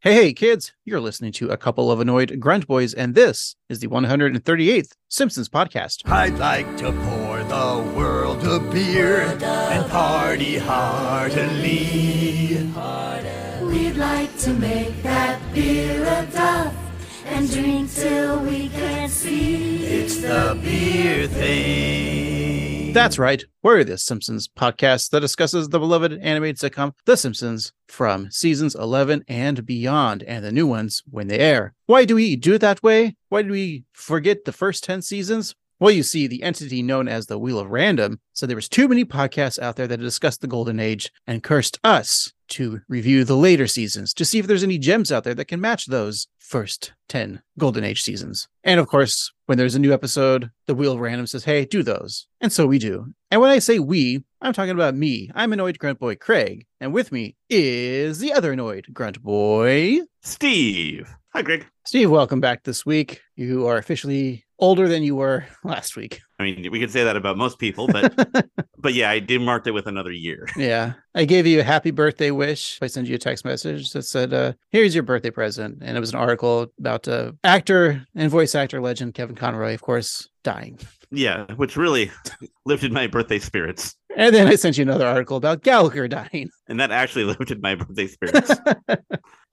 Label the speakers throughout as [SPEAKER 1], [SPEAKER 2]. [SPEAKER 1] Hey, hey, kids, you're listening to a couple of annoyed grunt boys, and this is the 138th Simpsons podcast.
[SPEAKER 2] I'd like to pour the world a beer and party heartily.
[SPEAKER 3] We'd like to make that beer a duff and drink till we can't see.
[SPEAKER 2] It's the beer thing.
[SPEAKER 1] That's right, we're the Simpsons podcast that discusses the beloved animated sitcom The Simpsons from seasons 11 and beyond, and the new ones when they air. Why do we do it that way? Why do we forget the first 10 seasons? Well, you see, the entity known as the Wheel of Random said there was too many podcasts out there that discussed the Golden Age and cursed us to review the later seasons to see if there's any gems out there that can match those first 10 Golden Age seasons. And of course, when there's a new episode, the Wheel of Random says, hey, do those. And so we do. And when I say we, I'm talking about me. I'm annoyed grunt boy Craig, and with me is the other annoyed grunt boy
[SPEAKER 4] Steve. Hi, Greg.
[SPEAKER 1] Steve, welcome back this week. You are officially older than you were last week.
[SPEAKER 4] I mean, we could say that about most people, but but yeah, I did mark it with another year.
[SPEAKER 1] yeah. I gave you a happy birthday wish. I sent you a text message that said, uh, here's your birthday present. And it was an article about uh, actor and voice actor legend Kevin Conroy, of course, dying.
[SPEAKER 4] Yeah, which really lifted my birthday spirits,
[SPEAKER 1] And then I sent you another article about Gallagher dying.
[SPEAKER 4] and that actually lifted my birthday spirits.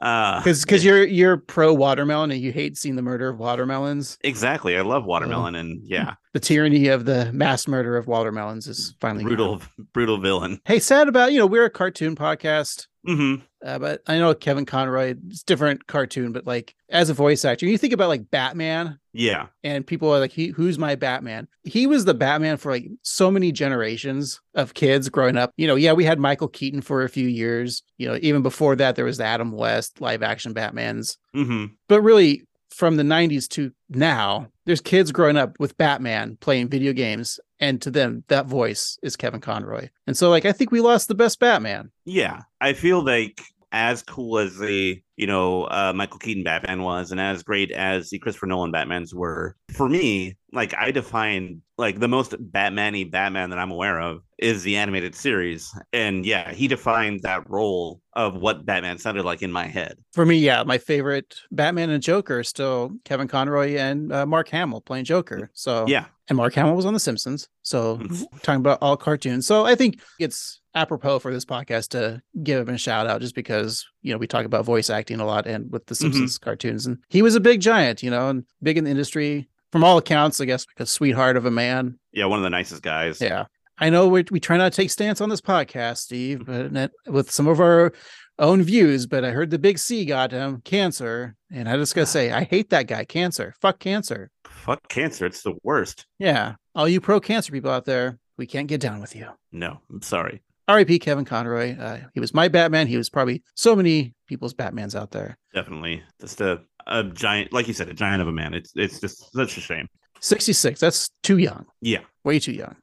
[SPEAKER 4] uh,
[SPEAKER 1] Because because you're you're pro watermelon and you hate seeing the murder of watermelons.
[SPEAKER 4] exactly, I love watermelon, and yeah,
[SPEAKER 1] The tyranny of the mass murder of watermelons is finally gone.
[SPEAKER 4] brutal, brutal villain.
[SPEAKER 1] Hey, sad about you know we're a cartoon podcast,
[SPEAKER 4] hmm
[SPEAKER 1] uh, but I know Kevin Conroy. It's different cartoon, but like as a voice actor, you think about like Batman,
[SPEAKER 4] Yeah,
[SPEAKER 1] and people are like, he, "Who's my Batman?" He was the Batman for like so many generations of kids growing up. You know, yeah, we had Michael Keaton for a few years. You know, even before that, there was the Adam West live action Batman's,
[SPEAKER 4] hmm
[SPEAKER 1] but really from the 90s to now there's kids growing up with batman playing video games and to them that voice is kevin conroy and so like i think we lost the best batman
[SPEAKER 4] yeah. I feel like as cool as the you know uh, Michael Keaton Batman was, and as great as the Christopher Nolan Batmans were, for me, like I define like the most Batman-y Batman that I'm aware of is the animated series, and yeah, he defined that role of what Batman sounded like in my head.
[SPEAKER 1] For me, yeah, my favorite Batman and Joker are still Kevin Conroy and uh, Mark Hamill playing Joker. So
[SPEAKER 4] Yeah,
[SPEAKER 1] and Mark Hamill was on The Simpsons. So talking about all cartoons, so I think it's apropos for this podcast to give him a shout out, just because you know we talk about voice acting a lot and with The Simpsons cartoons, and he was a big giant, you know, and big in the industry from all accounts, I guess, like a sweetheart of a man.
[SPEAKER 4] yeah, one of the nicest guys.
[SPEAKER 1] Yeah. I know we we try not to take stance on this podcast, Steve, but not- with some of our own views, but I heard the big C got him cancer. And I just gotta say, I hate that guy, cancer. Fuck cancer.
[SPEAKER 4] Fuck cancer, it's the worst.
[SPEAKER 1] Yeah. All you pro cancer people out there, we can't get down with you.
[SPEAKER 4] No, I'm sorry.
[SPEAKER 1] R.I.P. Kevin Conroy. Uh, he was my Batman. He was probably so many people's Batmans out there.
[SPEAKER 4] Definitely just a, a giant, like you said, a giant of a man. It's it's just such a shame.
[SPEAKER 1] 66. That's too young.
[SPEAKER 4] Yeah.
[SPEAKER 1] Way too young.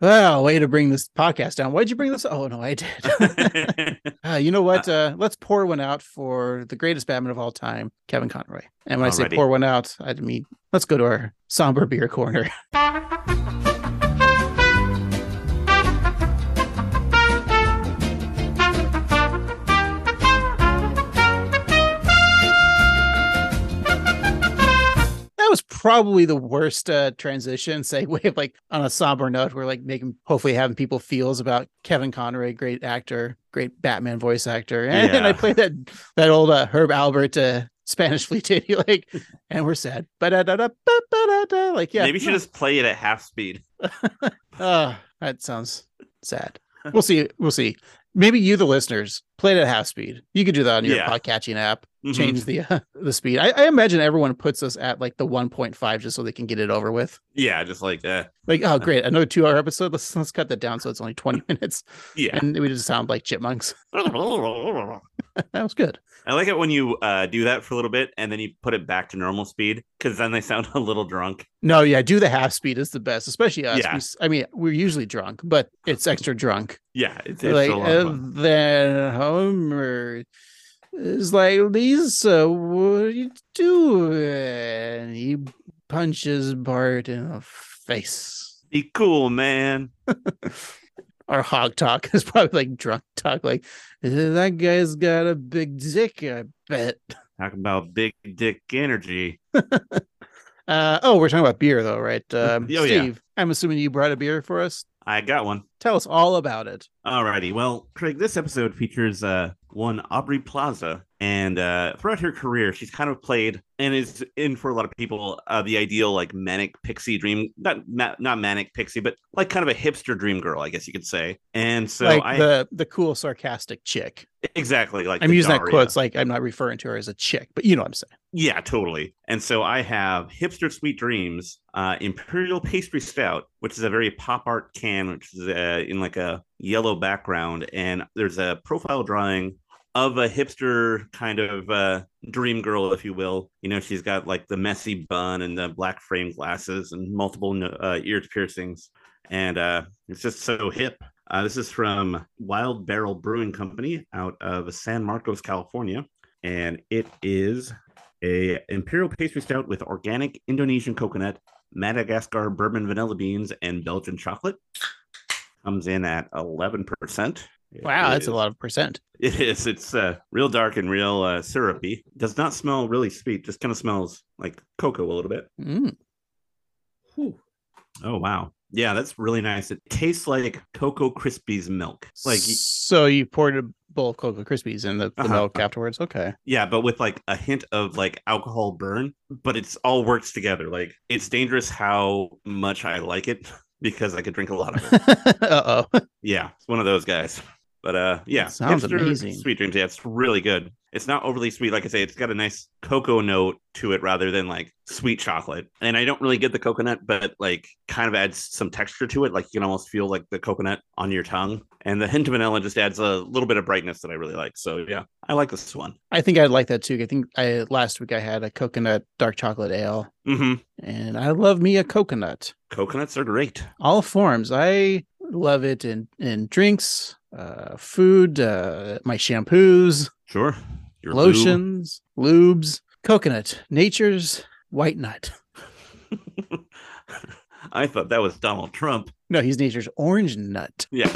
[SPEAKER 1] Well, way to bring this podcast down. Why'd you bring this? Oh, no, I did. Uh, you know what? Uh, let's pour one out for the greatest Batman of all time, Kevin Conroy. And when I say
[SPEAKER 4] Alrighty.
[SPEAKER 1] pour one out, I mean let's go to our somber beer corner. That was probably the worst uh, transition segue of like on a somber note. We're like making hopefully having people feels about Kevin Conroy, great actor, great Batman voice actor, and,
[SPEAKER 4] Yeah.
[SPEAKER 1] I played that that old uh, Herb Albert uh, Spanish flea titty like, and we're sad. Ba-da-da-da-ba-ba-da-da. Like yeah,
[SPEAKER 4] Maybe you should just play it at half speed.
[SPEAKER 1] Uh, that sounds sad. We'll see. We'll see. Maybe you, the listeners, play it at half speed. You could do that on your
[SPEAKER 4] Yeah.
[SPEAKER 1] podcatching app.
[SPEAKER 4] Mhm.
[SPEAKER 1] Change the uh, the speed. I, I imagine everyone puts us at like the one point five just so they can get it over with.
[SPEAKER 4] Yeah, just like that.
[SPEAKER 1] Like, oh great, another two hour episode. Let's let's cut that down so it's only twenty minutes,
[SPEAKER 4] Yeah.
[SPEAKER 1] and we just sound like chipmunks. that was good.
[SPEAKER 4] I like it when you uh, do that for a little bit and then you put it back to normal speed because then they sound a little drunk.
[SPEAKER 1] No, yeah, do the half speed is the best, especially us.
[SPEAKER 4] Yeah.
[SPEAKER 1] We s- I mean, we're usually drunk, but it's extra drunk.
[SPEAKER 4] Yeah, it's, it's
[SPEAKER 1] like um,
[SPEAKER 4] a lot of fun.
[SPEAKER 1] and then Homer is like Lisa, what are you doing? He punches Bart in the face.
[SPEAKER 4] Be cool, man.
[SPEAKER 1] our hog talk is probably like drunk talk. Like that guy's got a big dick, I bet.
[SPEAKER 4] Talk about big dick energy.
[SPEAKER 1] Uh, oh, we're talking about beer though, right? Um,
[SPEAKER 4] Oh, yeah.
[SPEAKER 1] Steve, I'm assuming you brought a beer for us.
[SPEAKER 4] I got one.
[SPEAKER 1] Tell us all about it.
[SPEAKER 4] Alrighty. Well, Craig, this episode features uh, one Aubrey Plaza. And uh, throughout her career, she's kind of played and is in for a lot of people uh, the ideal like manic pixie dream, not, not not manic pixie, but like kind of a hipster dream girl, I guess you could say. And so
[SPEAKER 1] like
[SPEAKER 4] I
[SPEAKER 1] the the cool sarcastic chick.
[SPEAKER 4] exactly like
[SPEAKER 1] I'm
[SPEAKER 4] the
[SPEAKER 1] using that
[SPEAKER 4] Daria.
[SPEAKER 1] quotes like I'm not referring to her as a chick, but you know what I'm saying.
[SPEAKER 4] Yeah, totally. And so I have Hipster Sweet Dreams uh, Imperial Pastry Stout, which is a very pop art can, which is uh, in like a yellow background. And there's a profile drawing of a hipster kind of uh, dream girl, if you will. You know, she's got like the messy bun and the black frame glasses and multiple no- uh, ear piercings. And uh, it's just so hip. Uh, this is from Wild Barrel Brewing Company out of San Marcos, California. And it is a imperial pastry stout with organic Indonesian coconut, Madagascar bourbon vanilla beans, and Belgian chocolate. Comes in at eleven percent.
[SPEAKER 1] Wow, that's a lot of percent.
[SPEAKER 4] It is. It's uh, real dark and real uh, syrupy. Does not smell really sweet. Just kind of smells like cocoa a little bit.
[SPEAKER 1] Mm.
[SPEAKER 4] Oh wow. Yeah, that's really nice. It tastes like Cocoa Krispies milk. Like
[SPEAKER 1] so, you poured a bowl of Cocoa Krispies in the, the
[SPEAKER 4] Uh-huh.
[SPEAKER 1] milk afterwards. Okay,
[SPEAKER 4] Yeah, but with like a hint of like alcohol burn, but it's all works together. Like it's dangerous how much I like it because I could drink a lot of it.
[SPEAKER 1] uh oh,
[SPEAKER 4] yeah, it's one of those guys. But uh yeah,
[SPEAKER 1] That sounds
[SPEAKER 4] hipster
[SPEAKER 1] amazing.
[SPEAKER 4] Sweet dreams. Yeah, it's really good. It's not overly sweet. Like I say, it's got a nice cocoa note to it rather than like sweet chocolate. And I don't really get the coconut, but like kind of adds some texture to it. Like you can almost feel like the coconut on your tongue. And the hint of vanilla just adds a little bit of brightness that I really like. So yeah, I like this one.
[SPEAKER 1] I think I'd like that too. I think I last week I had a coconut dark chocolate ale,
[SPEAKER 4] Mm-hmm.
[SPEAKER 1] and I love me a coconut.
[SPEAKER 4] Coconuts are great.
[SPEAKER 1] all forms. I love it in in drinks, uh, food, uh, my shampoos,
[SPEAKER 4] Sure. Your lube.
[SPEAKER 1] lotions, lubes, coconut, nature's white nut.
[SPEAKER 4] I thought that was Donald Trump.
[SPEAKER 1] No, he's nature's orange nut.
[SPEAKER 4] Yeah.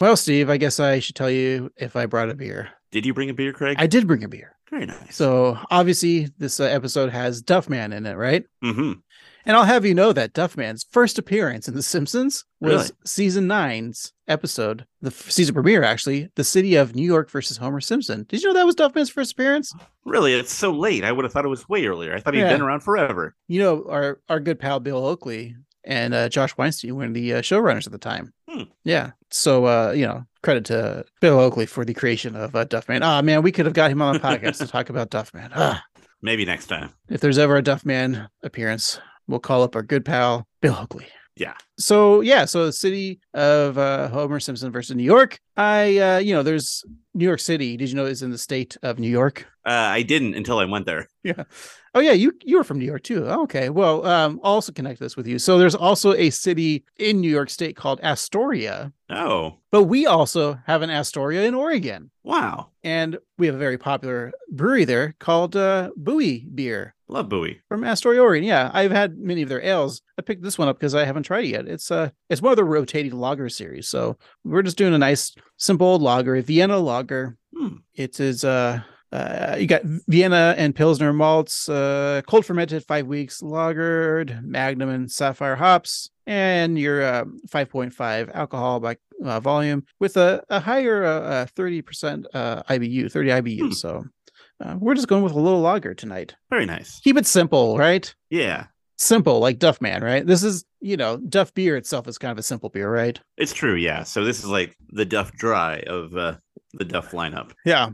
[SPEAKER 1] Well, Steve, I guess I should tell you if I brought a beer.
[SPEAKER 4] Did you bring a beer, Craig?
[SPEAKER 1] I did bring a beer.
[SPEAKER 4] Very nice.
[SPEAKER 1] So obviously, this uh, episode has Duffman in it, right?
[SPEAKER 4] hmm
[SPEAKER 1] And I'll have you know that Duffman's first appearance in The Simpsons was
[SPEAKER 4] Really?
[SPEAKER 1] season nine's episode, the f- season premiere, actually, The City of New York versus Homer Simpson. Did you know that was Duffman's first appearance?
[SPEAKER 4] Really, it's so late. I would have thought it was way earlier. I thought he had
[SPEAKER 1] Yeah.
[SPEAKER 4] been around forever.
[SPEAKER 1] You know, our, our good pal Bill Oakley and uh, Josh Weinstein were the uh, showrunners at the time.
[SPEAKER 4] Hmm.
[SPEAKER 1] Yeah. So, uh, you know, credit to Bill Oakley for the creation of uh, Duffman. Ah, man, we could have got him on the podcast to talk about Duffman. Ah,
[SPEAKER 4] Maybe next time.
[SPEAKER 1] if there's ever a Duffman appearance, we'll call up our good pal Bill Oakley.
[SPEAKER 4] Yeah.
[SPEAKER 1] so yeah so the city of uh, homer simpson versus new york i uh, you know there's new york city did you know is in the state of new york
[SPEAKER 4] Uh, I didn't until I went there.
[SPEAKER 1] oh yeah you you were from new york too Oh, okay well um I'll also connect this with you so there's also a city in new york state called astoria
[SPEAKER 4] Oh,
[SPEAKER 1] but we also have an astoria in oregon
[SPEAKER 4] wow.
[SPEAKER 1] and we have a very popular brewery there called uh, Bowie Beer
[SPEAKER 4] Love Bowie.
[SPEAKER 1] from Astoria, Oregon. Yeah, I've had many of their ales. I picked this one up because I haven't tried it yet. It's uh it's one of the rotating lager series. So we're just doing a nice simple old lager, a Vienna lager.
[SPEAKER 4] Hmm.
[SPEAKER 1] It is uh, uh you got Vienna and Pilsner malts, uh cold fermented five weeks lagered, Magnum and Sapphire hops, and your uh, 5.5 alcohol by uh, volume with a, a higher uh, uh, 30% uh, IBU, 30 IBU.
[SPEAKER 4] Hmm.
[SPEAKER 1] So uh, we're just going with a little lager tonight.
[SPEAKER 4] Very nice.
[SPEAKER 1] Keep it simple, right?
[SPEAKER 4] Yeah,
[SPEAKER 1] simple like duff man right this is you know duff beer itself is kind of a simple beer right
[SPEAKER 4] it's true. Yeah. So this is like the Duff Dry of uh, the Duff lineup.
[SPEAKER 1] yeah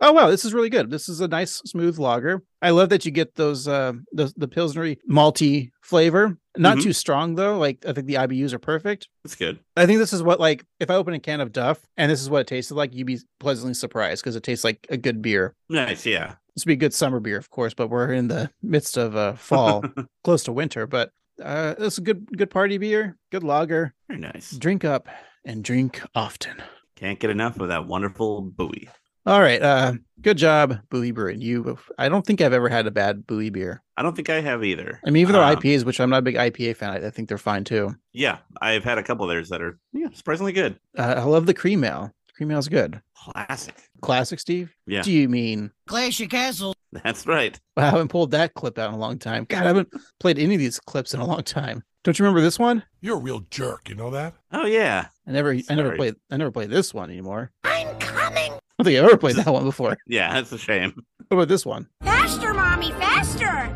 [SPEAKER 1] oh wow this is really good this is a nice smooth lager i love that you get those uh the, the pilsnery malty flavor not
[SPEAKER 4] Mhm.
[SPEAKER 1] too strong though like i think the ibus are perfect
[SPEAKER 4] That's good.
[SPEAKER 1] i think this is what like if i open a can of duff and this is what it tasted like you'd be pleasantly surprised because it tastes like a good beer
[SPEAKER 4] Nice. Yeah.
[SPEAKER 1] this would be a good summer beer of course but we're in the midst of uh fall close to winter but uh it's a good good party beer good lager
[SPEAKER 4] Very nice.
[SPEAKER 1] drink up and drink often.
[SPEAKER 4] Can't get enough of that wonderful Bowie.
[SPEAKER 1] All right. Uh, good job, Bowie Brewing. You, I don't think I've ever had a bad Bowie beer.
[SPEAKER 4] I don't think I have either.
[SPEAKER 1] I mean, even though
[SPEAKER 4] Um,
[SPEAKER 1] IPAs, which I'm not a big IPA fan, I, I think they're fine too.
[SPEAKER 4] Yeah, I've had a couple of theirs that are yeah, surprisingly good.
[SPEAKER 1] Uh, I love the cream ale. Cream ale's good.
[SPEAKER 4] Classic.
[SPEAKER 1] Classic, Steve.
[SPEAKER 4] Yeah.
[SPEAKER 1] Do you mean?
[SPEAKER 2] Clash of Castle.
[SPEAKER 4] That's right.
[SPEAKER 1] I haven't pulled that clip out in a long time. God, I haven't played any of these clips in a long time. Don't you remember this one?
[SPEAKER 5] You're a real jerk, you know that?
[SPEAKER 4] Oh yeah.
[SPEAKER 1] I never, I never
[SPEAKER 4] Sorry.
[SPEAKER 1] played. I never played this one anymore. I'm coming. I don't think I ever played that one before.
[SPEAKER 4] Yeah, that's a shame.
[SPEAKER 1] What about this one
[SPEAKER 6] Faster, Mommy, faster!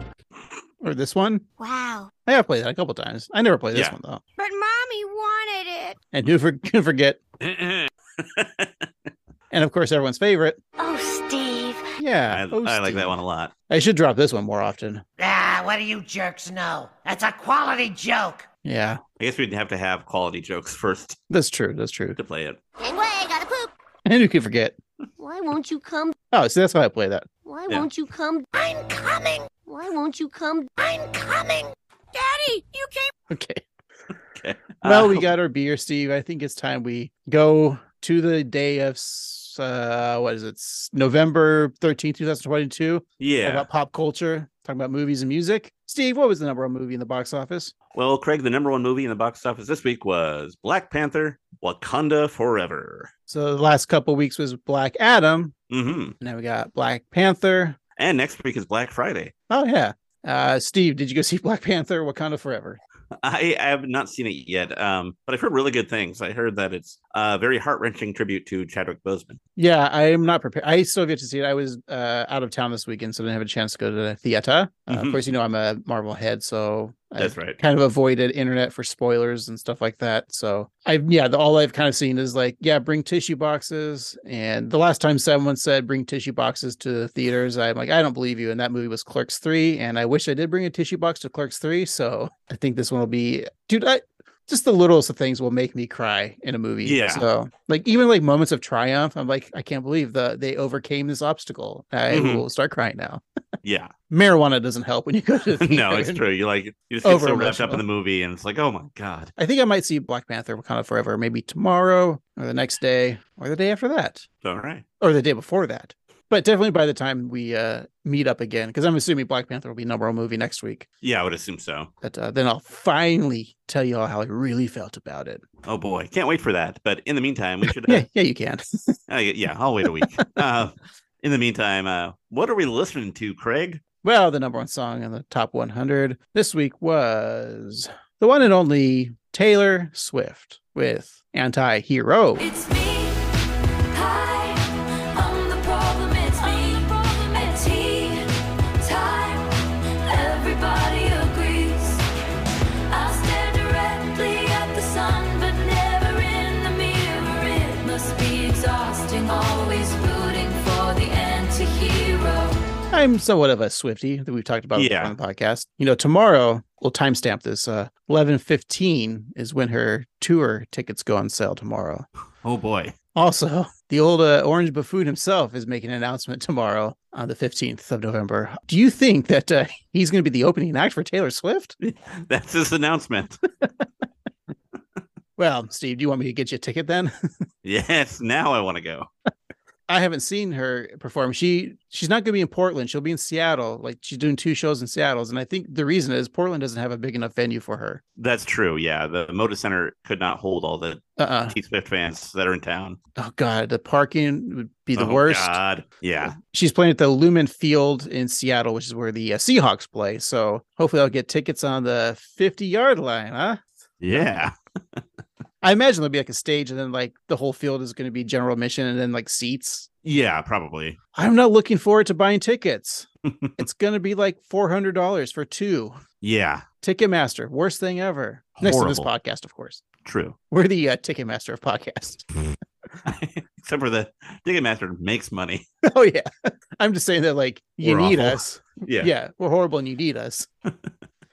[SPEAKER 1] or this one?
[SPEAKER 6] Wow.
[SPEAKER 1] I have played that a couple times. I never played this
[SPEAKER 4] Yeah.
[SPEAKER 1] one though.
[SPEAKER 6] But Mommy wanted it.
[SPEAKER 1] And do for, can forget. And of course, everyone's favorite.
[SPEAKER 6] Oh, Steve.
[SPEAKER 1] Yeah,
[SPEAKER 4] I,
[SPEAKER 1] oh,
[SPEAKER 4] I like
[SPEAKER 1] Steve.
[SPEAKER 4] that one a lot.
[SPEAKER 1] I should drop this one more often.
[SPEAKER 2] Ah, what do you jerks know? That's a quality joke.
[SPEAKER 1] Yeah,
[SPEAKER 4] I guess we'd have to have quality jokes first
[SPEAKER 1] that's true. That's true.
[SPEAKER 4] to play it.
[SPEAKER 6] Anyway, I gotta poop.
[SPEAKER 1] And you can forget.
[SPEAKER 6] Why won't you come?
[SPEAKER 1] Oh, see, that's why I play that.
[SPEAKER 6] Why
[SPEAKER 4] Yeah.
[SPEAKER 6] won't you come? I'm coming! Why won't you come? I'm coming! Daddy, you came.
[SPEAKER 1] Okay.
[SPEAKER 4] Okay.
[SPEAKER 1] Well,
[SPEAKER 4] Uh,
[SPEAKER 1] we got our beer, Steve. I think it's time we go to the day of s- uh, what is it? S- November thirteenth, two thousand twenty-two.
[SPEAKER 4] yeah.
[SPEAKER 1] About pop culture, talking about movies and music. Steve, what was the number one movie in the box office?
[SPEAKER 4] Well, Craig, the number one movie in the box office this week was Black Panther: Wakanda Forever.
[SPEAKER 1] So the last couple weeks was Black Adam.
[SPEAKER 4] hmm
[SPEAKER 1] Now we got Black Panther.
[SPEAKER 4] And next week is Black Friday.
[SPEAKER 1] Oh yeah. Uh, Steve, did you go see Black Panther: Wakanda Forever?
[SPEAKER 4] I, I have not seen it yet, um, but I've heard really good things. I heard that it's a very heart wrenching tribute to Chadwick Boseman.
[SPEAKER 1] Yeah, I am not prepared. I still have yet to see it. I was uh, out of town this weekend, so didn't have a chance to go to the theater. Uh, Of
[SPEAKER 4] Mhm.
[SPEAKER 1] course, you know I'm a Marvel head, so I
[SPEAKER 4] That's right.
[SPEAKER 1] kind of avoided internet for spoilers and stuff like that. So I've yeah, the, all I've kind of seen is like yeah, bring tissue boxes. And the last time someone said bring tissue boxes to the theaters, I'm like I don't believe you. And that movie was Clerks Three, and I wish I did bring a tissue box to Clerks Three. So I think this one will be dude. I, just the littlest of things will make me cry in a movie.
[SPEAKER 4] Yeah.
[SPEAKER 1] So like even like moments of triumph, I'm like, I can't believe the they overcame this obstacle. I
[SPEAKER 4] Mhm.
[SPEAKER 1] will start crying now.
[SPEAKER 4] Yeah.
[SPEAKER 1] Marijuana doesn't help when you go to the
[SPEAKER 4] no,
[SPEAKER 1] theater.
[SPEAKER 4] it's true. You like you just get so wrapped up
[SPEAKER 1] Over-emotional.
[SPEAKER 4] in the movie, and it's like, oh my god.
[SPEAKER 1] I think I might see Black Panther Wakanda Forever maybe tomorrow or the next day or the day after that
[SPEAKER 4] All right.
[SPEAKER 1] or the day before that. But definitely by the time we uh, meet up again, because I'm assuming Black Panther will be number one movie next week.
[SPEAKER 4] Yeah, I would assume so.
[SPEAKER 1] But uh, then I'll finally tell you all how I really felt about it.
[SPEAKER 4] Oh boy, can't wait for that. But in the meantime, we should.
[SPEAKER 1] Yeah, yeah, you can.
[SPEAKER 4] Uh, yeah, I'll wait a week. uh, in the meantime, uh, what are we listening to, Craig?
[SPEAKER 1] Well, the number one song in the top 100 this week was the one and only Taylor Swift with Anti Hero.
[SPEAKER 3] It's me. Hi. I'm the problem. It's me. At tea time, everybody agrees. I stare directly at the sun, but never in the mirror. It must be exhausting, always rooting for the anti-hero.
[SPEAKER 1] I'm somewhat of a Swifty that we've talked about before
[SPEAKER 4] Yeah.
[SPEAKER 1] on the podcast. You know, tomorrow we'll timestamp this. Uh, 11:15 is when her tour tickets go on sale tomorrow.
[SPEAKER 4] Oh boy.
[SPEAKER 1] Also, the old uh, Orange Buffoon himself is making an announcement tomorrow on the 15th of November. Do you think that uh, he's going to be the opening act for Taylor Swift?
[SPEAKER 4] That's his announcement.
[SPEAKER 1] Well, Steve, do you want me to get you a ticket then?
[SPEAKER 4] yes, now I want to go.
[SPEAKER 1] I haven't seen her perform. She she's not going to be in Portland. She'll be in Seattle. Like she's doing two shows in Seattle, and I think the reason is Portland doesn't have a big enough venue for her.
[SPEAKER 4] That's true. Yeah, the Moda Center could not hold all the
[SPEAKER 1] Uh uh
[SPEAKER 4] T Swift fans that are in town.
[SPEAKER 1] Oh god, the parking would be the
[SPEAKER 4] Oh,
[SPEAKER 1] worst.
[SPEAKER 4] God. Yeah.
[SPEAKER 1] She's playing at the Lumen Field in Seattle, which is where the uh, Seahawks play. So hopefully, I'll get tickets on the fifty-yard line, huh?
[SPEAKER 4] Yeah.
[SPEAKER 1] I imagine there'll be like a stage, and then like the whole field is going to be general admission, and then like seats.
[SPEAKER 4] Yeah, probably.
[SPEAKER 1] I'm not looking forward to buying tickets. it's going to be like four hundred dollars for two.
[SPEAKER 4] Yeah,
[SPEAKER 1] Ticketmaster, worst thing ever. Next to this
[SPEAKER 4] Horrible.
[SPEAKER 1] podcast, of course.
[SPEAKER 4] true.
[SPEAKER 1] We're the uh, Ticketmaster of podcasts.
[SPEAKER 4] Except for the Ticketmaster makes money.
[SPEAKER 1] oh yeah, I'm just saying that like you
[SPEAKER 4] We're
[SPEAKER 1] need
[SPEAKER 4] awful.
[SPEAKER 1] us.
[SPEAKER 4] Yeah.
[SPEAKER 1] yeah, we're horrible and you need us.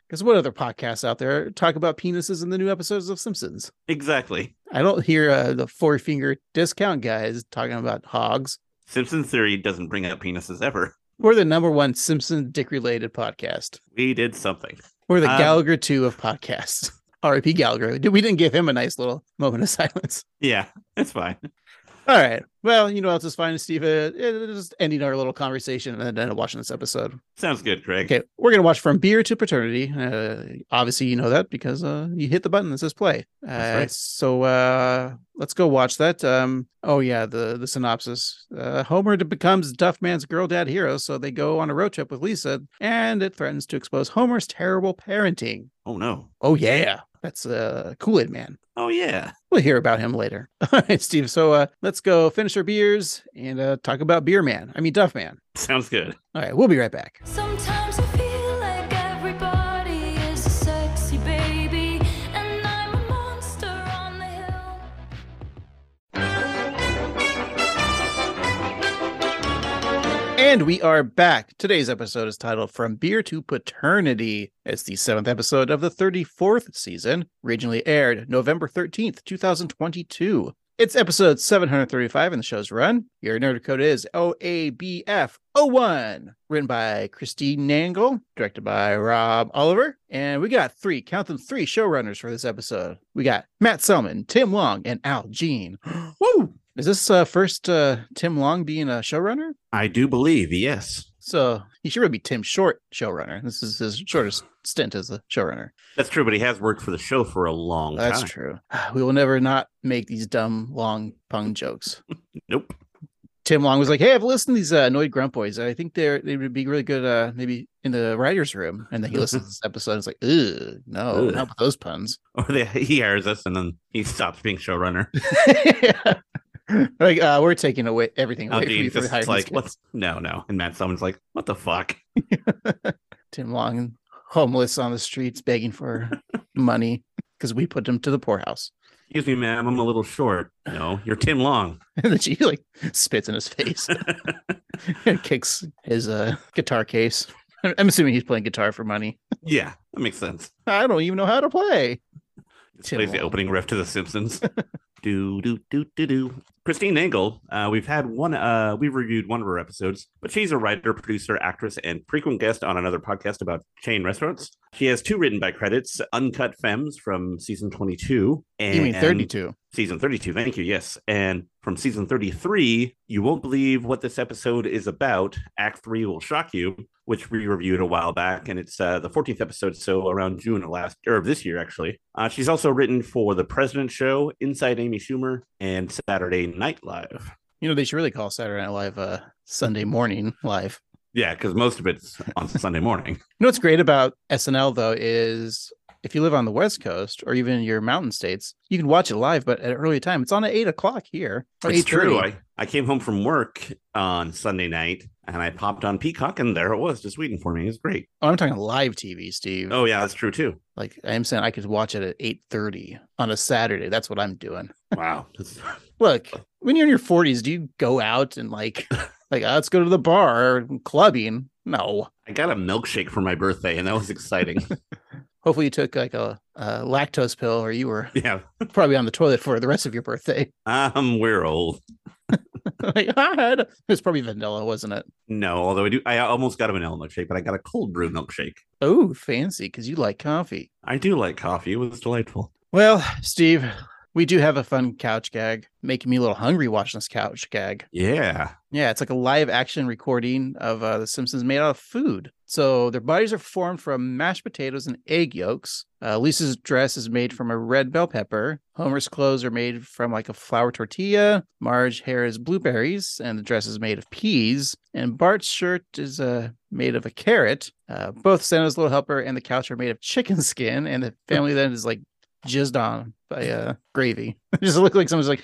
[SPEAKER 1] Because what other podcasts out there talk about penises in the new episodes of Simpsons?
[SPEAKER 4] Exactly.
[SPEAKER 1] I don't hear uh, the four finger discount guys talking about hogs.
[SPEAKER 4] Simpson Theory doesn't bring up penises ever.
[SPEAKER 1] We're the number one Simpson dick related podcast.
[SPEAKER 4] We did something.
[SPEAKER 1] We're the
[SPEAKER 4] Um,
[SPEAKER 1] Gallagher two of podcasts. R.I.P. Gallagher. Did- We didn't give him a nice little moment of silence.
[SPEAKER 4] Yeah, it's fine.
[SPEAKER 1] All right. Well, you know what else is fine, Steve? Uh, it- it's just ending our little conversation and then watching this episode.
[SPEAKER 4] Sounds good, Craig.
[SPEAKER 1] Okay, we're gonna watch from beer to paternity. Uh, obviously, you know that because uh, you hit the button that says play. Uh,
[SPEAKER 4] That's right.
[SPEAKER 1] So uh, let's go watch that. Um, oh yeah, the the synopsis: uh, Homer d- becomes Duff Man's girl dad hero, so they go on a road trip with Lisa, and it threatens to expose Homer's terrible parenting.
[SPEAKER 4] Oh no.
[SPEAKER 1] Oh yeah, that's uh, Kool Aid Man.
[SPEAKER 4] Oh yeah.
[SPEAKER 1] We'll hear about him later. All right, Steve. So uh, let's go finish our beers and uh, talk about Beer Man. I mean Duff Man.
[SPEAKER 4] Sounds good.
[SPEAKER 1] All right, we'll be right back.
[SPEAKER 3] Sometimes I feel like everybody is a sexy baby, and I'm a monster on the hill.
[SPEAKER 1] And we are back. Today's episode is titled From Beer to Paternity. It's the seventh episode of the 34th season, originally aired November 13th, 2022. It's episode 735 in the show's run. Your nerd code is OABF01. Written by Christine Nangle, directed by Rob Oliver. And we got three, count them three showrunners for this episode. We got Matt Selman, Tim Long, and Al Jean. Woo! Is this uh, first uh, Tim Long being a showrunner?
[SPEAKER 4] I do believe, yes.
[SPEAKER 1] So he should really be Tim Short showrunner. This is his shortest stint as a showrunner.
[SPEAKER 4] That's true, but he has worked for the show for a long
[SPEAKER 1] That's
[SPEAKER 4] time.
[SPEAKER 1] true. We will never not make these dumb long pung jokes.
[SPEAKER 4] Nope.
[SPEAKER 1] Tim Long was like, "Hey, I've listened to these uh, annoyed grunt boys. I think they're they would be really good, uh, maybe in the writers' room." And then he listens to this episode. And it's like, "Ooh, no,
[SPEAKER 4] Ugh.
[SPEAKER 1] not with those puns."
[SPEAKER 4] Or they, he hires us and then he stops being showrunner.
[SPEAKER 1] Like, uh, we're taking away everything away
[SPEAKER 4] Al
[SPEAKER 1] from you
[SPEAKER 4] Dean
[SPEAKER 1] for
[SPEAKER 4] just
[SPEAKER 1] hiring
[SPEAKER 4] like,
[SPEAKER 1] like,
[SPEAKER 4] what's no, no. And Matt Summon's like, what the fuck?
[SPEAKER 1] Tim Long, homeless on the streets, begging for money because we put him to the poorhouse.
[SPEAKER 4] Excuse me, ma'am, I'm a little short. No, you're Tim Long.
[SPEAKER 1] and then she like spits in his face and kicks his uh, guitar case. I'm I'm assuming he's playing guitar for money.
[SPEAKER 4] yeah, that makes sense.
[SPEAKER 1] I don't even know how to play.
[SPEAKER 4] This
[SPEAKER 1] Tim
[SPEAKER 4] plays the
[SPEAKER 1] Long.
[SPEAKER 4] opening riff to The Simpsons. do do do do do. Christine Engel, uh, we've had one. Uh, we've reviewed one of her episodes, but she's a writer, producer, actress, and frequent guest on another podcast about chain restaurants. She has two written by credits: "Uncut Femmes" from season twenty-two, and
[SPEAKER 1] You mean 32?
[SPEAKER 4] season thirty-two. Thank you. Yes, and from season thirty-three, you won't believe what this episode is about. Act three will shock you, which we reviewed a while back, and it's uh, the 14th episode, so around June of last or of this year, actually. Uh, she's also written for The President Show, Inside Amy Schumer, and Saturday Night Live.
[SPEAKER 1] You know they should really call Saturday Night Live uh, Sunday morning live.
[SPEAKER 4] Yeah, because most of it's on Sunday morning.
[SPEAKER 1] You know what's great about SNL though is if you live on the West Coast or even your mountain states, you can watch it live, but at an early time. It's on at eight o'clock here. or 8:30.
[SPEAKER 4] It's true. I, I came home from work on Sunday night and I popped on Peacock, and there it was, just waiting for me. It was great.
[SPEAKER 1] oh, I'm talking live TV, Steve.
[SPEAKER 4] Oh, yeah, that's true too.
[SPEAKER 1] Like I'm saying, I could watch it at eight thirty on a Saturday. That's what I'm doing.
[SPEAKER 4] Wow. That's-
[SPEAKER 1] look when you're in your 40s do you go out and like like "Ah, let's go to the bar or clubbing no
[SPEAKER 4] I got a milkshake for my birthday, and that was exciting.
[SPEAKER 1] hopefully you took like a, a lactose pill or you were
[SPEAKER 4] yeah,
[SPEAKER 1] probably on the toilet for the rest of your birthday
[SPEAKER 4] um, we're old.
[SPEAKER 1] like I had it was probably vanilla wasn't it
[SPEAKER 4] No, although I do, I almost got a vanilla milkshake, but I got a cold brew milkshake.
[SPEAKER 1] oh fancy because you like coffee
[SPEAKER 4] I do like coffee. It was delightful.
[SPEAKER 1] well steve we do have a fun couch gag making me a little hungry watching this couch gag
[SPEAKER 4] Yeah.
[SPEAKER 1] Yeah, it's like a live action recording of uh, The Simpsons made out of food. So their bodies are formed from mashed potatoes and egg yolks. Uh, Lisa's dress is made from a red bell pepper. Homer's clothes are made from like a flour tortilla. Marge's hair is blueberries, and the dress is made of peas. And Bart's shirt is uh, made of a carrot. Uh, both Santa's little helper and the couch are made of chicken skin, and the family then is like jizzed on by uh, gravy. Just look like someone's like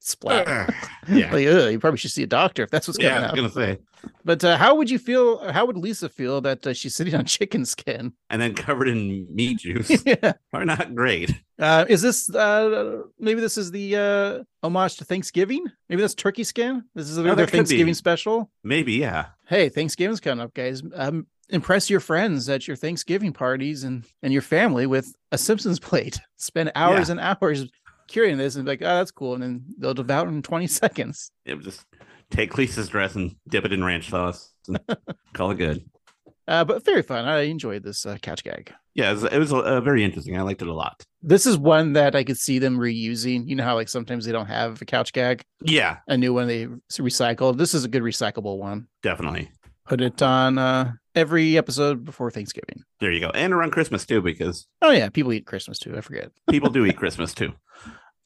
[SPEAKER 1] splat.
[SPEAKER 4] Ugh.
[SPEAKER 1] Yeah.
[SPEAKER 4] Yeah.
[SPEAKER 1] like, ugh, you probably should see a doctor if that's what's
[SPEAKER 4] yeah,
[SPEAKER 1] going
[SPEAKER 4] I was
[SPEAKER 1] on.
[SPEAKER 4] gonna say,
[SPEAKER 1] But uh, how would you feel? or How would Lisa feel that uh, she's sitting on chicken skin?
[SPEAKER 4] and then covered in meat juice
[SPEAKER 1] yeah.
[SPEAKER 4] are not great.
[SPEAKER 1] Uh, is this uh, maybe this is the uh, homage to Thanksgiving? Maybe that's turkey skin. This is another
[SPEAKER 4] Oh, that could be.
[SPEAKER 1] Thanksgiving special.
[SPEAKER 4] Maybe, yeah.
[SPEAKER 1] Hey, Thanksgiving's coming up, guys. Um, impress your friends at your Thanksgiving parties and and your family with a Simpsons plate. Spend hours and hours curating this and be like, oh, that's cool, and then they'll devour it in twenty seconds.
[SPEAKER 4] It was just take Lisa's dress and dip it in ranch sauce and call it good.
[SPEAKER 1] Uh, but very fun. I enjoyed this uh, couch gag.
[SPEAKER 4] Yeah, it was, it was, uh, very interesting. I liked it a lot.
[SPEAKER 1] This is one that I could see them reusing. You know how like sometimes they don't have a couch gag,
[SPEAKER 4] Yeah,
[SPEAKER 1] a new one they recycle. This is a good recyclable one.
[SPEAKER 4] definitely.
[SPEAKER 1] Put it on uh, every episode before Thanksgiving.
[SPEAKER 4] There you go. And around Christmas too, because
[SPEAKER 1] Oh yeah, people eat Christmas too. I forget.
[SPEAKER 4] people do eat Christmas too.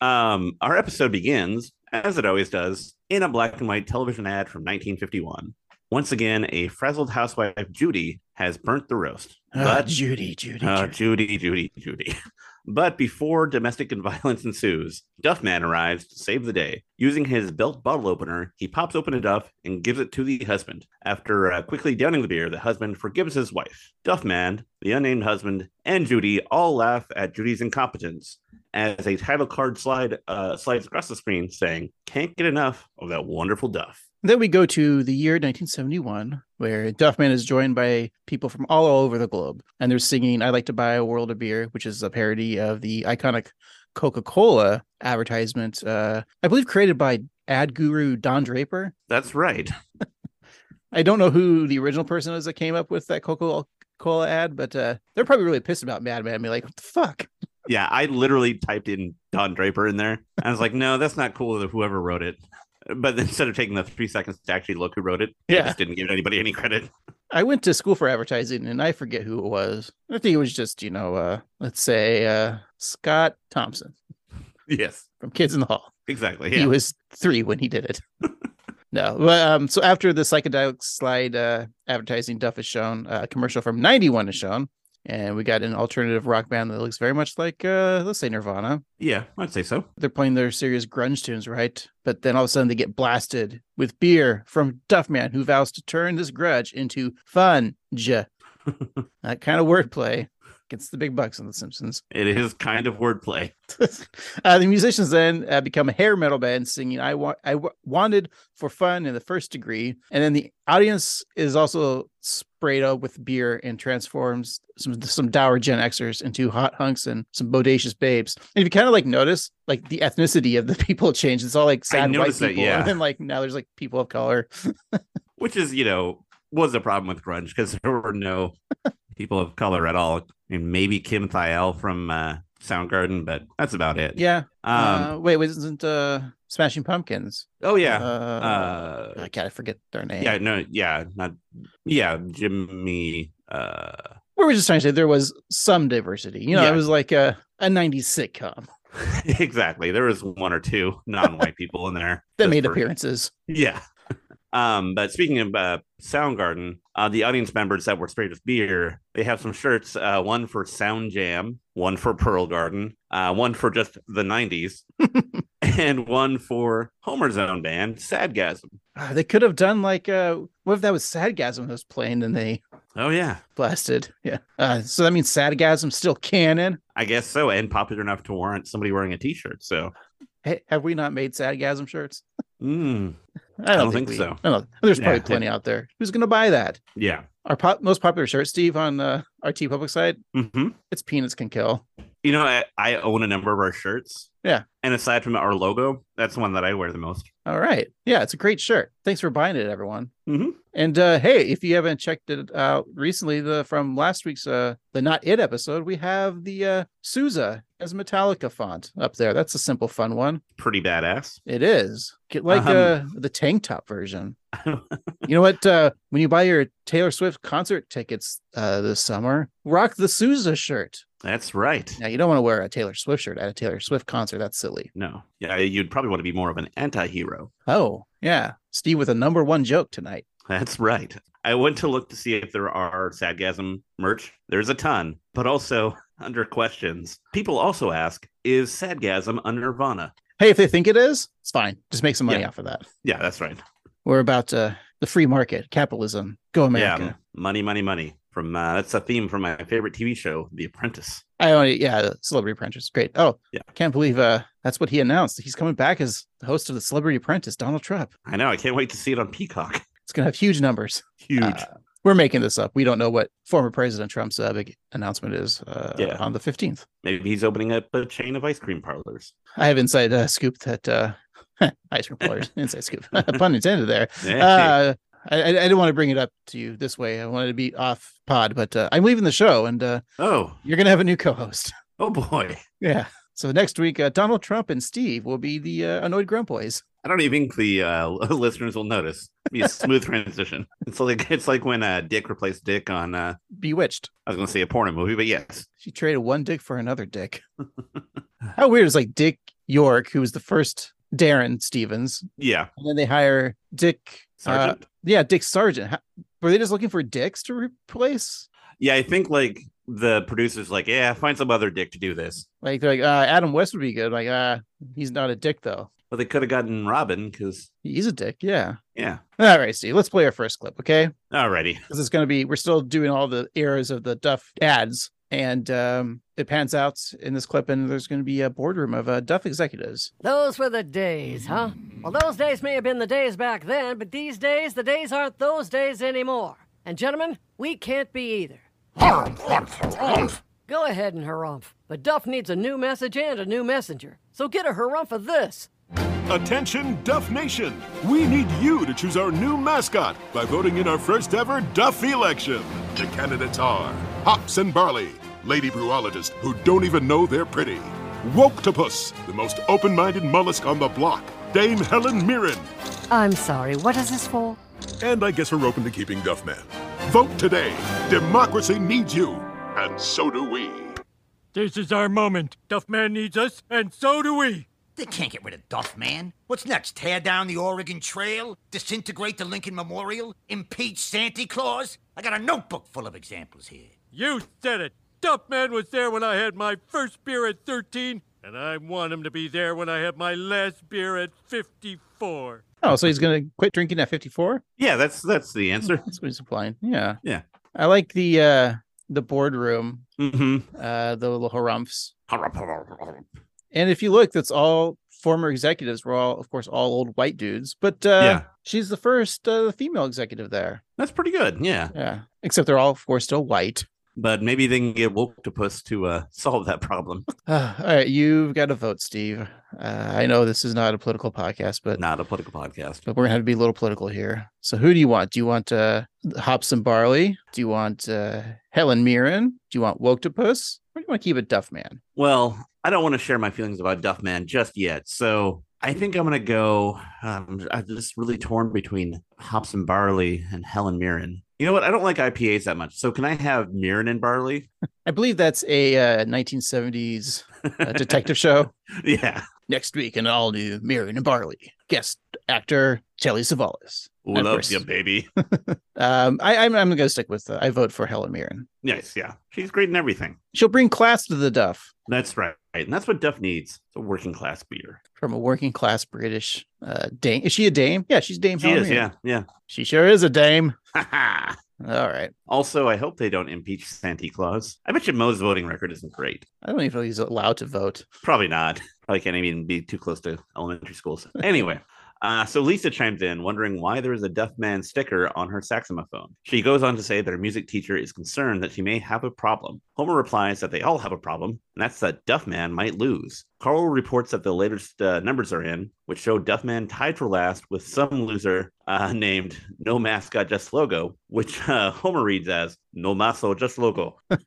[SPEAKER 4] Um, our episode begins, as it always does, in a black and white television ad from 1951. Once again, a frazzled housewife, Judy, has burnt the roast.
[SPEAKER 1] Ah,
[SPEAKER 4] But
[SPEAKER 1] Judy, Judy,
[SPEAKER 4] Uh,
[SPEAKER 1] Judy.
[SPEAKER 4] Judy, Judy, Judy. But before domestic violence ensues, Duffman arrives to save the day. Using his belt bottle opener, he pops open a Duff and gives it to the husband. After uh, quickly downing the beer, the husband forgives his wife. Duffman, the unnamed husband, and Judy all laugh at Judy's incompetence as a title card slide uh, slides across the screen saying, Can't get enough of that wonderful Duff.
[SPEAKER 1] Then we go to the year 1971, where Duffman is joined by people from all over the globe, and they're singing "I'd Like to Buy a World of Beer," which is a parody of the iconic Coca-Cola advertisement, uh, I believe created by ad guru Don Draper.
[SPEAKER 4] That's right.
[SPEAKER 1] I don't know who the original person is that came up with that Coca-Cola ad, but uh, they're probably really pissed about Madman. Be like, what the fuck?
[SPEAKER 4] Yeah, I literally typed in Don Draper in there. I was like, no, that's not cool to whoever wrote it. But instead of taking the three seconds to actually look who wrote it, I
[SPEAKER 1] Yeah.
[SPEAKER 4] just didn't give anybody any credit.
[SPEAKER 1] I went to school for advertising and I forget who it was. I think it was just, you know, uh, let's say uh, Scott Thompson
[SPEAKER 4] Yes,
[SPEAKER 1] from Kids in the Hall.
[SPEAKER 4] exactly.
[SPEAKER 1] He
[SPEAKER 4] Yeah.
[SPEAKER 1] was three when he did it. no. But um, so after the psychedelic slide uh, advertising Duff is shown, uh, a commercial from 91 is shown. And we got an alternative rock band that looks very much like, uh, let's say, Nirvana.
[SPEAKER 4] yeah, I'd say so.
[SPEAKER 1] they're playing their serious grunge tunes, right? But then all of a sudden they get blasted with beer from Duffman, who vows to turn this grudge into fun. that kind of wordplay gets the big bucks on The Simpsons.
[SPEAKER 4] It is kind of wordplay.
[SPEAKER 1] uh, the musicians then uh, become a hair metal band singing I, wa- I wa- Wanted for Fun in the First Degree. And then the audience is also sprayed up with beer and transforms some some dour Gen Xers into hot hunks and some bodacious babes. And if you kind of like notice, like the ethnicity of the people changed. It's all like sad white
[SPEAKER 4] noticed
[SPEAKER 1] people.
[SPEAKER 4] that, yeah.
[SPEAKER 1] And then like now there's like people of color.
[SPEAKER 4] which is you know was a problem with grunge because there were no people of color at all and maybe kim thiel from uh, soundgarden but that's about it
[SPEAKER 1] Yeah.
[SPEAKER 4] um
[SPEAKER 1] uh, wait, wasn't uh, Smashing Pumpkins?
[SPEAKER 4] oh yeah uh,
[SPEAKER 1] Uh, I can't I forget their name.
[SPEAKER 4] yeah no yeah not yeah jimmy uh
[SPEAKER 1] we were just trying to say there was some diversity. You know,
[SPEAKER 4] Yeah.
[SPEAKER 1] it was like a, a 90s sitcom
[SPEAKER 4] exactly there was one or two non-white people in there
[SPEAKER 1] that
[SPEAKER 4] just
[SPEAKER 1] made
[SPEAKER 4] for-
[SPEAKER 1] appearances.
[SPEAKER 4] yeah um but speaking of uh soundgarden uh the audience members that were sprayed with beer they have some shirts uh one for sound jam one for pearl garden uh one for just the 90s and one for homer's own band sadgasm
[SPEAKER 1] Uh, they could have done like, uh, what if that was Sadgasm that was playing and they
[SPEAKER 4] oh yeah
[SPEAKER 1] blasted? Yeah. Uh, so that means Sadgasm's still canon.
[SPEAKER 4] i guess so and popular enough to warrant somebody wearing a t-shirt so
[SPEAKER 1] Hey, have we not made Sadgasm shirts?
[SPEAKER 4] mm,
[SPEAKER 1] I
[SPEAKER 4] don't think
[SPEAKER 1] we-
[SPEAKER 4] so.
[SPEAKER 1] I don't- There's
[SPEAKER 4] Yeah,
[SPEAKER 1] probably
[SPEAKER 4] yeah.
[SPEAKER 1] plenty out there. Who's going to buy that?
[SPEAKER 4] yeah
[SPEAKER 1] Our pop- most popular shirt, Steve, on uh, our T Public site,
[SPEAKER 4] hmm
[SPEAKER 1] it's Peanuts Can Kill.
[SPEAKER 4] you know I, I own a number of our shirts
[SPEAKER 1] Yeah.
[SPEAKER 4] and aside from our logo that's the one that i wear the most
[SPEAKER 1] All right. Yeah, it's a great shirt. Thanks for buying it, everyone.
[SPEAKER 4] Mhm.
[SPEAKER 1] And uh, hey, if you haven't checked it out recently, the from last week's uh, the Not It episode, we have the uh, Sousa as Metallica font up there. That's a simple, fun one.
[SPEAKER 4] pretty badass
[SPEAKER 1] It is. Get like
[SPEAKER 4] Um,
[SPEAKER 1] uh, the tank top version. you know what? Uh, when you buy your Taylor Swift concert tickets uh, this summer, rock the Sousa shirt.
[SPEAKER 4] that's right
[SPEAKER 1] Now, you don't want to wear a Taylor Swift shirt at a Taylor Swift concert. That's silly.
[SPEAKER 4] No. Yeah, you'd probably want to be more of an anti-hero.
[SPEAKER 1] Oh, yeah. Steve with a number one joke tonight.
[SPEAKER 4] That's right. I went to look to see if there are Sadgasm merch. There's a ton, but also under questions. People also ask, is Sadgasm a Nirvana?
[SPEAKER 1] hey, if they think it is, it's fine. Just make some money
[SPEAKER 4] Yeah.
[SPEAKER 1] off of that.
[SPEAKER 4] Yeah, that's right.
[SPEAKER 1] We're about uh, the free market, capitalism. Go
[SPEAKER 4] Yeah, m-
[SPEAKER 1] America.
[SPEAKER 4] money, money, money. From uh, that's a theme from my favorite TV show, The Apprentice.
[SPEAKER 1] I only yeah, Celebrity Apprentice. Great. Oh,
[SPEAKER 4] Yeah.
[SPEAKER 1] Can't believe uh that's what he announced. He's coming back as the host of the Celebrity Apprentice, Donald Trump.
[SPEAKER 4] I know. I can't wait to see it on Peacock.
[SPEAKER 1] It's gonna have huge numbers.
[SPEAKER 4] Huge.
[SPEAKER 1] Uh, we're making this up. We don't know what former President Trump's uh, big announcement is uh,
[SPEAKER 4] Yeah.
[SPEAKER 1] on the 15th.
[SPEAKER 4] Maybe he's opening up a chain of ice cream parlors.
[SPEAKER 1] I have inside uh, scoop that uh, ice cream parlors, inside scoop, pun intended there. uh,
[SPEAKER 4] Yeah.
[SPEAKER 1] I, I I didn't want to bring it up to you this way. I wanted to be off pod, but uh, I'm leaving the show, and uh,
[SPEAKER 4] oh,
[SPEAKER 1] you're gonna have a new co-host.
[SPEAKER 4] Oh boy.
[SPEAKER 1] Yeah. So next week, uh, Donald Trump and Steve will be the uh, annoyed grunt boys.
[SPEAKER 4] I don't even think the uh, listeners will notice. It'll be a smooth transition. It's like it's like when uh, Dick replaced Dick on uh,
[SPEAKER 1] Bewitched.
[SPEAKER 4] I was gonna say a porno movie, but yes.
[SPEAKER 1] She traded one dick for another dick. How weird is like Dick York, who was the first Darren Stevens,
[SPEAKER 4] Yeah.
[SPEAKER 1] and then they hire Dick. Uh,
[SPEAKER 4] Sergeant.
[SPEAKER 1] yeah, Dick Sargent. How, were they just looking for dicks to replace?
[SPEAKER 4] yeah, I think like the producers like, yeah, find some other dick to do this.
[SPEAKER 1] Like they're like, uh, Adam West would be good. Like, uh, he's not a dick though.
[SPEAKER 4] But they could have gotten Robin because
[SPEAKER 1] He's a dick. Yeah.
[SPEAKER 4] yeah.
[SPEAKER 1] All right, Steve. Let's play our first clip, okay?
[SPEAKER 4] Alrighty.
[SPEAKER 1] Because it's going to be we're still doing all the eras of the Duff ads, and um, it pans out in this clip, and there's going to be a boardroom of uh, Duff executives.
[SPEAKER 7] Those were the days, huh? Well, those days may have been the days back then, but these days, the days aren't those days anymore. And gentlemen, we can't be either. Go ahead and harumph, but Duff needs a new message and a new messenger. So get a harumph of this.
[SPEAKER 8] Attention, Duff Nation! We need you to choose our new mascot by voting in our first ever Duff election. The candidates are Hops and Barley, lady bruologist who don't even know they're pretty, Woketopus, the most open minded mollusk on the block, Dame Helen Mirren,
[SPEAKER 7] I'm sorry, what is this for?
[SPEAKER 8] and I guess we're open to keeping Duff Man. Vote today! Democracy needs you, and so do we.
[SPEAKER 9] This is our moment. Duff Man needs us, and so do we.
[SPEAKER 2] They can't get rid of Duff, man. What's next? Tear down the Oregon Trail? Disintegrate the Lincoln Memorial? Impeach Santa Claus? I got a notebook full of examples here.
[SPEAKER 9] You said it. Duff Man was there when I had my first beer at 13, and I want him to be there when I have my last beer at 54.
[SPEAKER 1] Oh, so he's going to quit drinking at 54?
[SPEAKER 4] Yeah, that's that's the answer.
[SPEAKER 1] That's what he's applying. Yeah.
[SPEAKER 4] Yeah.
[SPEAKER 1] I like the uh the boardroom,
[SPEAKER 4] Mm-hmm.
[SPEAKER 1] uh the little harumphs. And if you look, that's all former executives were all of course all old white dudes, but uh
[SPEAKER 4] Yeah.
[SPEAKER 1] she's the first uh, female executive there.
[SPEAKER 4] That's pretty good. Yeah.
[SPEAKER 1] Yeah. Except they're all of course still white.
[SPEAKER 4] But maybe they can get Woketopus to uh, solve that problem.
[SPEAKER 1] Uh, all right, you've got to vote, Steve. Uh, I know this is not a political podcast, but
[SPEAKER 4] Not a political podcast.
[SPEAKER 1] but we're gonna have to be a little political here. So who do you want? Do you want uh Hops and Barley? Do you want uh Helen Mirren? Do you want Woktopus? Or do you want to keep it Duff Man?
[SPEAKER 4] Well, I don't want to share my feelings about Duffman just yet. So I think I'm going to go. Um, I'm just really torn between hops and barley and Helen Mirren. You know what? I don't like IPAs that much. So can I have Mirren and barley?
[SPEAKER 1] I believe that's a uh, 1970s uh, detective show.
[SPEAKER 4] yeah.
[SPEAKER 1] Next week in all new Mirren and Barley. Guest actor Telly Savalas.
[SPEAKER 4] Ooh,
[SPEAKER 1] Of
[SPEAKER 4] loves
[SPEAKER 1] course.
[SPEAKER 4] you, baby.
[SPEAKER 1] Um, I, I'm, I'm going to stick with uh, I vote for Helen Mirren.
[SPEAKER 4] yes. Yeah. She's great in everything.
[SPEAKER 1] She'll bring class to the Duff
[SPEAKER 4] That's right. And that's what Duff needs a working class beer.
[SPEAKER 1] from a working class British uh, dame. Is she a dame? Yeah, she's Dame
[SPEAKER 4] She
[SPEAKER 1] Helen
[SPEAKER 4] is.
[SPEAKER 1] Mirren.
[SPEAKER 4] Yeah. Yeah.
[SPEAKER 1] She sure is a dame.
[SPEAKER 4] Ha ha.
[SPEAKER 1] All right.
[SPEAKER 4] Also, I hope they don't impeach Santa Claus. I bet you Moe's voting record isn't great.
[SPEAKER 1] I don't even know if he's allowed to vote.
[SPEAKER 4] Probably not. Probably can't even be too close to elementary schools. Anyway, uh, so Lisa chimes in, wondering why there is a deaf man sticker on her saxophone. She goes on to say their music teacher is concerned that she may have a problem. Homer replies that they all have a problem, and that's that Duff Man might lose. Carl reports that the latest uh, numbers are in, which show Duff Man tied for last with some loser uh, named No Mascot Just Logo, which uh, Homer reads as No Maso Just Logo. a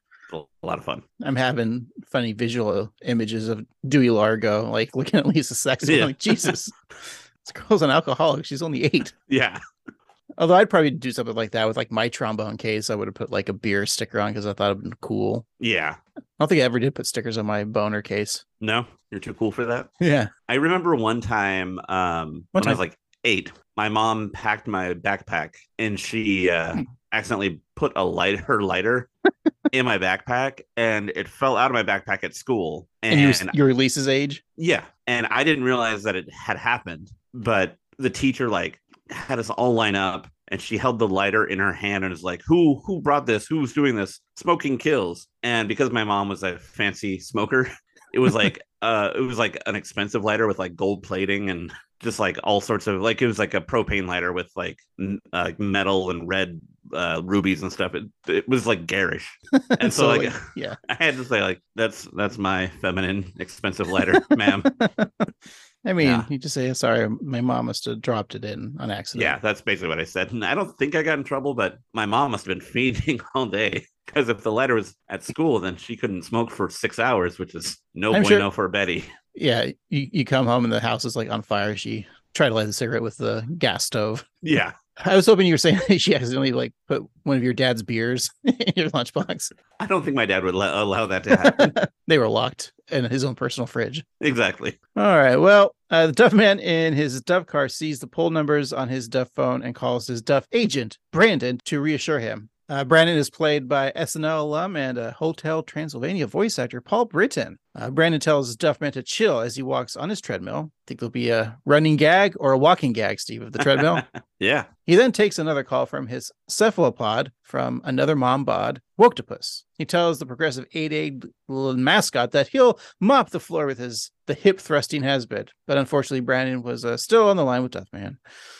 [SPEAKER 4] lot of fun.
[SPEAKER 1] I'm having funny visual images of Dewey Largo, like looking at Lisa Saxon,
[SPEAKER 4] Yeah.
[SPEAKER 1] like, Jesus, this girl's an alcoholic. She's only eight.
[SPEAKER 4] Yeah.
[SPEAKER 1] Although I'd probably do something like that with like my trombone case. I would have put like a beer sticker on because I thought it would been cool.
[SPEAKER 4] Yeah.
[SPEAKER 1] I don't think I ever did put stickers on my boner case.
[SPEAKER 4] No, you're too cool for that.
[SPEAKER 1] Yeah.
[SPEAKER 4] I remember one time um
[SPEAKER 1] One
[SPEAKER 4] when I was like 8, my mom packed my backpack and she
[SPEAKER 1] Hmm.
[SPEAKER 4] uh accidentally put a light her lighter in my backpack and it fell out of my backpack at school
[SPEAKER 1] And,
[SPEAKER 4] and,
[SPEAKER 1] your your Lisa's age.
[SPEAKER 4] yeah, and I didn't realize that it had happened, but the teacher like had us all line up and she held the lighter in her hand and was like, "Who who brought this? Who's doing this? Smoking kills." And because my mom was a fancy smoker, it was like uh it was like an expensive lighter with like gold plating and just like all sorts of like it was like a propane lighter with like m- uh, metal and red uh rubies and stuff it, it was like garish and so, like
[SPEAKER 1] yeah.
[SPEAKER 4] i had to say like that's that's my feminine expensive lighter ma'am
[SPEAKER 1] I mean,
[SPEAKER 4] Yeah.
[SPEAKER 1] you just say, sorry, my mom must have dropped it in on accident.
[SPEAKER 4] Yeah, that's basically what I said. And I don't think I got in trouble, but my mom must have been feeding all day. Because if the letter was at school, then she couldn't smoke for six hours, which is no
[SPEAKER 1] I'm
[SPEAKER 4] bueno
[SPEAKER 1] sure-
[SPEAKER 4] for Betty.
[SPEAKER 1] Yeah. You, you come home and the house is like on fire. She tried to light the cigarette with the gas stove.
[SPEAKER 4] Yeah.
[SPEAKER 1] I was hoping you were saying that she accidentally like put one of your dad's beers in your lunchbox.
[SPEAKER 4] I don't think my dad would let, allow that to happen.
[SPEAKER 1] They were locked in his own personal fridge.
[SPEAKER 4] exactly.
[SPEAKER 1] All right. Well, uh, the Duff man in his Duff car sees the poll numbers on his Duff phone and calls his Duff agent, Brandon, to reassure him. Uh, Brandon is played by SNL alum and uh, Hotel Transylvania voice actor Paul Britton. Uh, Brandon tells Duff man to chill as he walks on his treadmill. Think there'll be a running gag or a walking gag, Steve, of the treadmill.
[SPEAKER 4] Yeah.
[SPEAKER 1] He then takes another call from his cephalopod from another mom bod, Woktopus. He tells the progressive 8A l- mascot that he'll mop the floor with his the hip thrusting has-been. But unfortunately, Brandon was uh, still on the line with Duffman.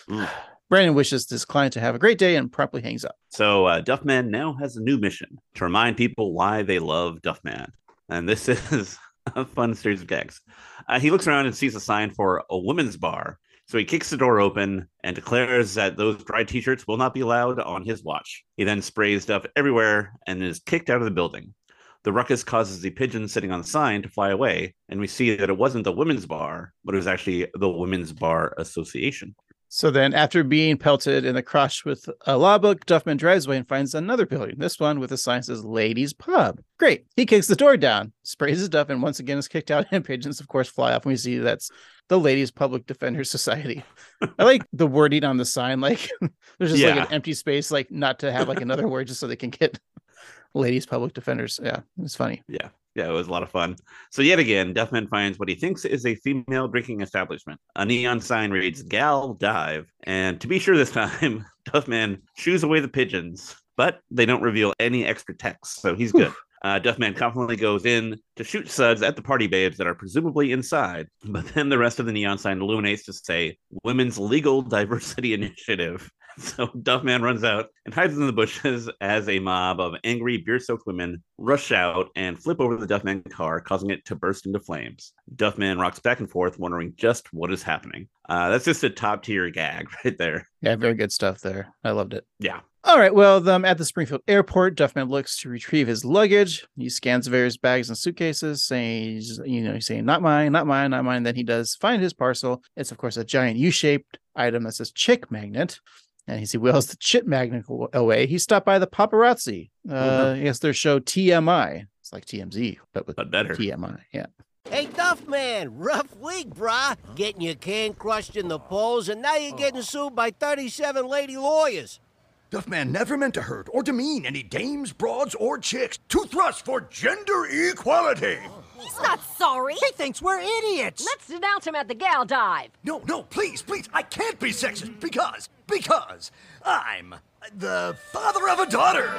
[SPEAKER 4] Mm.
[SPEAKER 1] Brandon wishes his client to have a great day and promptly hangs up.
[SPEAKER 4] So uh, Duffman now has a new mission to remind people why they love Duffman, and this is a fun series of gags. Uh, he looks around and sees a sign for a women's bar, so he kicks the door open and declares that those dry T-shirts will not be allowed on his watch. He then sprays Duff everywhere and is kicked out of the building. The ruckus causes the pigeon sitting on the sign to fly away, and we see that it wasn't the women's bar, but it was actually the Women's Bar Association.
[SPEAKER 1] So then, after being pelted in the crotch with a law book, Duffman drives away and finds another building. This one with a sign that says "Ladies Pub." Great. He kicks the door down, sprays his Duff, and once again is kicked out. And pigeons, of course, fly off. And we see that's the Ladies Public Defenders Society. I like the wording on the sign. Like there's just
[SPEAKER 4] Yeah.
[SPEAKER 1] like an empty space, like not to have like another word, just so they can get Ladies Public Defenders. Yeah, it's funny.
[SPEAKER 4] Yeah, it was a lot of fun. So yet again, Duffman finds what he thinks is a female drinking establishment. A neon sign reads "Gal Dive," and to be sure this time, Duffman shoos away the pigeons, but they don't reveal any extra text, so he's good. Uh, Duffman confidently goes in to shoot suds at the party babes that are presumably inside, but then the rest of the neon sign illuminates to say "Women's Legal Diversity Initiative." So Duffman runs out and hides in the bushes as a mob of angry beer-soaked women rush out and flip over the Duffman car, causing it to burst into flames. Duffman rocks back and forth, wondering just what is happening. Uh, that's just a top-tier gag right there.
[SPEAKER 1] Yeah, very good stuff there. I loved it.
[SPEAKER 4] Yeah.
[SPEAKER 1] All right. Well, um, at the Springfield airport, Duffman looks to retrieve his luggage. He scans various bags and suitcases, saying, you know, he's saying, not mine, not mine, not mine. Then he does find his parcel. It's, of course, a giant U shaped item that says chick magnet. And as he wheels the chip magnet aw- away, he's stopped by the paparazzi. Uh,
[SPEAKER 4] Oh,
[SPEAKER 1] I guess their show TMI. It's like TMZ, but with
[SPEAKER 4] But better.
[SPEAKER 1] TMI. Yeah.
[SPEAKER 10] Hey, Duff Man, rough week, brah. Getting your can crushed in the polls, and now you're
[SPEAKER 7] Oh.
[SPEAKER 10] getting sued by 37 lady lawyers.
[SPEAKER 2] Duffman never meant to hurt or demean any dames, broads, or chicks. To thrust for gender equality.
[SPEAKER 6] He's not sorry.
[SPEAKER 2] He thinks we're idiots.
[SPEAKER 7] Let's denounce him at the gal dive.
[SPEAKER 2] No, no, please, please. I can't be sexist because, because I'm the father of a daughter.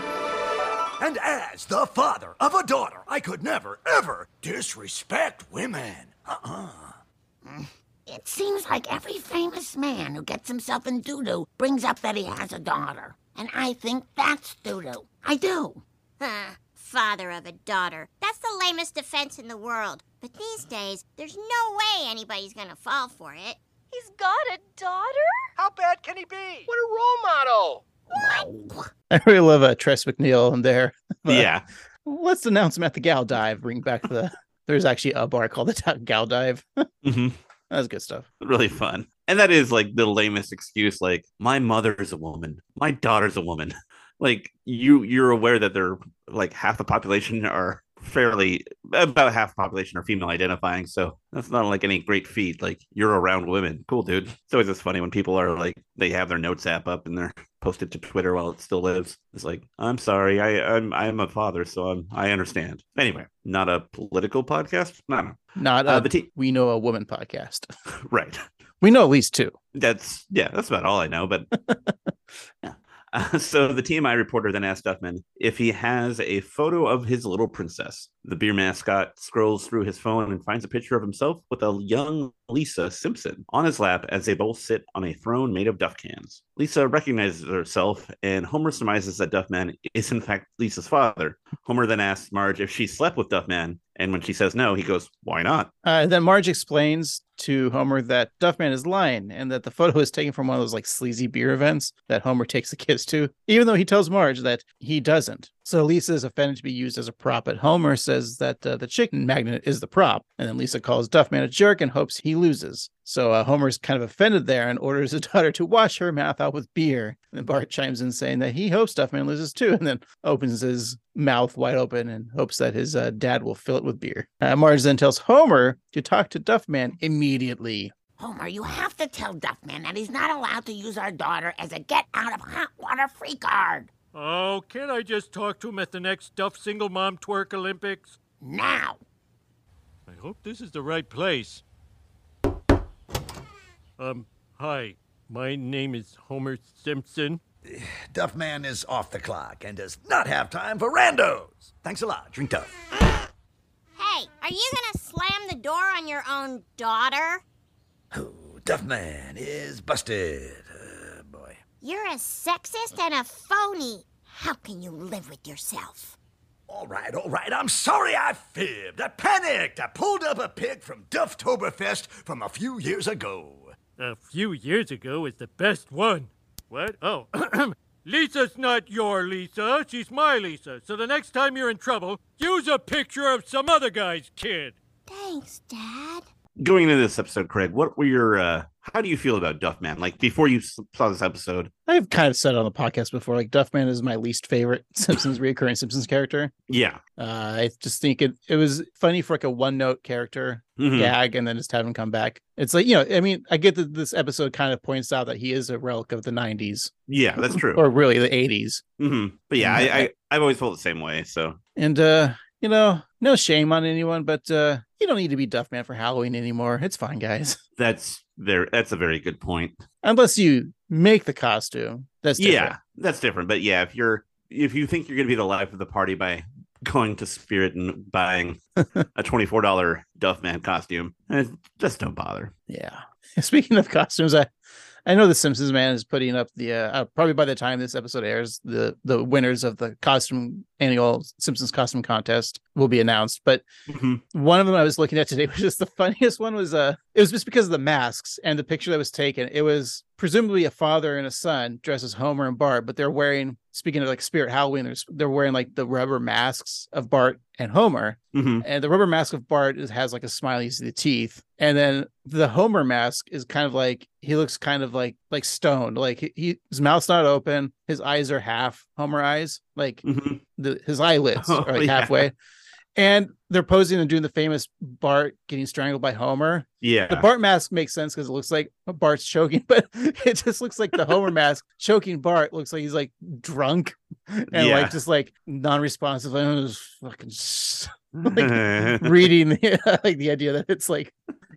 [SPEAKER 2] And as the father of a daughter, I could never, ever disrespect women. Uh-uh.
[SPEAKER 6] It seems like every famous man who gets himself in doo-doo brings up that he has a daughter. And I think that's doo-doo. I do.
[SPEAKER 11] Huh, father of a daughter. That's the lamest defense in the world. But these days, there's no way anybody's gonna fall for it.
[SPEAKER 6] He's got a daughter?
[SPEAKER 10] How bad can he be? What a role model!
[SPEAKER 1] I really love uh, Tress McNeil in there. But-
[SPEAKER 4] yeah.
[SPEAKER 1] let's announce him at the gal dive bring back the there's actually a bar called the Ta- gal dive
[SPEAKER 4] hmm
[SPEAKER 1] that's good stuff
[SPEAKER 4] Really fun. And that is like the lamest excuse. Like my mother's a woman. My daughter's a woman. Like you, you're aware that they're like half the population are fairly about half the population are female identifying. So that's not like any great feat. Like you're around women. Cool, dude. It's always just funny when people are like they have their notes app up and they're posted to Twitter while it still lives. It's like I'm sorry. I I'm I'm a father, so I'm I understand. Anyway, not a political podcast. No, no.
[SPEAKER 1] not a
[SPEAKER 4] Uh, but he-
[SPEAKER 1] we know a woman podcast
[SPEAKER 4] Right.
[SPEAKER 1] we know at least two
[SPEAKER 4] that's yeah, that's about all I know. But yeah. Uh, so the TMI reporter then asked Duffman if he has a photo of his little princess. The beer mascot scrolls through his phone and finds a picture of himself with a young Lisa Simpson on his lap as they both sit on a throne made of duff cans. Lisa recognizes herself, and Homer surmises that Duffman is in fact Lisa's father. Homer then asks Marge if she slept with Duffman, and when she says no, he goes, "Why not?"
[SPEAKER 1] uh, then marge explains to Homer that Duffman is lying and that the photo is taken from one of those like sleazy beer events that Homer takes the kids to, even though he tells Marge that he doesn't. So Lisa is offended to be used as a prop, but Homer says that uh, the chicken magnet is the prop. And then Lisa calls Duffman a jerk and hopes he loses. So uh, Homer's kind of offended there and orders his daughter to wash her mouth out with beer. And then Bart chimes in saying that he hopes Duffman loses too, and then opens his mouth wide open and hopes that his uh, dad will fill it with beer. Uh, Marge then tells Homer to talk to Duffman immediately.
[SPEAKER 6] Homer, you have to tell Duffman that he's not allowed to use our daughter as a get out of hot water free card.
[SPEAKER 9] Oh, can't I just talk to him at the next Duff Single Mom Twerk Olympics?
[SPEAKER 6] Now!
[SPEAKER 9] I hope this is the right place. Um, hi. My name is Homer Simpson.
[SPEAKER 2] Duffman is off the clock and does not have time for randos. Thanks a lot. Drink Duff.
[SPEAKER 11] Hey, are you gonna slam the door on your own daughter?
[SPEAKER 2] Duffman is busted. Uh, boy.
[SPEAKER 11] You're a sexist and a phony. How can you live with yourself?
[SPEAKER 2] All right, all right. I'm sorry I fibbed. I panicked. I pulled up a pic from Dufftoberfest from a few years ago.
[SPEAKER 9] A few years ago is the best one. What? Oh. Lisa's not your Lisa. She's my Lisa. So the next time you're in trouble, use a picture of some other guy's kid.
[SPEAKER 11] Thanks, Dad.
[SPEAKER 4] Going into this episode, Craig, what were your uh how do you feel about Duffman? Like before you s- saw this episode?
[SPEAKER 1] I've kind of said it on the podcast before, like Duffman is my least favorite Simpsons reoccurring Simpsons character.
[SPEAKER 4] Yeah.
[SPEAKER 1] Uh, I just think it it was funny for like a one note character
[SPEAKER 4] Mhm.
[SPEAKER 1] gag, and then just have him come back. It's like you know, I mean, I get that this episode kind of points out that he is a relic of the '90s,
[SPEAKER 4] Yeah, that's true.
[SPEAKER 1] or really the '80s,
[SPEAKER 4] hmm But yeah, I, I I've always felt the same way. So
[SPEAKER 1] and uh, you know, no shame on anyone, but uh, you don't need to be Duffman for Halloween anymore. It's fine, guys,
[SPEAKER 4] that's there. That's a very good point.
[SPEAKER 1] unless you make the costume. That's different.
[SPEAKER 4] yeah, that's different. But yeah, if you're if you think you're gonna be the life of the party by going to Spirit and buying a twenty four dollar Duffman costume, eh, just don't bother.
[SPEAKER 1] Yeah. Speaking of costumes, I I know the Simpsons man is putting up the uh, uh probably by the time this episode airs, the the winners of the costume annual Simpsons costume contest will be announced. But
[SPEAKER 4] Mhm.
[SPEAKER 1] one of them I was looking at today was just the funniest one was uh it was just because of the masks and the picture that was taken. It was presumably a father and a son dressed as Homer and Bart, but they're wearing speaking of like Spirit Halloween, they're, s- they're wearing like the rubber masks of Bart and Homer
[SPEAKER 4] Mhm.
[SPEAKER 1] and the rubber mask of Bart is, has like a smile. You see the teeth, and then the Homer mask is kind of like he looks kind of like like stoned. Like he, he- his mouth's not open, his eyes are half Homer eyes, like
[SPEAKER 4] Mhm.
[SPEAKER 1] the, his eyelids
[SPEAKER 4] Oh,
[SPEAKER 1] are like
[SPEAKER 4] yeah.
[SPEAKER 1] halfway, and they're posing and doing the famous Bart getting strangled by Homer.
[SPEAKER 4] Yeah,
[SPEAKER 1] The Bart mask makes sense because it looks like Bart's choking, but it just looks like the Homer mask choking Bart looks like he's like drunk and
[SPEAKER 4] Yeah.
[SPEAKER 1] like just like non-responsive. I don't know, just fucking s- like, reading the, like the idea that it's like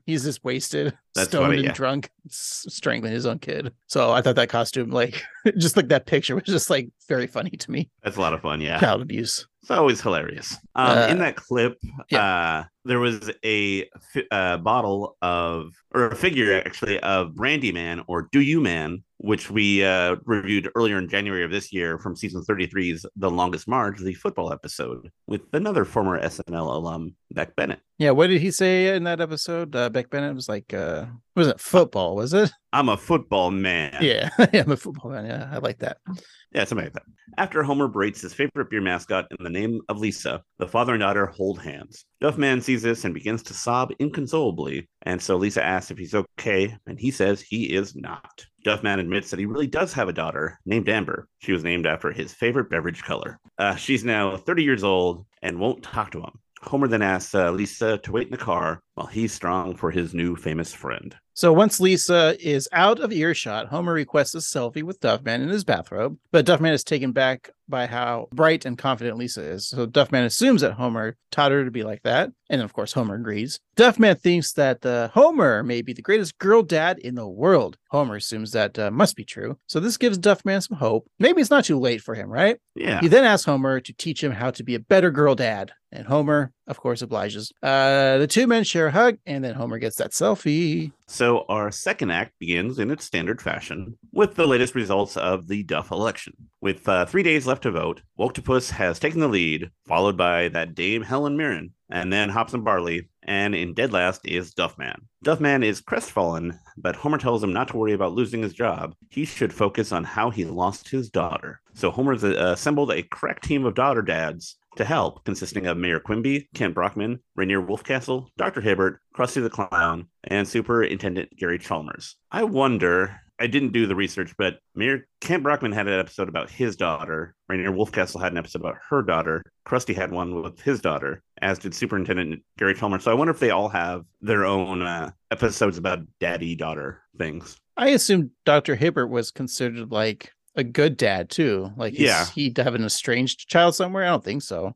[SPEAKER 1] he's just wasted,
[SPEAKER 4] That's
[SPEAKER 1] stoned
[SPEAKER 4] funny,
[SPEAKER 1] and
[SPEAKER 4] yeah.
[SPEAKER 1] drunk, s- strangling his own kid. So I thought that costume, like just like that picture, was just like very funny to me.
[SPEAKER 4] that's a lot of fun. Yeah,
[SPEAKER 1] Child abuse.
[SPEAKER 4] It's always hilarious. Um,
[SPEAKER 1] Uh,
[SPEAKER 4] in that clip, uh, there was a fi- uh, bottle of, or a figure actually, of Brandy Man or Do You Man, which we uh, reviewed earlier in January of this year from season 33's The Longest March, the football episode, with another former SNL alum, Beck Bennett.
[SPEAKER 1] Yeah, what did he say in that episode? Uh, Beck Bennett was like, uh, was it football? Was it?
[SPEAKER 4] I'm a football man.
[SPEAKER 1] Yeah, yeah, I'm a football man. Yeah, I like that.
[SPEAKER 4] Yeah, something like that. After Homer berates his favorite beer mascot in the name of Lisa, the father and daughter hold hands. Duffman sees this and begins to sob inconsolably, and so Lisa asks if he's okay, and he says he is not. Duffman admits that he really does have a daughter named Amber. She was named after his favorite beverage color. Uh, she's now 30 years old and won't talk to him. Homer then asks uh, Lisa to wait in the car while he's strong for his new famous friend.
[SPEAKER 1] So once Lisa is out of earshot, Homer requests a selfie with Duffman in his bathrobe, but Duffman is taken back by how bright and confident Lisa is. So Duffman assumes that Homer taught her to be like that, and then, of course Homer agrees. Duffman thinks that uh, Homer may be the greatest girl dad in the world. Homer assumes that uh, must be true. So this gives Duffman some hope. Maybe it's not too late for him, right?
[SPEAKER 4] Yeah.
[SPEAKER 1] He then asks Homer to teach him how to be a better girl dad. And Homer, of course, obliges. Uh, the two men share a hug, and then Homer gets that selfie.
[SPEAKER 4] So our second act begins in its standard fashion with the latest results of the Duff election. With uh, three days left to vote, Woktopus has taken the lead, followed by that Dame Helen Mirren, and then Hops and Barley, and in dead last is Duffman. Duffman is crestfallen, but Homer tells him not to worry about losing his job. He should focus on how he lost his daughter. So Homer's uh, assembled a crack team of daughter dads to help, consisting of Mayor Quimby, Ken Brockman, Rainier Wolfcastle, Dr. Hibbert, Krusty the Clown, and Superintendent Gary Chalmers. I wonder, I didn't do the research, but Mayor Kent Brockman had an episode about his daughter. Rainier Wolfcastle had an episode about her daughter. Krusty had one with his daughter, as did Superintendent Gary Chalmers. So I wonder if they all have their own uh, episodes about daddy daughter things.
[SPEAKER 1] I assume Dr. Hibbert was considered like a good dad too. Like,
[SPEAKER 4] Yeah.
[SPEAKER 1] yeah, he have an estranged child somewhere. I don't think so.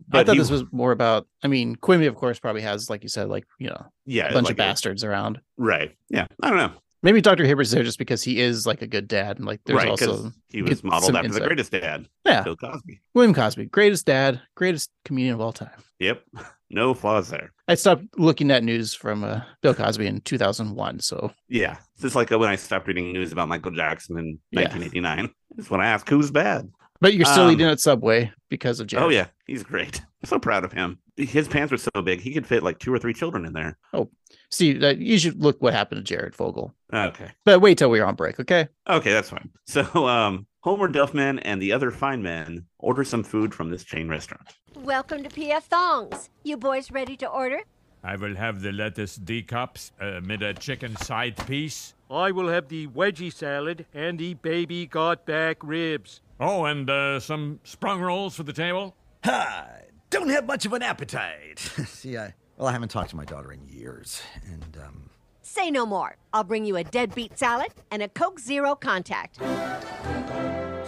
[SPEAKER 1] I
[SPEAKER 4] but
[SPEAKER 1] thought
[SPEAKER 4] he-
[SPEAKER 1] this was more about. I mean, Quimby, of course, probably has, like you said, like you know,
[SPEAKER 4] Yeah,
[SPEAKER 1] a bunch
[SPEAKER 4] Uh, like
[SPEAKER 1] of
[SPEAKER 4] a-
[SPEAKER 1] bastards around.
[SPEAKER 4] Right. Yeah. I don't know.
[SPEAKER 1] Maybe Doctor Hibbert's there just because he is like a good dad, and like there's
[SPEAKER 4] right. 'cause
[SPEAKER 1] also
[SPEAKER 4] he was
[SPEAKER 1] get
[SPEAKER 4] modeled
[SPEAKER 1] some
[SPEAKER 4] after the
[SPEAKER 1] insight.
[SPEAKER 4] greatest dad,
[SPEAKER 1] Yeah.
[SPEAKER 4] Bill Cosby.
[SPEAKER 1] William Cosby, greatest dad, greatest comedian of all time.
[SPEAKER 4] Yep. No flaws there.
[SPEAKER 1] I stopped looking at news from uh, Bill Cosby in 2001. So
[SPEAKER 4] Yeah. It's just like when I stopped reading news about Michael Jackson in
[SPEAKER 1] Yeah.
[SPEAKER 4] 1989. It's when I asked who's bad.
[SPEAKER 1] But you're still
[SPEAKER 4] Um,
[SPEAKER 1] eating at Subway because of Jared.
[SPEAKER 4] Oh yeah, he's great. I'm so proud of him. His pants were so big he could fit like two or three children in there.
[SPEAKER 1] Oh, Steve, that you should look what happened to Jared Fogle.
[SPEAKER 4] Okay.
[SPEAKER 1] But wait till we're on break, okay?
[SPEAKER 4] Uh, Okay, that's fine. So um Homer Duffman and the other fine men order some food from this chain restaurant.
[SPEAKER 12] Welcome to PF Thongs. You boys ready to order?
[SPEAKER 13] I will have the lettuce D cups amid a chicken side piece.
[SPEAKER 9] I will have the wedgie salad and the baby got back ribs.
[SPEAKER 13] Oh, and uh, some sprung rolls for the table.
[SPEAKER 2] Ha! Don't have much of an appetite. See, I well, I haven't talked to my daughter in years, and um,
[SPEAKER 12] Say no more. I'll bring you a deadbeat salad and a Coke Zero contact.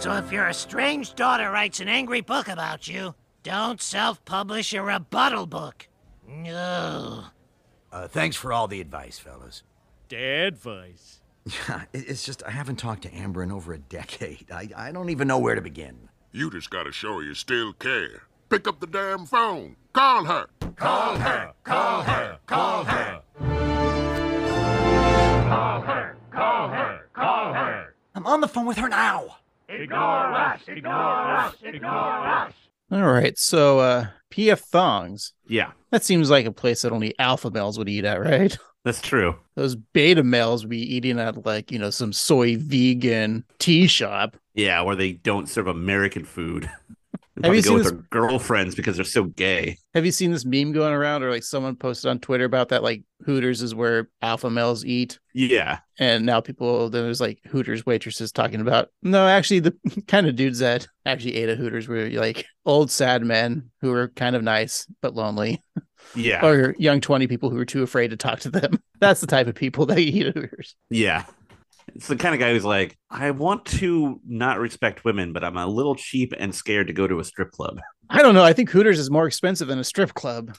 [SPEAKER 14] So if your estranged daughter writes an angry book about you, don't self-publish a rebuttal book. No.
[SPEAKER 2] uh, thanks for all the advice, fellas.
[SPEAKER 9] Dad advice.
[SPEAKER 2] Yeah, it- it's just I haven't talked to Amber in over a decade. I I don't even know where to begin.
[SPEAKER 8] You just gotta show you still care. Pick up the damn phone. Call her. Call her. Call her. Call her.
[SPEAKER 15] Call her! Call her! Call her!
[SPEAKER 2] I'm on the phone with her now.
[SPEAKER 15] Ignore us! Ignore us! Ignore us!
[SPEAKER 1] All right. So uh PF Thongs.
[SPEAKER 4] Yeah.
[SPEAKER 1] That seems like a place that only alpha males would eat at, right?
[SPEAKER 4] That's true.
[SPEAKER 1] Those beta males would be eating at like, you know, some soy vegan tea shop.
[SPEAKER 4] Yeah, where they don't serve American food. They
[SPEAKER 1] Have you
[SPEAKER 4] probably
[SPEAKER 1] seen
[SPEAKER 4] go with
[SPEAKER 1] this-
[SPEAKER 4] their girlfriends because they're so gay.
[SPEAKER 1] Have you seen this meme going around or like someone posted on Twitter about that like Hooters is where alpha males eat?
[SPEAKER 4] Yeah.
[SPEAKER 1] And now people then there's like Hooters waitresses talking about no, actually the kind of dudes that actually ate at Hooters were like old sad men who were kind of nice but lonely.
[SPEAKER 4] Yeah.
[SPEAKER 1] or young 20 people who were too afraid to talk to them. That's the type of people that eat at Hooters.
[SPEAKER 4] Yeah. It's the kind of guy who's like, I want to not respect women, but I'm a little cheap and scared to go to a strip club.
[SPEAKER 1] I don't know. I think Hooters is more expensive than a strip club.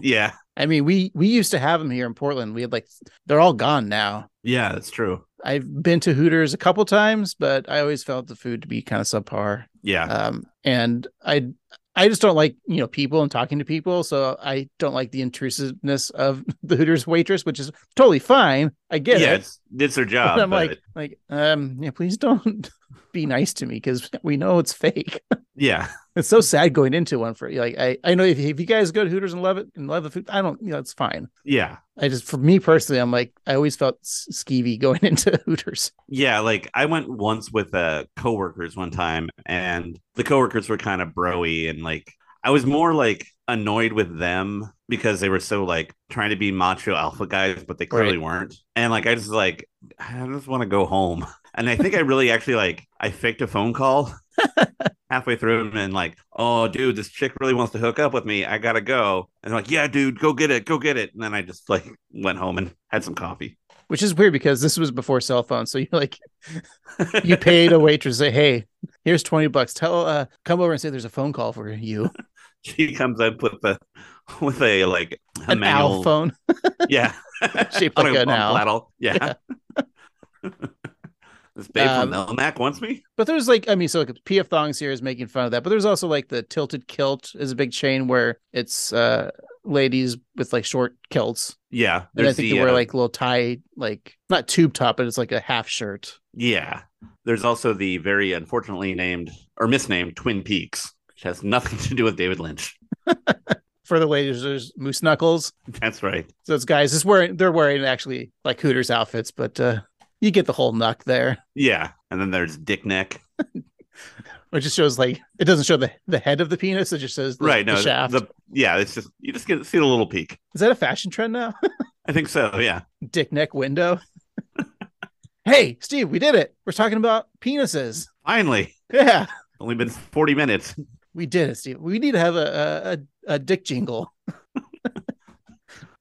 [SPEAKER 4] yeah.
[SPEAKER 1] I mean, we we used to have them here in Portland. We had like they're all gone now.
[SPEAKER 4] Yeah, that's true.
[SPEAKER 1] I've been to Hooters a couple times, but I always felt the food to be kind of subpar.
[SPEAKER 4] Yeah.
[SPEAKER 1] Um, and I I just don't like you know people and talking to people, so I don't like the intrusiveness of the Hooters waitress, which is totally fine. I get
[SPEAKER 4] yeah,
[SPEAKER 1] it.
[SPEAKER 4] it's, it's their
[SPEAKER 1] But
[SPEAKER 4] job.
[SPEAKER 1] I'm
[SPEAKER 4] but-
[SPEAKER 1] like, like, um, yeah, please don't be nice to me because we know it's fake.
[SPEAKER 4] yeah.
[SPEAKER 1] It's so sad going into one for like I I know if, if you guys go to Hooters and love it and love the food, I don't you know it's fine.
[SPEAKER 4] Yeah.
[SPEAKER 1] I just for me personally, I'm like I always felt s- skeevy going into Hooters.
[SPEAKER 4] Yeah, like I went once with uh coworkers one time and the coworkers were kind of broy and like I was more like annoyed with them because they were so like trying to be macho alpha guys, but they clearly
[SPEAKER 1] Right.
[SPEAKER 4] weren't. And like I just like I just want to go home. And I think I really actually like I faked a phone call halfway through and like, oh dude, this chick really wants to hook up with me. I gotta go. And they're like, yeah, dude, go get it, go get it. And then I just like went home and had some coffee.
[SPEAKER 1] Which is weird because this was before cell phones, so you're like, you paid a waitress say, "Hey, here's twenty bucks. Tell, uh, come over and say there's a phone call for you."
[SPEAKER 4] she comes up with a with a like a
[SPEAKER 1] An owl
[SPEAKER 4] manual
[SPEAKER 1] phone.
[SPEAKER 4] yeah
[SPEAKER 1] Shaped
[SPEAKER 4] On
[SPEAKER 1] like
[SPEAKER 4] a-
[SPEAKER 1] an
[SPEAKER 4] on a
[SPEAKER 1] owl.
[SPEAKER 4] platter. yeah, This babe
[SPEAKER 1] Um,
[SPEAKER 4] from Elmac wants me.
[SPEAKER 1] But there's like, I mean, so like PF Thongs here is making fun of that, but there's also like the tilted kilt is a big chain where it's uh ladies with like short kilts.
[SPEAKER 4] Yeah,
[SPEAKER 1] and I
[SPEAKER 4] there's
[SPEAKER 1] think
[SPEAKER 4] the,
[SPEAKER 1] they wear
[SPEAKER 4] uh,
[SPEAKER 1] like little tie, like not tube top, but it's like a half shirt.
[SPEAKER 4] Yeah. There's also the very unfortunately named or misnamed Twin Peaks, which has nothing to do with David Lynch.
[SPEAKER 1] For the ladies, there's moose knuckles.
[SPEAKER 4] That's right.
[SPEAKER 1] So it's guys just wearing they're wearing actually like Hooters outfits, but uh you get the whole knuck there.
[SPEAKER 4] Yeah. And then there's Dick Neck.
[SPEAKER 1] It just shows like it doesn't show the, the head of the penis, it just shows the,
[SPEAKER 4] right. No,
[SPEAKER 1] the shaft.
[SPEAKER 4] the yeah, it's just you just get see the little peek.
[SPEAKER 1] Is that a fashion trend now?
[SPEAKER 4] I think so, yeah.
[SPEAKER 1] Dick neck window. hey, Steve, we did it. We're talking about penises.
[SPEAKER 4] Finally.
[SPEAKER 1] Yeah.
[SPEAKER 4] Only been 40 minutes.
[SPEAKER 1] We did it, Steve. We need to have a a, a, a dick jingle.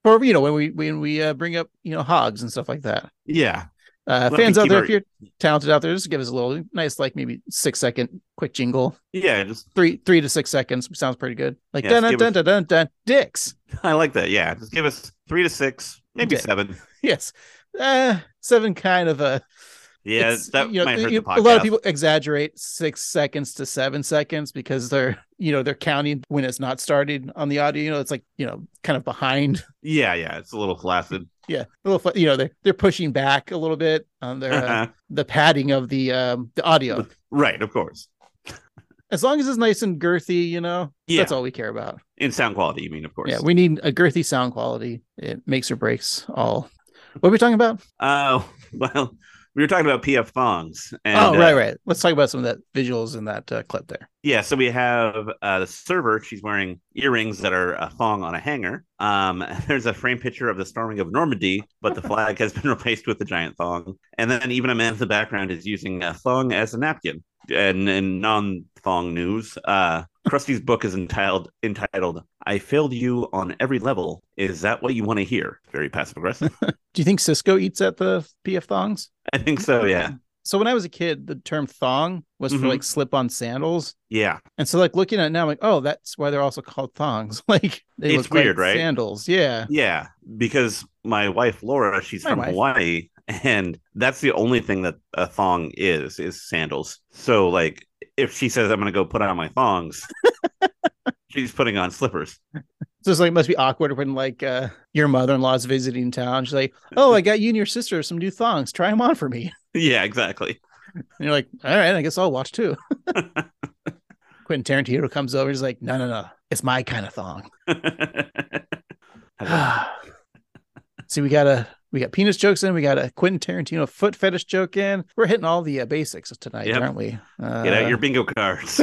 [SPEAKER 1] or you know, when we when we uh, bring up, you know, hogs and stuff like that.
[SPEAKER 4] Yeah.
[SPEAKER 1] Uh,
[SPEAKER 4] Let me
[SPEAKER 1] fans out
[SPEAKER 4] keep
[SPEAKER 1] there,
[SPEAKER 4] our-
[SPEAKER 1] if you're talented out there, just give us a little nice, like maybe six second quick jingle.
[SPEAKER 4] Yeah, just
[SPEAKER 1] Three three to six seconds sounds pretty good. Like
[SPEAKER 4] Yeah,
[SPEAKER 1] dun
[SPEAKER 4] just
[SPEAKER 1] dun dun,
[SPEAKER 4] give
[SPEAKER 1] dun dun dun dicks.
[SPEAKER 4] I like that. Yeah. Just give us three to six, maybe
[SPEAKER 1] Yeah.
[SPEAKER 4] seven.
[SPEAKER 1] Yes, uh, seven kind of uh, a.
[SPEAKER 4] Yeah,
[SPEAKER 1] it's,
[SPEAKER 4] that
[SPEAKER 1] you know,
[SPEAKER 4] might hurt
[SPEAKER 1] you-
[SPEAKER 4] the
[SPEAKER 1] a lot of
[SPEAKER 4] podcast.
[SPEAKER 1] people exaggerate six seconds to seven seconds because they're you know they're counting when it's not started on the audio. You know, it's like you know kind of behind.
[SPEAKER 4] Yeah, yeah. It's a little flaccid.
[SPEAKER 1] Yeah, a little. fu- You know, they're they're pushing back a little bit on their uh,
[SPEAKER 4] Uh-huh.
[SPEAKER 1] the padding of the um the audio.
[SPEAKER 4] Right, of course.
[SPEAKER 1] As long as it's nice and girthy, you know,
[SPEAKER 4] Yeah.
[SPEAKER 1] that's all we care about.
[SPEAKER 4] In sound quality, you mean, of course.
[SPEAKER 1] Yeah, we need a girthy sound quality. It makes or breaks all. What are we talking about?
[SPEAKER 4] Oh, well, we were talking about PF thongs. And,
[SPEAKER 1] oh, right,
[SPEAKER 4] uh,
[SPEAKER 1] right. Let's talk about some of that visuals in that uh, clip there.
[SPEAKER 4] Yeah, so we have uh, the server. She's wearing earrings that are a thong on a hanger. Um, there's a frame picture of the storming of Normandy, but the flag has been replaced with a giant thong. And then even a man in the background is using a thong as a napkin. And in non-thong news, uh, Krusty's book is entitled entitled "I Failed You on Every Level." Is that what you want to hear? Very passive aggressive.
[SPEAKER 1] Do you think Cisco eats at the PF thongs?
[SPEAKER 4] I think so. Yeah.
[SPEAKER 1] So when I was a kid, the term thong was for
[SPEAKER 4] Mhm.
[SPEAKER 1] like slip-on sandals,
[SPEAKER 4] Yeah.
[SPEAKER 1] and so like looking at it now, I'm like, oh, that's why they're also called thongs. Like they
[SPEAKER 4] It's
[SPEAKER 1] look like
[SPEAKER 4] weird, right?
[SPEAKER 1] Sandals, yeah.
[SPEAKER 4] Yeah, because my wife Laura, she's
[SPEAKER 1] My
[SPEAKER 4] from
[SPEAKER 1] wife.
[SPEAKER 4] Hawaii, and that's the only thing that a thong is is sandals. So like, if she says I'm gonna go put on my thongs, she's putting on slippers.
[SPEAKER 1] So it's like it must be awkward when like uh, your mother-in-law's visiting town. She's like, oh, I got you and your sister some new thongs. Try them on for me.
[SPEAKER 4] Yeah, exactly.
[SPEAKER 1] And you're like, all right, I guess I'll watch too. Quentin Tarantino comes over. He's like, no, no, no. It's my kind of thong. See, we got a we got penis jokes in. We got a Quentin Tarantino foot fetish joke in. We're hitting all the uh, basics tonight,
[SPEAKER 4] Yep.
[SPEAKER 1] aren't we? Uh,
[SPEAKER 4] Get out your bingo cards.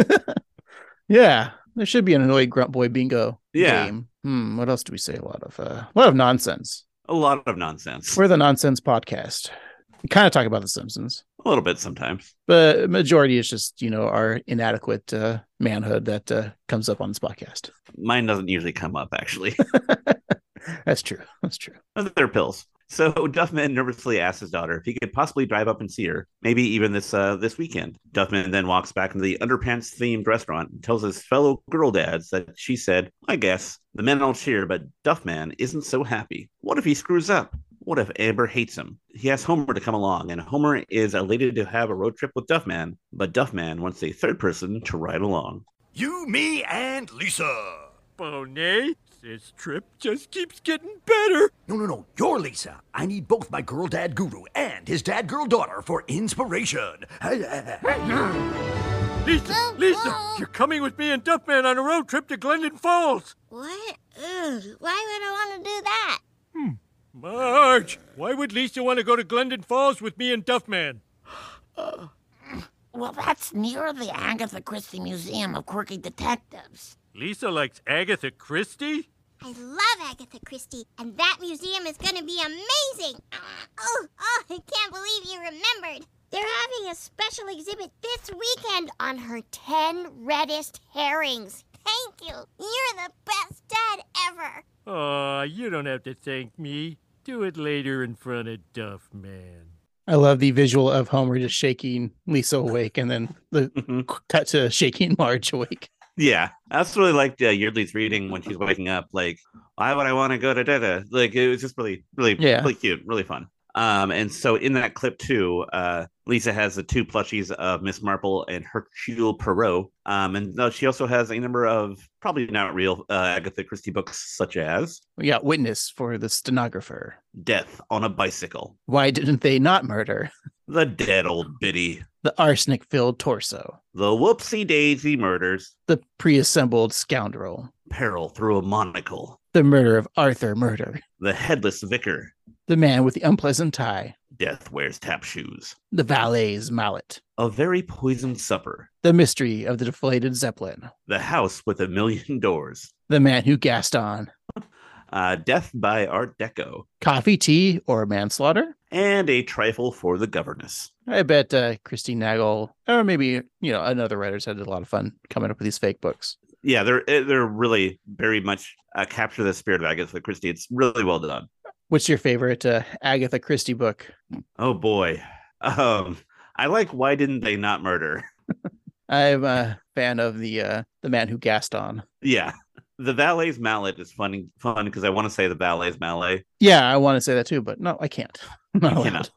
[SPEAKER 1] yeah. There should be an annoyed grunt boy bingo
[SPEAKER 4] Yeah.
[SPEAKER 1] game. Hmm. What else do we say? A lot of uh, a lot of nonsense.
[SPEAKER 4] a lot of nonsense.
[SPEAKER 1] We're the nonsense podcast. We kind of talk about The Simpsons,
[SPEAKER 4] A little bit sometimes.
[SPEAKER 1] but majority is just you know our inadequate uh, manhood that uh, comes up on this podcast.
[SPEAKER 4] Mine doesn't usually come up actually.
[SPEAKER 1] That's true. That's true.
[SPEAKER 4] Other pills. So Duffman nervously asks his daughter if he could possibly drive up and see her, maybe even this uh, this weekend. Duffman then walks back into the underpants themed restaurant and tells his fellow girl dads that she said, "I guess the men all cheer, but Duffman isn't so happy. What if he screws up? What if Amber hates him? He asks Homer to come along, and Homer is elated to have a road trip with Duffman, but Duffman wants a third person to ride along.
[SPEAKER 2] You, me, and Lisa.
[SPEAKER 9] Bonet, this trip just keeps getting better.
[SPEAKER 2] No, no, no. You're Lisa. I need both my girl dad guru and his dad girl daughter for inspiration.
[SPEAKER 9] Lisa, Lisa, you're coming with me and Duffman on a road trip to Glendon Falls.
[SPEAKER 11] What? Ugh, why would I want to do that?
[SPEAKER 9] Marge, why would Lisa want to go to Glendon Falls with me and Duffman?
[SPEAKER 6] Well, that's near the Agatha Christie Museum of Quirky Detectives.
[SPEAKER 9] Lisa likes Agatha Christie?
[SPEAKER 11] I love Agatha Christie, and that museum is going to be amazing. Ah, Oh, oh, I can't believe you remembered. They're having a special exhibit this weekend on her 10 reddest herrings. Thank you. You're the best dad ever.
[SPEAKER 9] Aw, you don't have to thank me. Do it later in front of Duffman.
[SPEAKER 1] I love the visual of Homer just shaking Lisa awake, and then the qu- cut to shaking Marge awake.
[SPEAKER 4] Yeah, I also really liked uh, Yeardley's reading when she's waking up. Like, why would I want to go to da da? Like, it was just really, really,
[SPEAKER 1] Yeah.
[SPEAKER 4] really cute, really fun. Um, and so in that clip too, uh, Lisa has the two plushies of Miss Marple and Hercule Poirot. Um, and uh, she also has a number of probably not real uh, Agatha Christie books, such as
[SPEAKER 1] We got witness for the stenographer.
[SPEAKER 4] Death on a Bicycle,
[SPEAKER 1] Why didn't they not murder
[SPEAKER 4] The Dead Old Biddy,
[SPEAKER 1] the arsenic filled torso,
[SPEAKER 4] The Whoopsie Daisy Murders,
[SPEAKER 1] the pre assembled scoundrel,
[SPEAKER 4] Peril Through a Monocle,
[SPEAKER 1] the murder of Arthur Murder,
[SPEAKER 4] The Headless Vicar,
[SPEAKER 1] the man with the unpleasant tie,
[SPEAKER 4] Death Wears Tap Shoes,
[SPEAKER 1] the valet's mallet,
[SPEAKER 4] A Very Poisoned Supper,
[SPEAKER 1] the mystery of the deflated Zeppelin,
[SPEAKER 4] The House with a Million Doors,
[SPEAKER 1] the man who gassed on,
[SPEAKER 4] uh, Death by Art Deco,
[SPEAKER 1] coffee, tea, or manslaughter?
[SPEAKER 4] and A Trifle for the Governess.
[SPEAKER 1] I bet uh, Christine Nagel, or maybe you know another writer's had a lot of fun coming up with these fake books.
[SPEAKER 4] yeah, they're eh, they're really very much uh, capture the spirit of Agatha Christie. It's really well done.
[SPEAKER 1] What's your favorite uh, Agatha Christie book?
[SPEAKER 4] Oh boy, um, I like. Why didn't they not murder?
[SPEAKER 1] I'm a fan of the uh, the man who gassed on.
[SPEAKER 4] Yeah, the valet's mallet is fun fun because I want to say the valet's mallet.
[SPEAKER 1] Yeah, I want to say that too, but no, I can't. Not
[SPEAKER 4] You
[SPEAKER 1] allowed.
[SPEAKER 4] cannot.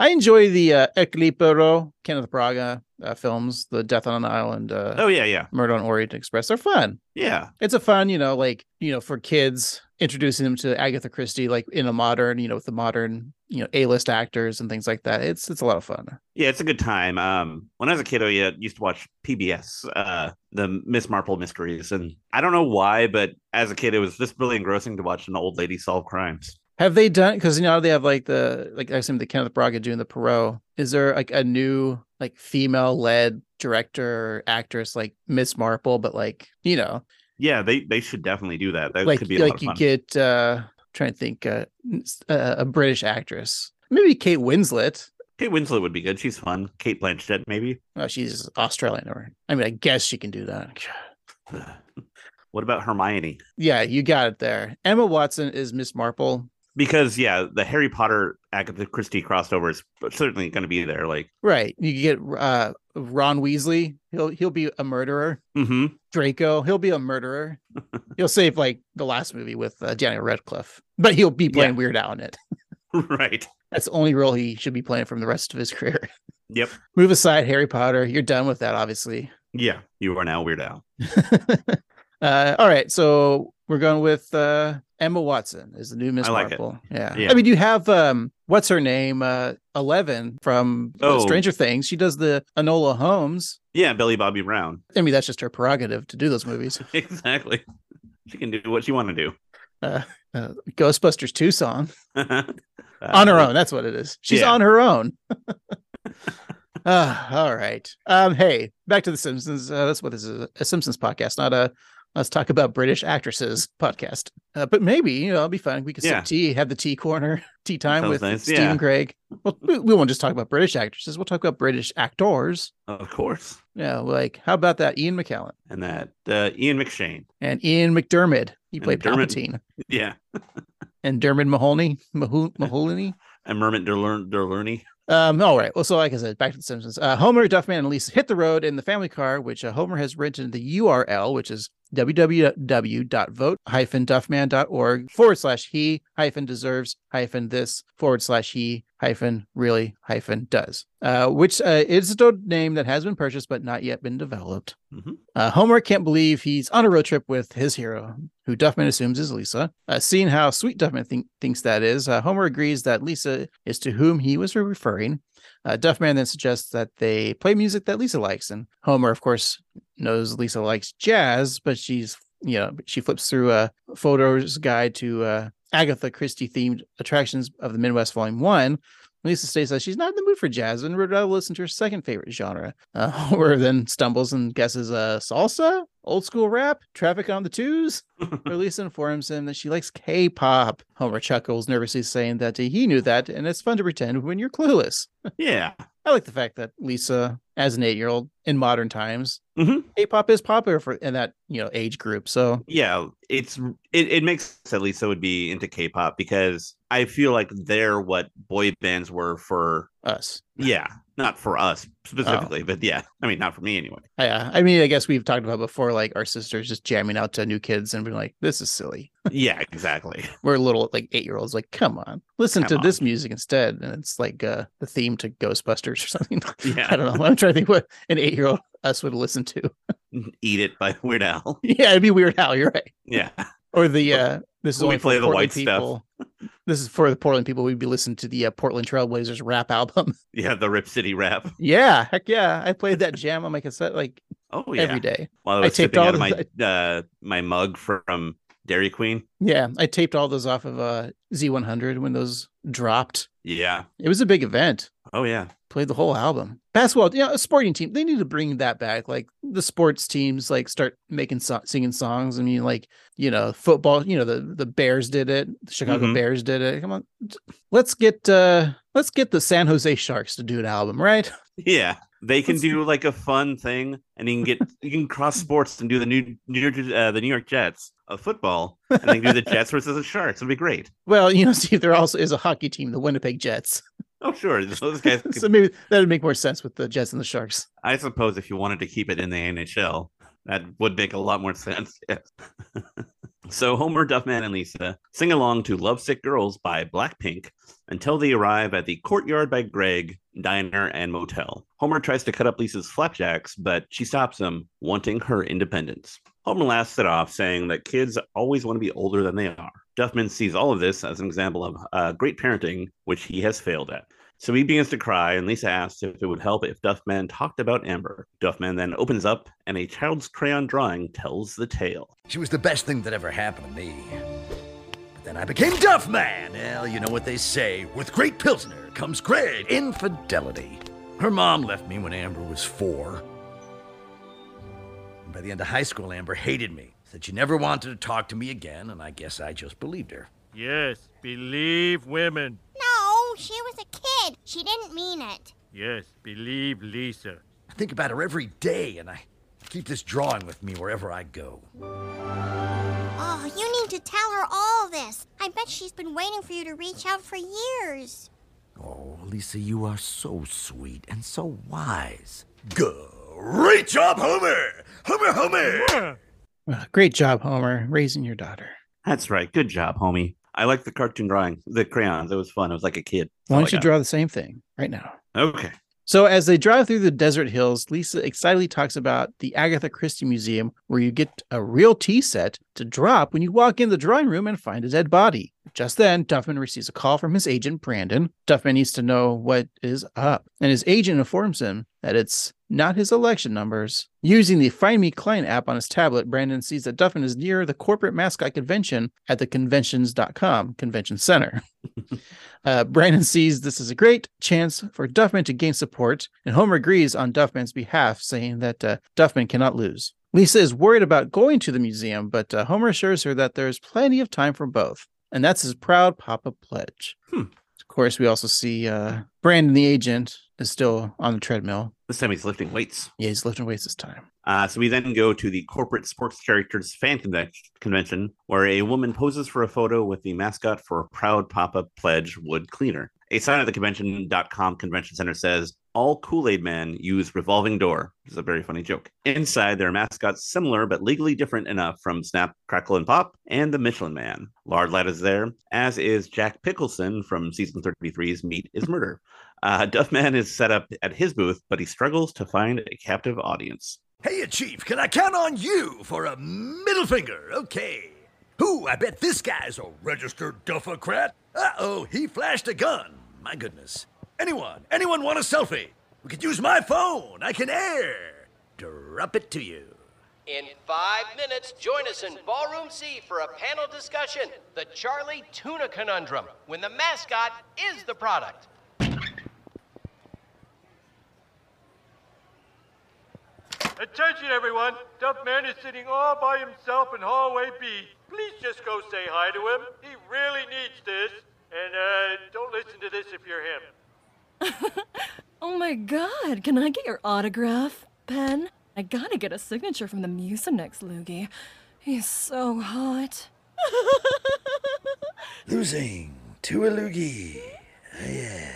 [SPEAKER 1] I enjoy the uh, Eclipero, Kenneth Braga uh, films, the Death on an Island, uh,
[SPEAKER 4] Oh yeah, yeah,
[SPEAKER 1] Murder on Orient Express. They're fun.
[SPEAKER 4] yeah,
[SPEAKER 1] It's a fun, you know, like you know, for kids introducing them to Agatha Christie, like in a modern, you know, with the modern, you know, A-list actors and things like that. It's it's a lot of fun.
[SPEAKER 4] yeah. It's a good time. Um, when I was a kid, I uh, used to watch PBS, uh, the Miss Marple mysteries, and I don't know why, but as a kid, it was just really engrossing to watch an old lady solve crimes.
[SPEAKER 1] Have they done because you know they have like the like I assume the Kenneth Braga doing the Perot. Is there like a new like female led director or actress like Miss Marple, but like you know
[SPEAKER 4] Yeah, they they should definitely do that. That
[SPEAKER 1] like
[SPEAKER 4] could be a lot
[SPEAKER 1] like
[SPEAKER 4] of
[SPEAKER 1] you
[SPEAKER 4] fun.
[SPEAKER 1] get uh trying to think uh, s- uh, a British actress maybe Kate Winslet.
[SPEAKER 4] Kate Winslet would be good. She's fun. Kate Blanchett, maybe.
[SPEAKER 1] Oh, she's Australian, or I mean, I guess she can do that.
[SPEAKER 4] What about Hermione?
[SPEAKER 1] Yeah, you got it there. Emma Watson is Miss Marple,
[SPEAKER 4] because yeah, the Harry Potter Agatha Christie crossover is certainly going to be there. Like,
[SPEAKER 1] right? You could get uh Ron Weasley. He'll he'll be a murderer.
[SPEAKER 4] mhm.
[SPEAKER 1] Draco. He'll be a murderer. he'll save like the last movie with uh, Daniel Radcliffe, but he'll be playing
[SPEAKER 4] Yeah.
[SPEAKER 1] Weird Al in it.
[SPEAKER 4] right?
[SPEAKER 1] That's the only role he should be playing from the rest of his career.
[SPEAKER 4] Yep.
[SPEAKER 1] Move aside Harry Potter. You're done with that, obviously.
[SPEAKER 4] Yeah, you are now Weird Al.
[SPEAKER 1] Uh, all right, so we're going with uh, Emma Watson is the new Miss
[SPEAKER 4] I like it.
[SPEAKER 1] Marple. Yeah.
[SPEAKER 4] Yeah.
[SPEAKER 1] I mean, you have um, what's her name? Uh, Eleven from uh,
[SPEAKER 4] Oh.
[SPEAKER 1] Stranger Things. She does the Anola Holmes.
[SPEAKER 4] Yeah, Billy Bobby Brown.
[SPEAKER 1] I mean, that's just her prerogative to do those movies.
[SPEAKER 4] exactly. She can do what she want to do
[SPEAKER 1] Uh, uh, Ghostbusters two song.
[SPEAKER 4] Uh,
[SPEAKER 1] on her own. That's what it is. She's
[SPEAKER 4] yeah.
[SPEAKER 1] on her own. Ah, all right. Um, hey, back to the Simpsons. Uh, that's what this is a Simpsons podcast, not a let's talk about British actresses podcast. Uh, but maybe you know, it'll be fun. We could
[SPEAKER 4] Yeah.
[SPEAKER 1] sip tea, have the tea corner, tea time
[SPEAKER 4] Sounds
[SPEAKER 1] with
[SPEAKER 4] nice,
[SPEAKER 1] Stephen
[SPEAKER 4] yeah.
[SPEAKER 1] Craig. Well, we, we won't just talk about British actresses. We'll talk about British actors.
[SPEAKER 4] Of course.
[SPEAKER 1] Yeah, like how about that Ian McKellen
[SPEAKER 4] And that uh, Ian McShane.
[SPEAKER 1] and Ian McDermott? He
[SPEAKER 4] And
[SPEAKER 1] played
[SPEAKER 4] Dermot-
[SPEAKER 1] Palpatine
[SPEAKER 4] Yeah,
[SPEAKER 1] and Dermot Mahoney, Maho- Mahoney.
[SPEAKER 4] and Mermit Derlern- Derlerney.
[SPEAKER 1] Um, all right. Well, so like I said, back to the Simpsons. Uh, Homer, Duffman, and Lisa hit the road in the family car, which uh, Homer has written the URL, which is www.vote-duffman.org forward slash he hyphen deserves hyphen this forward slash he hyphen really hyphen does, uh, which uh, is a name that has been purchased but not yet been developed.
[SPEAKER 4] Mhm.
[SPEAKER 1] Uh, Homer can't believe he's on a road trip with his hero, who Duffman assumes is Lisa. Uh, seeing how sweet Duffman think, thinks that is, uh, Homer agrees that Lisa is to whom he was referring. Uh, Duffman then suggests that they play music that Lisa likes, and Homer, of course, knows Lisa likes jazz, but she's you know she flips through a photos guide to uh, Agatha Christie themed attractions of the Midwest, Volume One. Lisa states that she's not in the mood for jazz and would rather listen to her second favorite genre. Uh, Homer then stumbles and guesses uh, salsa, old school rap, traffic on the twos. Where Lisa informs him that she likes K pop. Homer chuckles, nervously saying that he knew that, and it's fun to pretend when you're clueless.
[SPEAKER 4] Yeah.
[SPEAKER 1] I like the fact that Lisa, as an eight year old in modern times,
[SPEAKER 4] hmm
[SPEAKER 1] K-pop is popular for in that you know age group. So
[SPEAKER 4] yeah it's it, it makes sense that lisa would be into k-pop because i feel like they're what boy bands were for
[SPEAKER 1] us,
[SPEAKER 4] yeah Not for us
[SPEAKER 1] Oh.
[SPEAKER 4] specifically, but yeah. I mean, not for me anyway.
[SPEAKER 1] Yeah, I mean, I guess we've talked about before, like our sisters just jamming out to new kids and being like, "This is silly."
[SPEAKER 4] yeah, exactly.
[SPEAKER 1] We're little, like eight year olds, like, "Come on, listen to this music instead." And it's like uh, the theme to Ghostbusters or something.
[SPEAKER 4] Yeah.
[SPEAKER 1] I don't know. I'm trying to think what an eight year old us would listen to.
[SPEAKER 4] Eat it by Weird Al.
[SPEAKER 1] yeah, it'd be Weird Al. You're right.
[SPEAKER 4] Yeah.
[SPEAKER 1] Or the uh, this is
[SPEAKER 4] We
[SPEAKER 1] only for
[SPEAKER 4] play the
[SPEAKER 1] Portland
[SPEAKER 4] white stuff.
[SPEAKER 1] people. This is for the Portland people. We'd be listening to the uh, Portland Trailblazers rap album.
[SPEAKER 4] Yeah, the Rip City rap.
[SPEAKER 1] yeah, heck yeah! I played that jam on my cassette like
[SPEAKER 4] Oh yeah.
[SPEAKER 1] every day.
[SPEAKER 4] While I
[SPEAKER 1] I
[SPEAKER 4] was
[SPEAKER 1] taped
[SPEAKER 4] sipping
[SPEAKER 1] all
[SPEAKER 4] out of my
[SPEAKER 1] the-
[SPEAKER 4] uh, my mug from Dairy Queen.
[SPEAKER 1] Yeah, I taped all those off of uh, Z100 when those dropped.
[SPEAKER 4] Yeah.
[SPEAKER 1] It was a big event.
[SPEAKER 4] Oh yeah.
[SPEAKER 1] Played the whole album. Basketball, yeah, a sporting team. They need to bring that back. Like the sports teams, like start making so- singing songs. I mean, like you know, football. You know, the the Bears did it. The Chicago
[SPEAKER 4] Mhm.
[SPEAKER 1] Bears did it. Come on, let's get uh let's get the San Jose Sharks to do an album, right?
[SPEAKER 4] Yeah. They can do like a fun thing, and you can get you can cross sports and do the new New York, uh, the New York Jets of football, and then do the Jets versus the Sharks. It'd be great.
[SPEAKER 1] Well, you know, Steve, there also is a hockey team, the Winnipeg Jets.
[SPEAKER 4] Oh sure, those guys. could-
[SPEAKER 1] So maybe that would make more sense with the Jets and the Sharks.
[SPEAKER 4] I suppose if you wanted to keep it in the NHL, that would make a lot more sense. Yes. so Homer, Duffman, and Lisa sing along to Lovesick Girls by Blackpink until they arrive at the Courtyard by Greg Diner and Motel. Homer tries to cut up Lisa's flapjacks, but she stops him, wanting her independence. Homer laughs it off, saying that kids always want to be older than they are. Duffman sees all of this as an example of uh, great parenting, which he has failed at. So he begins to cry, and Lisa asks if it would help if Duffman talked about Amber. Duffman then opens up, and a child's crayon drawing tells the tale.
[SPEAKER 2] She was the best thing that ever happened to me. But then I became Duff Man. Well, you know what they say with great Pilsner comes great infidelity. Her mom left me when Amber was four. And by the end of high school, Amber hated me, said she never wanted to talk to me again, and I guess I just believed her.
[SPEAKER 9] Yes, believe women.
[SPEAKER 11] No, she was a kid. She didn't mean it.
[SPEAKER 9] Yes, believe Lisa.
[SPEAKER 2] I think about her every day, and I keep this drawing with me wherever I go.
[SPEAKER 11] Oh, you need to tell her all this. I bet she's been waiting for you to reach out for years.
[SPEAKER 2] Oh, Lisa, you are so sweet and so wise. Great job, Homer! Homer, Homer!
[SPEAKER 1] Uh, Great job, Homer, raising your daughter.
[SPEAKER 4] That's right. Good job, homie. I like the cartoon drawing, the crayons. It was fun. It was like a kid.
[SPEAKER 1] Why
[SPEAKER 4] That's
[SPEAKER 1] don't you draw the same thing right now?
[SPEAKER 4] all I got. Okay.
[SPEAKER 1] So as they drive through the desert hills, Lisa excitedly talks about the Agatha Christie Museum, where you get a real tea set to drop when you walk in the drawing room and find a dead body. Just then, Duffman receives a call from his agent, Brandon. Duffman needs to know what is up, and his agent informs him that it's not his election numbers. Using the Find Me Client app on his tablet, Brandon sees that Duffman is near the corporate mascot convention at the conventions.com convention center. Uh, Brandon sees this as a great chance for Duffman to gain support, and Homer agrees on Duffman's behalf, saying that uh, Duffman cannot lose. Lisa is worried about going to the museum, but uh, Homer assures her that there's plenty of time for both, and that's his proud papa pledge.
[SPEAKER 4] Hmm.
[SPEAKER 1] Of course, we also see uh, Brandon the agent is still on the treadmill.
[SPEAKER 4] This time he's lifting weights.
[SPEAKER 1] Yeah, he's lifting weights this time.
[SPEAKER 4] Uh, so we then go to the corporate sports characters fan conven- convention, where a woman poses for a photo with the mascot for Proud Papa Pledge Wood Cleaner. A sign at the convention.com convention center says, All Kool Aid Men use revolving door, which is a very funny joke. Inside, there are mascots similar but legally different enough from Snap, Crackle, and Pop and the Michelin Man. Lard Lad is there, as is Jack Pickleson from season 33's Meat is Murder. Uh, Duffman is set up at his booth, but he struggles to find a captive audience.
[SPEAKER 2] Hey, Chief, can I count on you for a middle finger? Okay. Ooh, I bet this guy's a registered duffocrat. Uh oh, he flashed a gun. My goodness. Anyone, anyone want a selfie? We could use my phone. I can air. Drop it to you.
[SPEAKER 16] In five minutes, join us in Ballroom C for a panel discussion The Charlie Tuna Conundrum, when the mascot is the product.
[SPEAKER 9] Attention, everyone. Duffman is sitting all by himself in hallway B. Please just go say hi to him. He really needs this. And uh, don't listen to this if you're him.
[SPEAKER 17] Oh my god, can I get your autograph, pen? I gotta get a signature from the Mucinex Loogie. He's so hot.
[SPEAKER 2] Losing to a loogie. Yeah.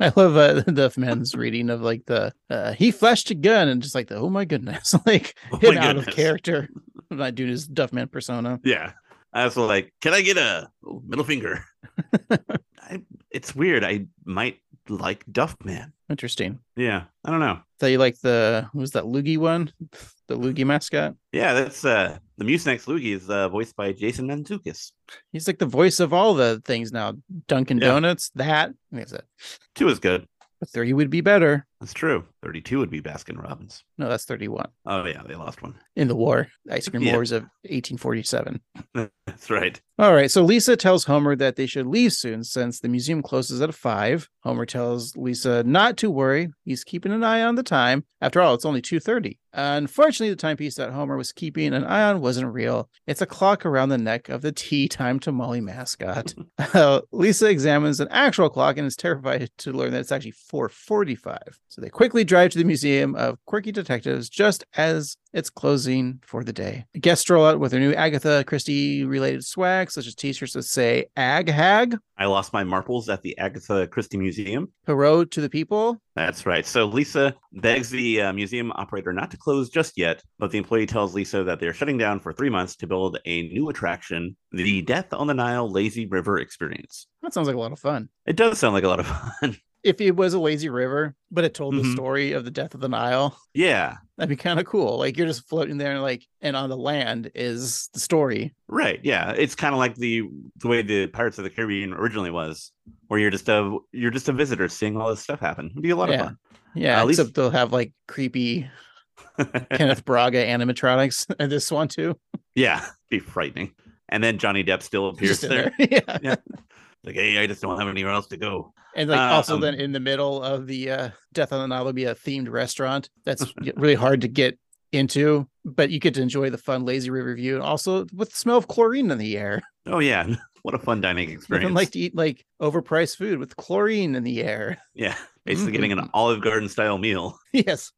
[SPEAKER 1] I love uh, the man's reading of like the uh, he flashed a gun and just like the oh my goodness, like
[SPEAKER 4] Oh my
[SPEAKER 1] him out of
[SPEAKER 4] goodness.
[SPEAKER 1] character, not doing his Duffman persona.
[SPEAKER 4] Yeah. I was like, can I get a middle finger? I, it's weird. I might like Duffman.
[SPEAKER 1] Interesting.
[SPEAKER 4] Yeah. I don't know.
[SPEAKER 1] So you like the what was that Loogie one, the Loogie mascot?
[SPEAKER 4] Yeah, that's uh the Mucinex Loogie is uh, voiced by Jason Mantzoukas.
[SPEAKER 1] He's like the voice of all the things now. Dunkin'
[SPEAKER 4] Yeah.
[SPEAKER 1] Donuts, that that's it.
[SPEAKER 4] Two is good.
[SPEAKER 1] But three would be better.
[SPEAKER 4] That's true. Thirty-two would be Baskin Robbins.
[SPEAKER 1] No, that's thirty-one
[SPEAKER 4] Oh yeah, they lost one.
[SPEAKER 1] in the war, ice cream
[SPEAKER 4] Yeah.
[SPEAKER 1] wars of eighteen forty-seven.
[SPEAKER 4] That's right.
[SPEAKER 1] All right, so Lisa tells Homer that they should leave soon since the museum closes at 5. Homer tells Lisa not to worry. He's keeping an eye on the time. After all, it's only 2:30. Unfortunately, the timepiece that Homer was keeping an eye on wasn't real. It's a clock around the neck of the tea time tamale mascot. Uh, Lisa examines an actual clock and is terrified to learn that it's actually 4:45. So they quickly drive to the museum of quirky detectives just as it's closing for the day. Guests stroll out with their new Agatha Christie related swag, such as t-shirts that say "Ag Hag,"
[SPEAKER 4] I lost my marbles at the Agatha Christie Museum.
[SPEAKER 1] "Hero to the People."
[SPEAKER 4] That's right. So Lisa begs the uh, museum operator not to close just yet, but the employee tells Lisa that they're shutting down for three months to build a new attraction, the Death on the Nile Lazy River Experience.
[SPEAKER 1] That sounds like a lot of fun.
[SPEAKER 4] It does sound like a lot of fun.
[SPEAKER 1] If it was a lazy river, but it told the
[SPEAKER 4] Mhm.
[SPEAKER 1] story of the death of the Nile,
[SPEAKER 4] yeah,
[SPEAKER 1] that'd be kind of cool. Like you're just floating there, and like, and on the land is the story.
[SPEAKER 4] right. Yeah, it's kind of like the the way the Pirates of the Caribbean originally was, where you're just a you're just a visitor seeing all this stuff happen. It'd be a lot
[SPEAKER 1] Yeah.
[SPEAKER 4] of fun.
[SPEAKER 1] Yeah,
[SPEAKER 4] at least-
[SPEAKER 1] except they'll have like creepy Kenneth Braga animatronics in this one too.
[SPEAKER 4] Yeah, be frightening. And then Johnny Depp still appears
[SPEAKER 1] Just in
[SPEAKER 4] there.
[SPEAKER 1] there. yeah.
[SPEAKER 4] yeah. Like, hey, I just don't have anywhere else to go.
[SPEAKER 1] And like also
[SPEAKER 4] Um,
[SPEAKER 1] then in the middle of the uh, Death on the Nile would be a themed restaurant that's really hard to get into, but you get to enjoy the fun lazy river view and also with the smell of chlorine in the air.
[SPEAKER 4] Oh yeah, what a fun dining
[SPEAKER 1] I
[SPEAKER 4] experience!
[SPEAKER 1] don't like to eat like overpriced food with chlorine in the air.
[SPEAKER 4] yeah, basically getting
[SPEAKER 1] Mm-hmm.
[SPEAKER 4] an Olive Garden style meal,
[SPEAKER 1] yes,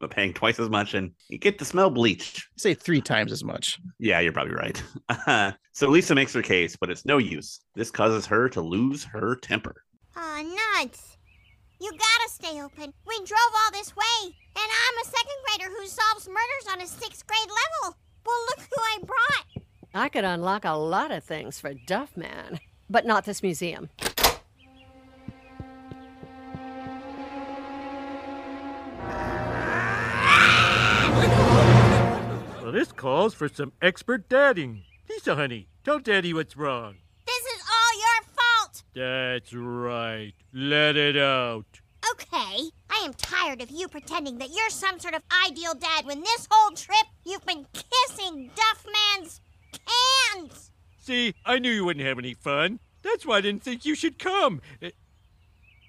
[SPEAKER 4] but paying twice as much, and you get to smell bleach.
[SPEAKER 1] say three times as much.
[SPEAKER 4] Yeah, you're probably right. so Lisa makes her case, but it's no use. This causes her to lose her temper.
[SPEAKER 11] Aw, nuts. You gotta stay open. We drove all this way, and I'm a second grader who solves murders on a sixth grade level. Well, look who I brought.
[SPEAKER 7] I could unlock a lot of things for Duffman, but not this museum.
[SPEAKER 9] Well, this calls for some expert dadding. Lisa, honey, tell Daddy what's wrong.
[SPEAKER 11] This is all your fault.
[SPEAKER 9] That's right. Let it out.
[SPEAKER 11] Okay, I am tired of you pretending that you're some sort of ideal dad when this whole trip you've been kissing Duffman's cans.
[SPEAKER 9] See, I knew you wouldn't have any fun. That's why I didn't think you should come.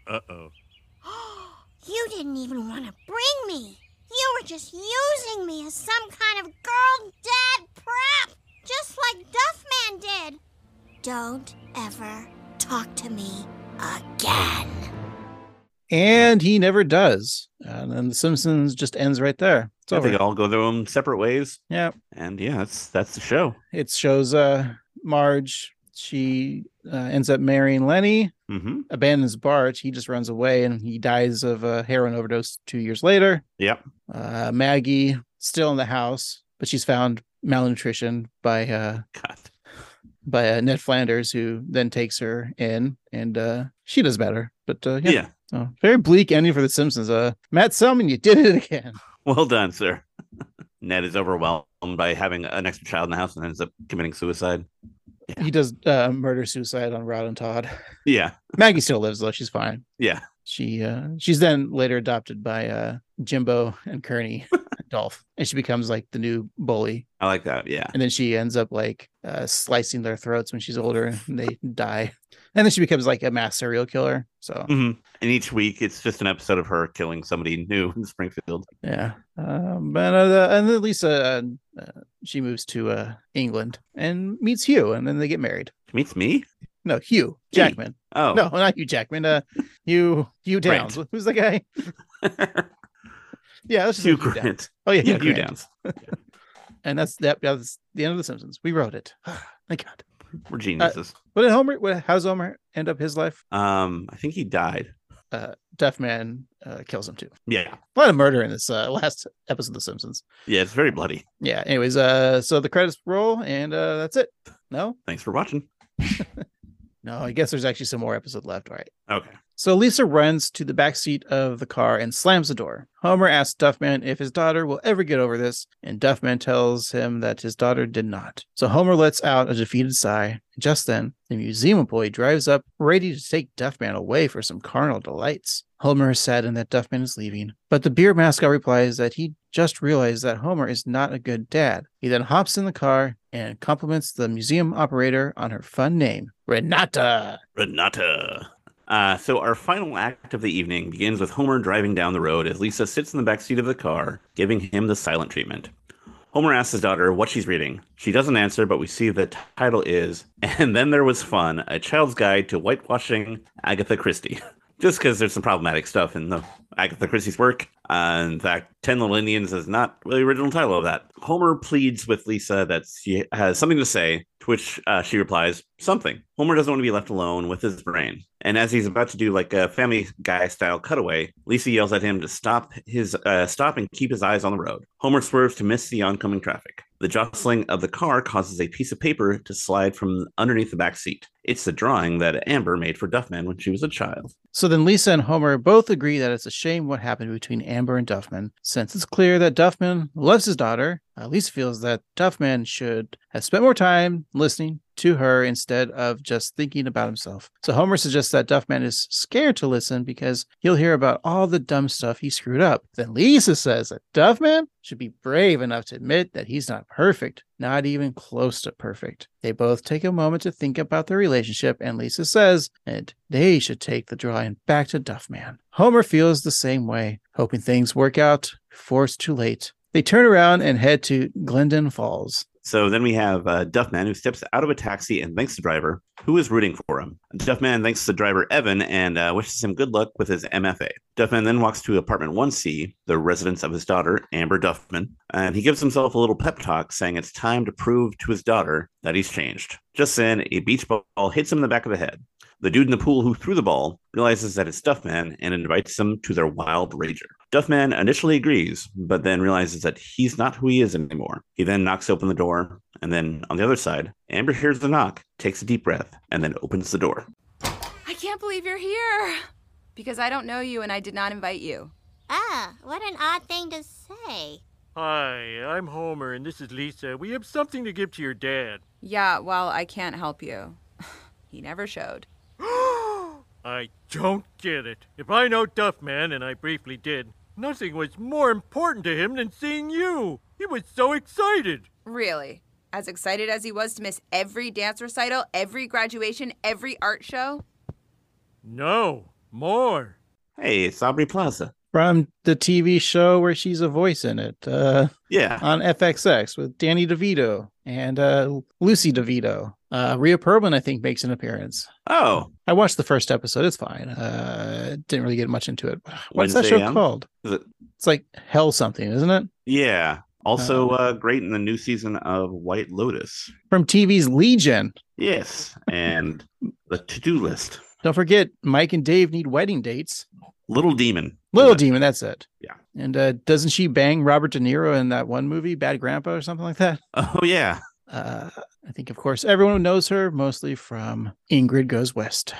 [SPEAKER 9] Uh oh.
[SPEAKER 11] You didn't even want to bring me. You were just using me as some kind of girl dad prop, just like Duffman did. Don't ever talk to me again.
[SPEAKER 1] And he never does. And then The Simpsons just ends right there. It's
[SPEAKER 4] So
[SPEAKER 1] over.
[SPEAKER 4] they all go their own separate ways.
[SPEAKER 1] Yeah.
[SPEAKER 4] and yeah, that's that's the show.
[SPEAKER 1] It shows uh Marge. She uh, ends up marrying Lenny.
[SPEAKER 4] Mm-hmm.
[SPEAKER 1] abandons Bart. He just runs away and he dies of a heroin overdose two years later.
[SPEAKER 4] Yep.
[SPEAKER 1] Uh, Maggie still in the house, but she's found malnutrition by uh,
[SPEAKER 4] God.
[SPEAKER 1] by uh, Ned Flanders, who then takes her in, and uh, she does better. But uh, yeah,
[SPEAKER 4] Yeah.
[SPEAKER 1] So, very bleak ending for The Simpsons. Uh, Matt Selman, you did it again.
[SPEAKER 4] Well done, sir. Ned is overwhelmed by having an extra child in the house and ends up committing suicide.
[SPEAKER 1] He does uh, murder suicide on Rod and Todd.
[SPEAKER 4] Yeah,
[SPEAKER 1] Maggie still lives though; she's fine.
[SPEAKER 4] yeah.
[SPEAKER 1] She uh she's then later adopted by uh Jimbo and Kearney and Dolph, and she becomes like the new bully.
[SPEAKER 4] I like that. Yeah.
[SPEAKER 1] And then she ends up like uh slicing their throats when she's older and they die. And then she becomes like a mass serial killer. So
[SPEAKER 4] hmm And each week, it's just an episode of her killing somebody new in Springfield.
[SPEAKER 1] yeah. Um but uh, the- and then Lisa uh, uh, she moves to uh England and meets Hugh and then they get married.
[SPEAKER 4] Meets me.
[SPEAKER 1] No, Hugh
[SPEAKER 4] Hey.
[SPEAKER 1] Jackman.
[SPEAKER 4] Oh,
[SPEAKER 1] No, not Hugh Jackman. Uh Hugh Hugh
[SPEAKER 4] Grant.
[SPEAKER 1] Downs. Who's the guy? yeah, let's just say
[SPEAKER 4] Hugh
[SPEAKER 1] Hugh Downs.
[SPEAKER 4] Grant.
[SPEAKER 1] Oh yeah,
[SPEAKER 4] Yeah,
[SPEAKER 1] Hugh
[SPEAKER 4] Hugh
[SPEAKER 1] Grant.
[SPEAKER 4] Downs.
[SPEAKER 1] and that's that. That's the end of the Simpsons. We wrote it. Thank God.
[SPEAKER 4] We're geniuses.
[SPEAKER 1] What did Homer? What, how's Homer end up his life?
[SPEAKER 4] um, I think he died.
[SPEAKER 1] uh, Deaf Man uh, kills him too.
[SPEAKER 4] Yeah.
[SPEAKER 1] A lot of murder in this uh, last episode of The Simpsons.
[SPEAKER 4] Yeah, it's very bloody.
[SPEAKER 1] Yeah. Anyways, uh, so the credits roll, and uh, that's it. No,
[SPEAKER 4] Thanks for watching.
[SPEAKER 1] no. I guess there's actually some more episode left. All right.
[SPEAKER 4] Okay.
[SPEAKER 1] So Lisa runs to the back seat of the car and slams the door. Homer asks Duffman if his daughter will ever get over this, and Duffman tells him that his daughter did not. So Homer lets out a defeated sigh. Just then, the museum employee drives up, ready to take Duffman away for some carnal delights. Homer is saddened that Duffman is leaving, but the beer mascot replies that he just realized that Homer is not a good dad. He then hops in the car and compliments the museum operator on her fun name, Renata.
[SPEAKER 4] Renata. Uh, so our final act of the evening begins with Homer driving down the road as Lisa sits in the back seat of the car, giving him the silent treatment. Homer asks his daughter what she's reading. She doesn't answer, but we see the title is "And Then There Was Fun: A Child's Guide to Whitewashing Agatha Christie." Just because there's some problematic stuff in the Agatha Christie's work. Uh, in fact, Ten Little Indians is not the original title of that. Homer pleads with Lisa that she has something to say, to which uh, she replies, "Something." Homer doesn't want to be left alone with his brain, and as he's about to do like a Family Guy style cutaway, Lisa yells at him to stop his uh, stop and keep his eyes on the road. Homer swerves to miss the oncoming traffic. The jostling of the car causes a piece of paper to slide from underneath the back seat. It's the drawing that Amber made for Duffman when she was a child.
[SPEAKER 1] So then Lisa and Homer both agree that it's a shame what happened between Amber and Duffman, since it's clear that Duffman loves his daughter. uh, Lisa feels that Duffman should have spent more time listening to her instead of just thinking about himself. So Homer suggests that Duffman is scared to listen because he'll hear about all the dumb stuff he screwed up. Then Lisa says that Duffman should be brave enough to admit that he's not perfect, not even close to perfect. They both take a moment to think about their relationship, and Lisa says that they should take the drawing back to Duffman. Homer feels the same way, hoping things work out before it's too late. They turn around and head to Glendon Falls.
[SPEAKER 4] So then we have uh, Duffman who steps out of a taxi and thanks the driver, who is rooting for him. Duffman thanks the driver Evan and uh, wishes him good luck with his MFA. Duffman then walks to apartment 1C, the residence of his daughter, Amber Duffman, and he gives himself a little pep talk saying it's time to prove to his daughter that he's changed. Just then, a beach ball hits him in the back of the head. The dude in the pool who threw the ball realizes that it's Duffman and invites him to their wild rager. Duffman initially agrees, but then realizes that he's not who he is anymore. He then knocks open the door, and then on the other side, Amber hears the knock, takes a deep breath, and then opens the door.
[SPEAKER 18] I can't believe you're here. Because I don't know you and I did not invite you.
[SPEAKER 11] Ah, what an odd thing to say.
[SPEAKER 9] Hi, I'm Homer, and this is Lisa. We have something to give to your dad.
[SPEAKER 18] Yeah, well, I can't help you. he never showed.
[SPEAKER 9] I don't get it. If I know Duffman, and I briefly did, nothing was more important to him than seeing you. He was so excited.
[SPEAKER 18] Really? As excited as he was to miss every dance recital, every graduation, every art show?
[SPEAKER 9] No, more.
[SPEAKER 4] Hey, it's Aubrey Plaza.
[SPEAKER 1] From the TV show where she's a voice in it, uh,
[SPEAKER 4] yeah,
[SPEAKER 1] on FXX with Danny DeVito and uh, Lucy DeVito. Uh, Rhea Perlman, I think, makes an appearance.
[SPEAKER 4] Oh,
[SPEAKER 1] I watched the first episode; it's fine. Uh, didn't really get much into it. What's
[SPEAKER 4] Wednesday
[SPEAKER 1] that show
[SPEAKER 4] M?
[SPEAKER 1] called?
[SPEAKER 4] Is it?
[SPEAKER 1] It's like Hell something, isn't it?
[SPEAKER 4] Yeah. Also, uh, great in the new season of White Lotus.
[SPEAKER 1] From TV's Legion.
[SPEAKER 4] Yes, and the to-do list.
[SPEAKER 1] Don't forget, Mike and Dave need wedding dates.
[SPEAKER 4] Little Demon.
[SPEAKER 1] Little Demon, that's it.
[SPEAKER 4] Yeah.
[SPEAKER 1] And uh, doesn't she bang Robert De Niro in that one movie, Bad Grandpa, or something like that?
[SPEAKER 4] Oh yeah.
[SPEAKER 1] Uh, I think, of course, everyone knows her mostly from Ingrid Goes West.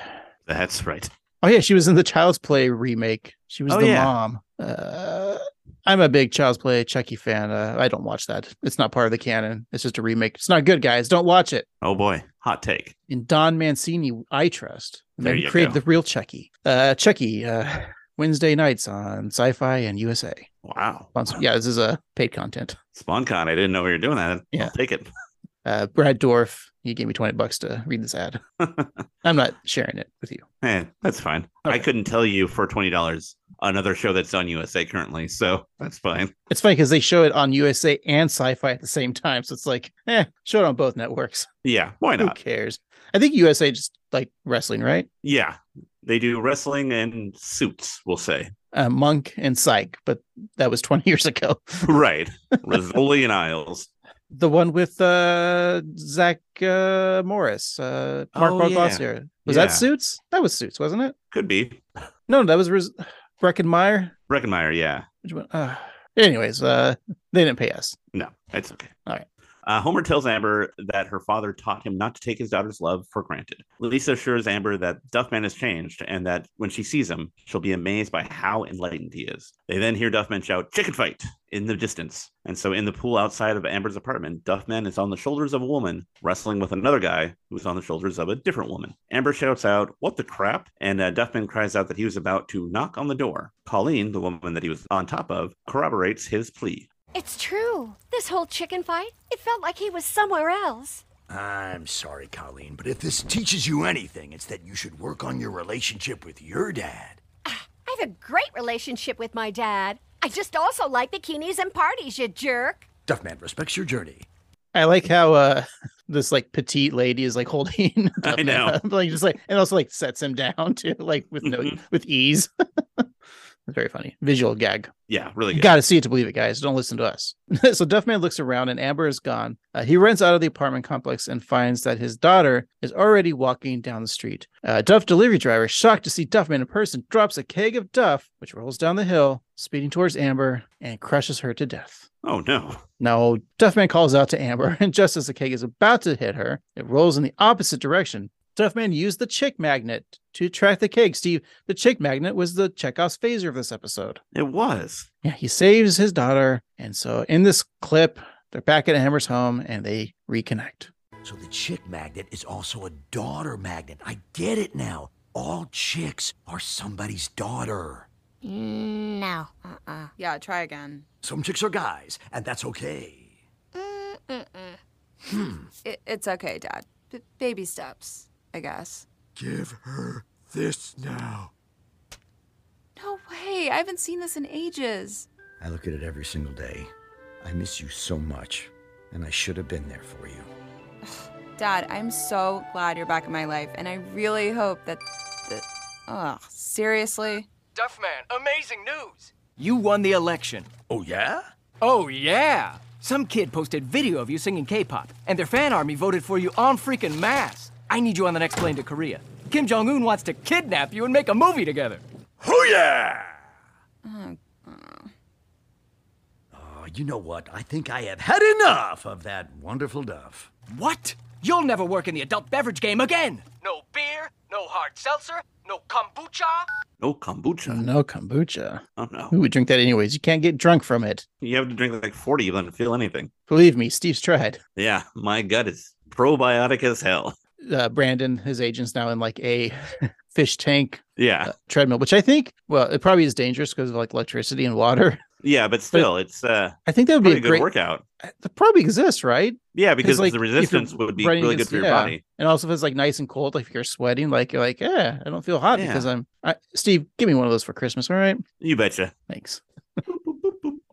[SPEAKER 4] That's right.
[SPEAKER 1] Oh yeah, she was in the Child's Play remake. She was
[SPEAKER 4] Oh,
[SPEAKER 1] the
[SPEAKER 4] yeah.
[SPEAKER 1] mom. Uh, I'm a big Child's Play Chucky fan. Uh, I don't watch that. It's not part of the canon. It's just a remake. It's not good, guys. Don't watch it.
[SPEAKER 4] Oh boy, hot take.
[SPEAKER 1] And Don Mancini, I trust. And
[SPEAKER 4] There
[SPEAKER 1] then
[SPEAKER 4] you
[SPEAKER 1] created
[SPEAKER 4] go.
[SPEAKER 1] the real Chucky. Uh, Chucky. Uh, Wednesday nights on Sci-Fi and USA.
[SPEAKER 4] Wow.
[SPEAKER 1] Sponsor- Yeah, this is a uh, paid content.
[SPEAKER 4] SpawnCon. I didn't know we were doing that.
[SPEAKER 1] Yeah.
[SPEAKER 4] I'll take it.
[SPEAKER 1] Uh, Brad Dorf, he gave me twenty bucks to read this ad. I'm not sharing it with you.
[SPEAKER 4] Eh, that's fine. I couldn't tell you for twenty dollars another show that's on USA currently, so that's fine.
[SPEAKER 1] It's funny because they show it on USA and Sci-Fi at the same time, so it's like, eh, show it on both networks.
[SPEAKER 4] Yeah, why
[SPEAKER 1] Who
[SPEAKER 4] not?
[SPEAKER 1] cares? I think USA just like wrestling, right?
[SPEAKER 4] Yeah, they do wrestling and suits. We'll say
[SPEAKER 1] Uh, Monk and Psych, but that was 20 years ago.
[SPEAKER 4] right. Rizzoli and Isles.
[SPEAKER 1] The one with uh, Zach uh, Morris, uh, Mark
[SPEAKER 4] Oh,
[SPEAKER 1] Mark
[SPEAKER 4] yeah.
[SPEAKER 1] Bossier. Was
[SPEAKER 4] Yeah.
[SPEAKER 1] that Suits? That was Suits, wasn't it?
[SPEAKER 4] Could be.
[SPEAKER 1] No, that was Riz- Breckenmeyer.
[SPEAKER 4] Breckenmeyer, yeah.
[SPEAKER 1] Which one? Uh, anyways, uh, they didn't pay us.
[SPEAKER 4] No, that's okay.
[SPEAKER 1] All right.
[SPEAKER 4] Uh, Homer tells Amber that her father taught him not to take his daughter's love for granted. Lisa assures Amber that Duffman has changed and that when she sees him, she'll be amazed by how enlightened he is. They then hear Duffman shout, chicken fight, in the distance. And so in the pool outside of Amber's apartment, Duffman is on the shoulders of a woman wrestling with another guy who's on the shoulders of a different woman. Amber shouts out, what the crap? And uh, Duffman cries out that he was about to knock on the door. Colleen, the woman that he was on top of, corroborates his plea.
[SPEAKER 19] It's true. This whole chicken fight, it felt like he was somewhere else.
[SPEAKER 2] I'm sorry, Colleen, but if this teaches you anything, it's that you should work on your relationship with your dad.
[SPEAKER 19] I have a great relationship with my dad. I just also like bikinis and parties, you jerk.
[SPEAKER 2] Duffman respects your journey.
[SPEAKER 1] I like how uh this like petite lady is like holding.
[SPEAKER 4] I know. Mm-hmm.
[SPEAKER 1] up, like just like and also like sets him down too, like with no with ease. It's very funny. Visual gag.
[SPEAKER 4] Yeah, really
[SPEAKER 1] You
[SPEAKER 4] good.
[SPEAKER 1] got to see it to believe it, guys. Don't listen to us. so Duffman looks around and Amber is gone. Uh, he runs out of the apartment complex and finds that his daughter is already walking down the street. Uh, Duff delivery driver, shocked to see Duffman in person, drops a keg of Duff, which rolls down the hill, speeding towards Amber and crushes her to death.
[SPEAKER 4] Oh, no.
[SPEAKER 1] Now, Duffman calls out to Amber, and just as the keg is about to hit her, it rolls in the opposite direction. Duffman used the chick magnet to track the keg. Steve, the chick magnet was the Chekhov's phaser of this episode.
[SPEAKER 4] It was.
[SPEAKER 1] Yeah, he saves his daughter. And so in this clip, they're back at Amber's home and they reconnect.
[SPEAKER 2] So the chick magnet is also a daughter magnet. I get it now. All chicks are somebody's daughter.
[SPEAKER 11] No. Uh-uh.
[SPEAKER 18] Yeah, try again.
[SPEAKER 2] Some chicks are guys, and that's okay.
[SPEAKER 18] Mm-mm.
[SPEAKER 2] Hmm.
[SPEAKER 18] It, it's okay, Dad. B- baby steps, I guess.
[SPEAKER 2] Give her this now.
[SPEAKER 18] No way. I haven't seen this in ages.
[SPEAKER 2] I look at it every single day. I miss you so much, and I should have been there for you.
[SPEAKER 18] Dad, I'm so glad you're back in my life, and I really hope that. that ugh, seriously?
[SPEAKER 20] Duffman, amazing news!
[SPEAKER 21] You won the election.
[SPEAKER 2] Oh, yeah?
[SPEAKER 21] Oh, yeah! Some kid posted video of you singing K pop, and their fan army voted for you on freaking mass. I need you on the next plane to Korea. Kim Jong un wants to kidnap you and make a movie together.
[SPEAKER 2] Hoo-yeah!
[SPEAKER 18] Oh,
[SPEAKER 2] Oh, you know what? I think I have had enough of that wonderful Duff.
[SPEAKER 21] What? You'll never work in the adult beverage game again!
[SPEAKER 20] No beer, no hard seltzer, no kombucha.
[SPEAKER 4] No kombucha.
[SPEAKER 1] No kombucha.
[SPEAKER 4] Oh, no.
[SPEAKER 1] Who would drink that anyways? You can't get drunk from it.
[SPEAKER 4] You have to drink like 40 of them to feel anything.
[SPEAKER 1] Believe me, Steve's tried.
[SPEAKER 4] Yeah, my gut is probiotic as hell.
[SPEAKER 1] Uh, Brandon, his agent's now in like a fish tank
[SPEAKER 4] Yeah.
[SPEAKER 1] uh, treadmill, which I think, well, it probably is dangerous because of like electricity and water.
[SPEAKER 4] Yeah, but still, it's uh,
[SPEAKER 1] I think that would be
[SPEAKER 4] pretty
[SPEAKER 1] a
[SPEAKER 4] good
[SPEAKER 1] great uh,
[SPEAKER 4] workout.
[SPEAKER 1] That probably exists, right?
[SPEAKER 4] Yeah,
[SPEAKER 1] 'Cause,
[SPEAKER 4] because
[SPEAKER 1] like,
[SPEAKER 4] the
[SPEAKER 1] if you're
[SPEAKER 4] resistance would be
[SPEAKER 1] running
[SPEAKER 4] really good
[SPEAKER 1] against-
[SPEAKER 4] for your
[SPEAKER 1] yeah.
[SPEAKER 4] body.
[SPEAKER 1] And also, if it's like nice and cold, like if you're sweating, like you're like, yeah, I don't feel hot
[SPEAKER 4] Yeah.
[SPEAKER 1] because I'm. I, Steve, give me one of those for Christmas, all right?
[SPEAKER 4] You betcha.
[SPEAKER 1] Thanks.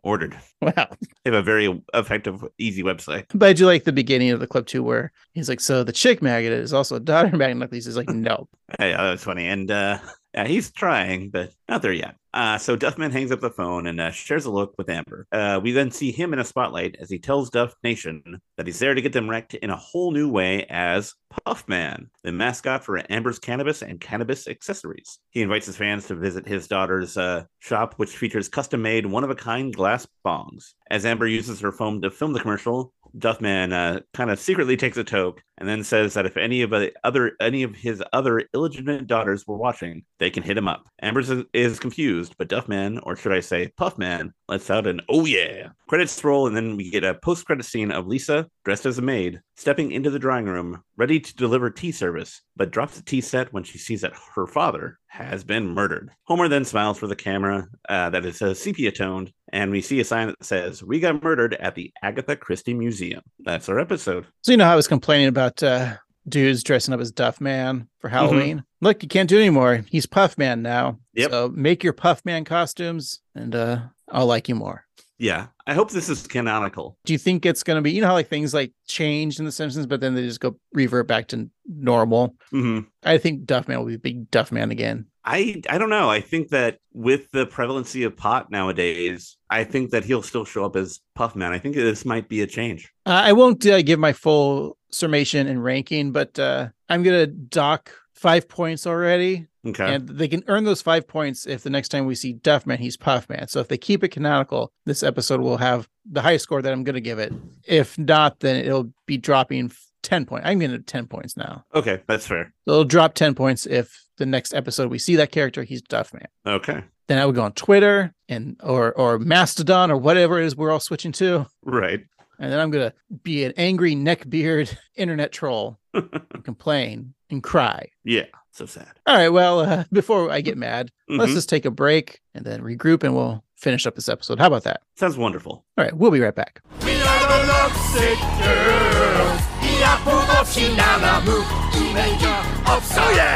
[SPEAKER 4] Ordered.
[SPEAKER 1] Wow.
[SPEAKER 4] They have a very effective, easy website.
[SPEAKER 1] But I do like the beginning of the clip too, where he's like, "So the chick magnet is also a daughter magnet." He's like, "No,
[SPEAKER 4] Hey, that was funny. And uh, yeah, he's trying, but not there yet. Uh, so Duffman hangs up the phone and uh, shares a look with Amber. Uh, we then see him in a spotlight as he tells Duff Nation that he's there to get them wrecked in a whole new way as Puffman, the mascot for Amber's Cannabis and Cannabis Accessories. He invites his fans to visit his daughter's uh, shop, which features custom made one of a kind glass bongs. As Amber uses her phone to film the commercial, Duffman uh, kind of secretly takes a toke and then says that if any of the other any of his other illegitimate daughters were watching, they can hit him up. Amber's is- is confused, but Duffman, or should I say Puffman, lets out an "Oh yeah!" Credits roll, and then we get a post-credit scene of Lisa dressed as a maid stepping into the drawing room, ready to deliver tea service, but drops the tea set when she sees that her father has been murdered. Homer then smiles for the camera uh, that is uh, sepia toned, and we see a sign that says, "We got murdered at the Agatha Christie Museum." That's our episode.
[SPEAKER 1] So you know how I was complaining about uh, dudes dressing up as Duff Man for
[SPEAKER 4] Mm-hmm.
[SPEAKER 1] Halloween. Look, you can't do it anymore. He's Puff Man now.
[SPEAKER 4] Yep.
[SPEAKER 1] So make your Puff Man costumes, and uh, I'll like you more.
[SPEAKER 4] Yeah, I hope this is canonical.
[SPEAKER 1] Do you think it's going to be? You know how like things like changed in The Simpsons, but then they just go revert back to normal.
[SPEAKER 4] Mhm.
[SPEAKER 1] I think Duff Man will be big Duff Man again.
[SPEAKER 4] I I don't know. I think that with the prevalency of pot nowadays, I think that he'll still show up as Puffman. I think this might be a change.
[SPEAKER 1] Uh, I won't uh, give my full summation and ranking, but uh, I'm going to dock five points already
[SPEAKER 4] Okay.
[SPEAKER 1] And they can earn those five points if the next time we see Duff Man, he's Puff Man. So if they keep it canonical, this episode will have the highest score that I'm going to give it. If not, then it'll be dropping 10 points. I'm going to 10 points now.
[SPEAKER 4] Okay, that's fair.
[SPEAKER 1] So it'll drop 10 points if the next episode we see that character, he's Duff Man.
[SPEAKER 4] Okay.
[SPEAKER 1] Then I would go on Twitter and or or Mastodon or whatever it is we're all switching to.
[SPEAKER 4] Right.
[SPEAKER 1] And then I'm gonna be an angry neckbeard internet troll and complain and cry.
[SPEAKER 4] Yeah. So sad.
[SPEAKER 1] All right. Well, uh, before I get mad, let's
[SPEAKER 4] Mhm.
[SPEAKER 1] just take a break and then regroup and we'll finish up this episode. How about that?
[SPEAKER 4] Sounds wonderful.
[SPEAKER 1] All right. We'll be right back.
[SPEAKER 15] We are the lovesick girls. We are full of shinanamu. Teenager of Soya.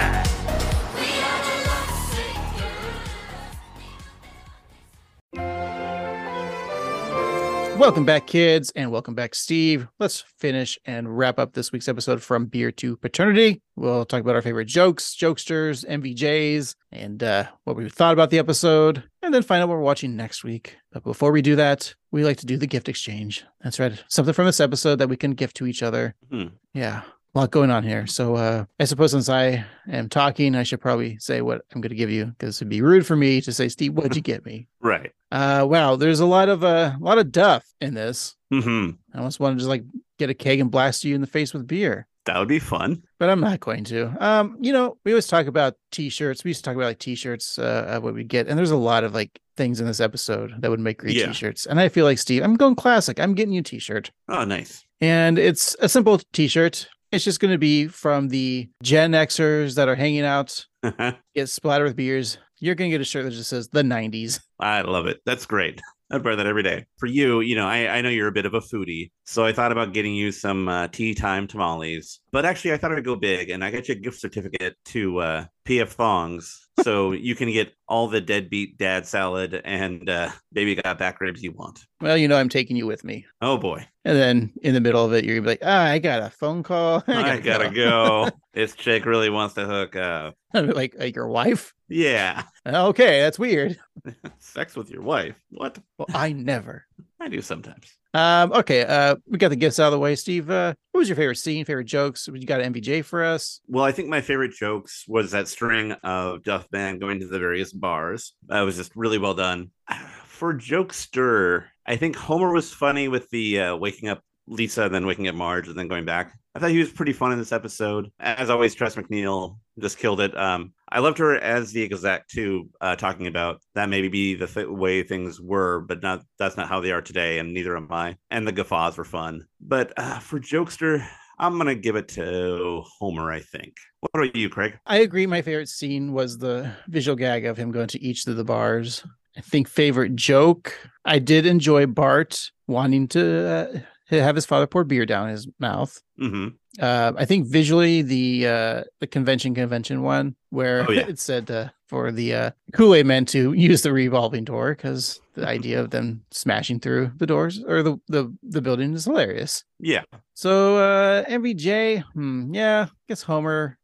[SPEAKER 1] Welcome back, kids, and welcome back, Steve. Let's finish and wrap up this week's episode from beer to paternity. We'll talk about our favorite jokes, jokesters, MVJs, and uh, what we thought about the episode, and then find out what we're watching next week. But before we do that, we like to do the gift exchange. That's right, something from this episode that we can gift to each other.
[SPEAKER 4] Hmm.
[SPEAKER 1] Yeah, a lot going on here. So uh, I suppose since I am talking, I should probably say what I'm going to give you because it'd be rude for me to say, Steve, what'd you get me?
[SPEAKER 4] Right.
[SPEAKER 1] Uh, wow, there's a lot of uh, a lot of duff in this.
[SPEAKER 4] Mm-hmm.
[SPEAKER 1] I almost want to just like get a keg and blast you in the face with beer,
[SPEAKER 4] That would be fun.
[SPEAKER 1] but I'm not going to. Um, you know, we always talk about t-shirts. We used to talk about like t-shirts, uh, uh, what we get, and there's a lot of like things in this episode that would make great
[SPEAKER 4] Yeah.
[SPEAKER 1] t-shirts. And I feel like Steve, I'm going classic. I'm getting you a t-shirt,
[SPEAKER 4] Oh, nice.
[SPEAKER 1] and it's a simple t-shirt. It's just going to be from the Gen Xers that are hanging out, get splattered with beers. You're going to get a shirt that just says the 90s.
[SPEAKER 4] I love it. That's great. I'd wear that every day. For you, you know, I, I know you're a bit of a foodie. So I thought about getting you some uh, tea time tamales. But actually, I thought I'd go big and I got you a gift certificate to uh, PF Thongs. So you can get all the deadbeat dad salad and uh, baby got back ribs you want.
[SPEAKER 1] Well, you know, I'm taking you with me.
[SPEAKER 4] Oh, boy.
[SPEAKER 1] And then in the middle of it, you're gonna be like, ah, I got a phone call.
[SPEAKER 4] I gotta go. this chick really wants to hook up.
[SPEAKER 1] I'd be like, like your wife? Uh,
[SPEAKER 4] Yeah.
[SPEAKER 1] Okay, that's weird.
[SPEAKER 4] Sex with your wife. What?
[SPEAKER 1] Well, I never.
[SPEAKER 4] I do sometimes.
[SPEAKER 1] Um, okay, uh, we got the gifts out of the way, Steve. Uh, what was your favorite scene, favorite jokes? You got an MVJ for us?
[SPEAKER 4] Well, I think my favorite jokes was that string of Duff Man going to the various bars. That was just really well done. For jokester, I think Homer was funny with the uh, waking up Lisa, then waking up Marge, and then going back. I thought he was pretty fun in this episode. As always, Tress McNeil just killed it. Um, I loved her as the exact too, uh, talking about that maybe be the th- way things were, but not that's not how they are today, and neither am I. And the guffaws were fun, but uh, for jokester, I'm gonna give it to Homer. I think. What about you, Craig?
[SPEAKER 1] I agree. My favorite scene was the visual gag of him going to each of the bars. I think favorite joke. I did enjoy Bart wanting to uh, have his father pour beer down his mouth.
[SPEAKER 4] Mm-hmm.
[SPEAKER 1] Uh, I think visually the uh, the convention convention one where
[SPEAKER 4] Oh, yeah.
[SPEAKER 1] it said uh, for the uh, Kool Aid Men to use the revolving door because the
[SPEAKER 4] Mm-hmm.
[SPEAKER 1] idea of them smashing through the doors or the the, the building is hilarious.
[SPEAKER 4] Yeah.
[SPEAKER 1] So uh, MVJ, hmm, yeah, guess Homer.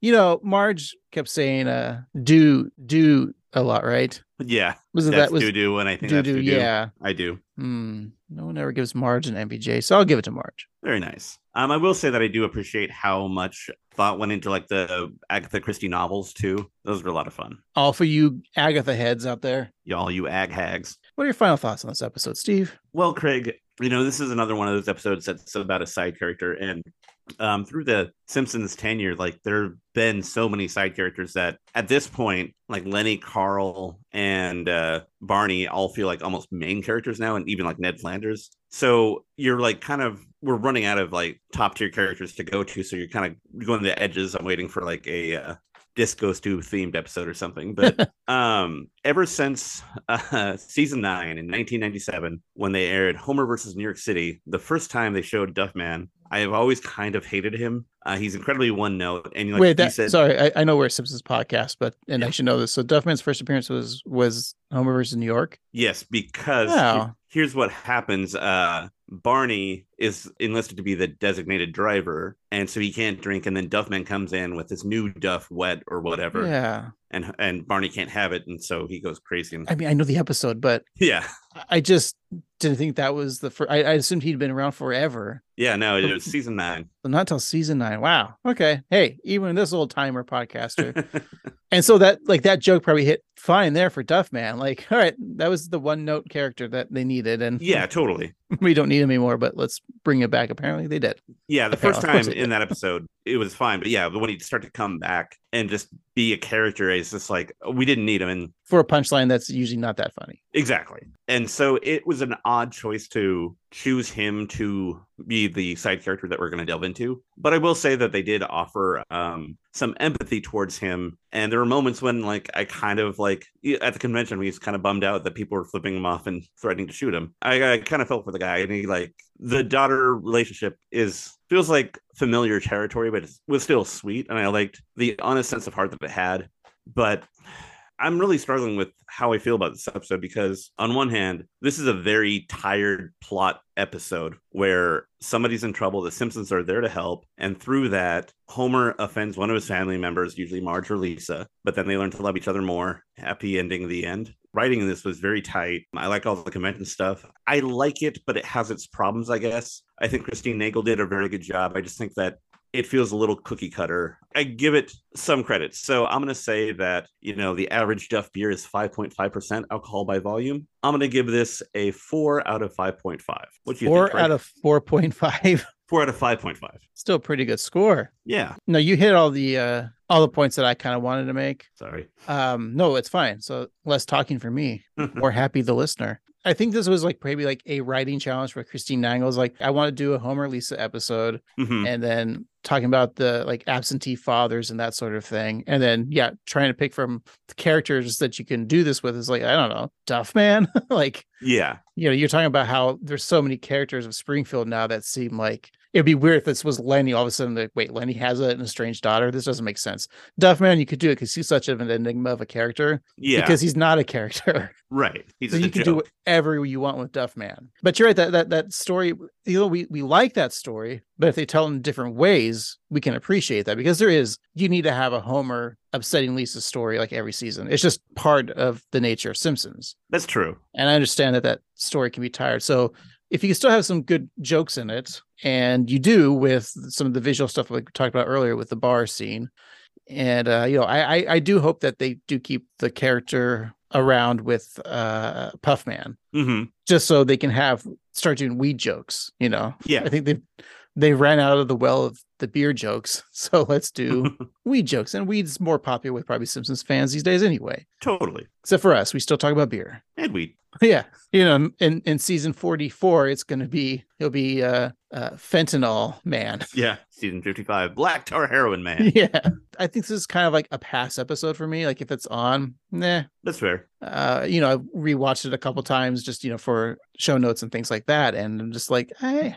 [SPEAKER 1] You know, Marge kept saying uh, do do a lot, right?
[SPEAKER 4] Yeah.
[SPEAKER 1] Was it
[SPEAKER 4] that's
[SPEAKER 1] that was
[SPEAKER 4] doo doo, and I think that's doo
[SPEAKER 1] doo-doo,
[SPEAKER 4] doo.
[SPEAKER 1] yeah.
[SPEAKER 4] I do.
[SPEAKER 1] Hmm, no one ever gives Marge an MVJ, so I'll give it to Marge.
[SPEAKER 4] Very nice. Um, I will say that I do appreciate how much thought went into like the Agatha Christie novels too. Those were a lot of fun.
[SPEAKER 1] All for you Agatha heads out there.
[SPEAKER 4] Y'all, you ag hags.
[SPEAKER 1] What are your final thoughts on this episode, Steve?
[SPEAKER 4] Well, Craig, you know, this is another one of those episodes that's about a side character. And um, through the Simpsons tenure, like there have been so many side characters that at this point, like Lenny, Carl, and uh, Barney all feel like almost main characters now, and even like Ned Flanders. So you're like kind of, we're running out of like top tier characters to go to. So you're kind of going to the edges. I'm waiting for like a, uh, disco stew themed episode or something but um ever since uh season 9 in 1997 when they aired homer versus new york city the first time they showed duffman i have always kind of hated him uh he's incredibly one note and like
[SPEAKER 1] Wait,
[SPEAKER 4] you
[SPEAKER 1] that,
[SPEAKER 4] said
[SPEAKER 1] sorry, I, I know we're a Simpsons podcast, but and I should know this. So Duffman's first appearance was was Homer versus New York.
[SPEAKER 4] Yes, because he-
[SPEAKER 1] Wow.
[SPEAKER 4] here's what happens. Uh, Barney is enlisted to be the designated driver, and so he can't drink. And then Duffman comes in with his new Duff wet or whatever.
[SPEAKER 1] Yeah.
[SPEAKER 4] And and Barney can't have it, and so he goes crazy. And
[SPEAKER 1] I mean, I know the episode, but
[SPEAKER 4] yeah,
[SPEAKER 1] I- I just didn't think that was the first. I, I assumed he'd been around forever,
[SPEAKER 4] yeah. No, it was season nine.
[SPEAKER 1] but not till season nine. Wow. Okay. Hey, even this old timer podcaster, And so that like that joke probably hit fine there for Duff Man. Like, all right, that was the one note character that they needed, and
[SPEAKER 4] Yeah, totally.
[SPEAKER 1] we don't need him anymore. But let's bring it back. Apparently, they did.
[SPEAKER 4] Yeah, the
[SPEAKER 1] Okay,
[SPEAKER 4] first
[SPEAKER 1] of course
[SPEAKER 4] time
[SPEAKER 1] it
[SPEAKER 4] in that episode, it was fine. But yeah, but when he started to come back and just be a character, it's just like we didn't need him. And
[SPEAKER 1] for a punchline that's usually not that funny.
[SPEAKER 4] exactly. And so it was an odd choice to choose him to be the side character that we're going to delve into. But I will say that they did offer um, some empathy towards him. And there were moments when, like, I kind of like y- at the convention, we was kind of bummed out that people were flipping him off and threatening to shoot him. I, I kind of felt for the guy, and he like the daughter relationship is feels like familiar territory, but it was still sweet. And I liked the honest sense of heart that it had. But I'm really struggling with how I feel about this episode because, on one hand, this is a very tired plot episode where somebody's in trouble, the Simpsons are there to help. And through that, Homer offends one of his family members, usually Marge or Lisa, but then they learn to love each other more. Happy ending, the end. Writing this was very tight. I like all the convention stuff. I like it, but it has its problems, I guess. I think Christine Nagel did a very good job. I just think that it feels a little cookie cutter. I give it some credit. So I'm going to say that, you know, the average Duff beer is 5.5% alcohol by volume. I'm going to give this a four out of 5.5. What do you
[SPEAKER 1] Four
[SPEAKER 4] think?
[SPEAKER 1] out of four point five.
[SPEAKER 4] four out of 5.5.
[SPEAKER 1] Still a pretty good score.
[SPEAKER 4] Yeah.
[SPEAKER 1] No, you hit all the uh all the points that I kind of wanted to make.
[SPEAKER 4] Sorry.
[SPEAKER 1] Um, no, it's fine. So less talking for me, more
[SPEAKER 4] Mm-hmm.
[SPEAKER 1] happy the listener. I think this was like maybe like a writing challenge where Christine Nangle's like, I want to do a Homer Lisa episode,
[SPEAKER 4] Mhm.
[SPEAKER 1] and then talking about the like absentee fathers and that sort of thing, and then yeah, trying to pick from the characters that you can do this with is like I don't know, Duff Man, like
[SPEAKER 4] Yeah.
[SPEAKER 1] you know, you're talking about how there's so many characters of Springfield now that seem like it'd be weird if this was Lenny. All of a sudden, like, wait, Lenny has an estranged daughter. This doesn't make sense. Duffman, you could do it because he's such of an enigma of a character.
[SPEAKER 4] Yeah.
[SPEAKER 1] because he's not a character.
[SPEAKER 4] Right. He's
[SPEAKER 1] so
[SPEAKER 4] just
[SPEAKER 1] you
[SPEAKER 4] a
[SPEAKER 1] can do
[SPEAKER 4] joke.
[SPEAKER 1] whatever you want with Duffman. But you're right that that that story. You know, we we like that story, but if they tell it in different ways, we can appreciate that because there is you need to have a Homer upsetting Lisa's story like every season. It's just part of the nature of Simpsons
[SPEAKER 4] That's true.
[SPEAKER 1] and I understand that that story can be tired. So if you can still have some good jokes in it, and you do with some of the visual stuff like we talked about earlier with the bar scene, and uh, you know, I, I I do hope that they do keep the character around with uh Puffman
[SPEAKER 4] Mhm.
[SPEAKER 1] just so they can have start doing weed jokes. You know,
[SPEAKER 4] Yeah.
[SPEAKER 1] I think they they ran out of the well of the beer jokes, so let's do weed jokes. And weed's more popular with probably Simpsons fans these days anyway.
[SPEAKER 4] Totally.
[SPEAKER 1] Except for us, we still talk about beer.
[SPEAKER 4] And we.
[SPEAKER 1] Yeah, you know, in in season forty four, it's going to be he'll be uh, uh fentanyl man.
[SPEAKER 4] Yeah. Season 55, Black Tar Heroin Man.
[SPEAKER 1] Yeah, I think this is kind of like a pass episode for me. Like if it's on, nah.
[SPEAKER 4] That's fair.
[SPEAKER 1] Uh, you know, I've rewatched it a couple times just you know for show notes and things like that, and I'm just like I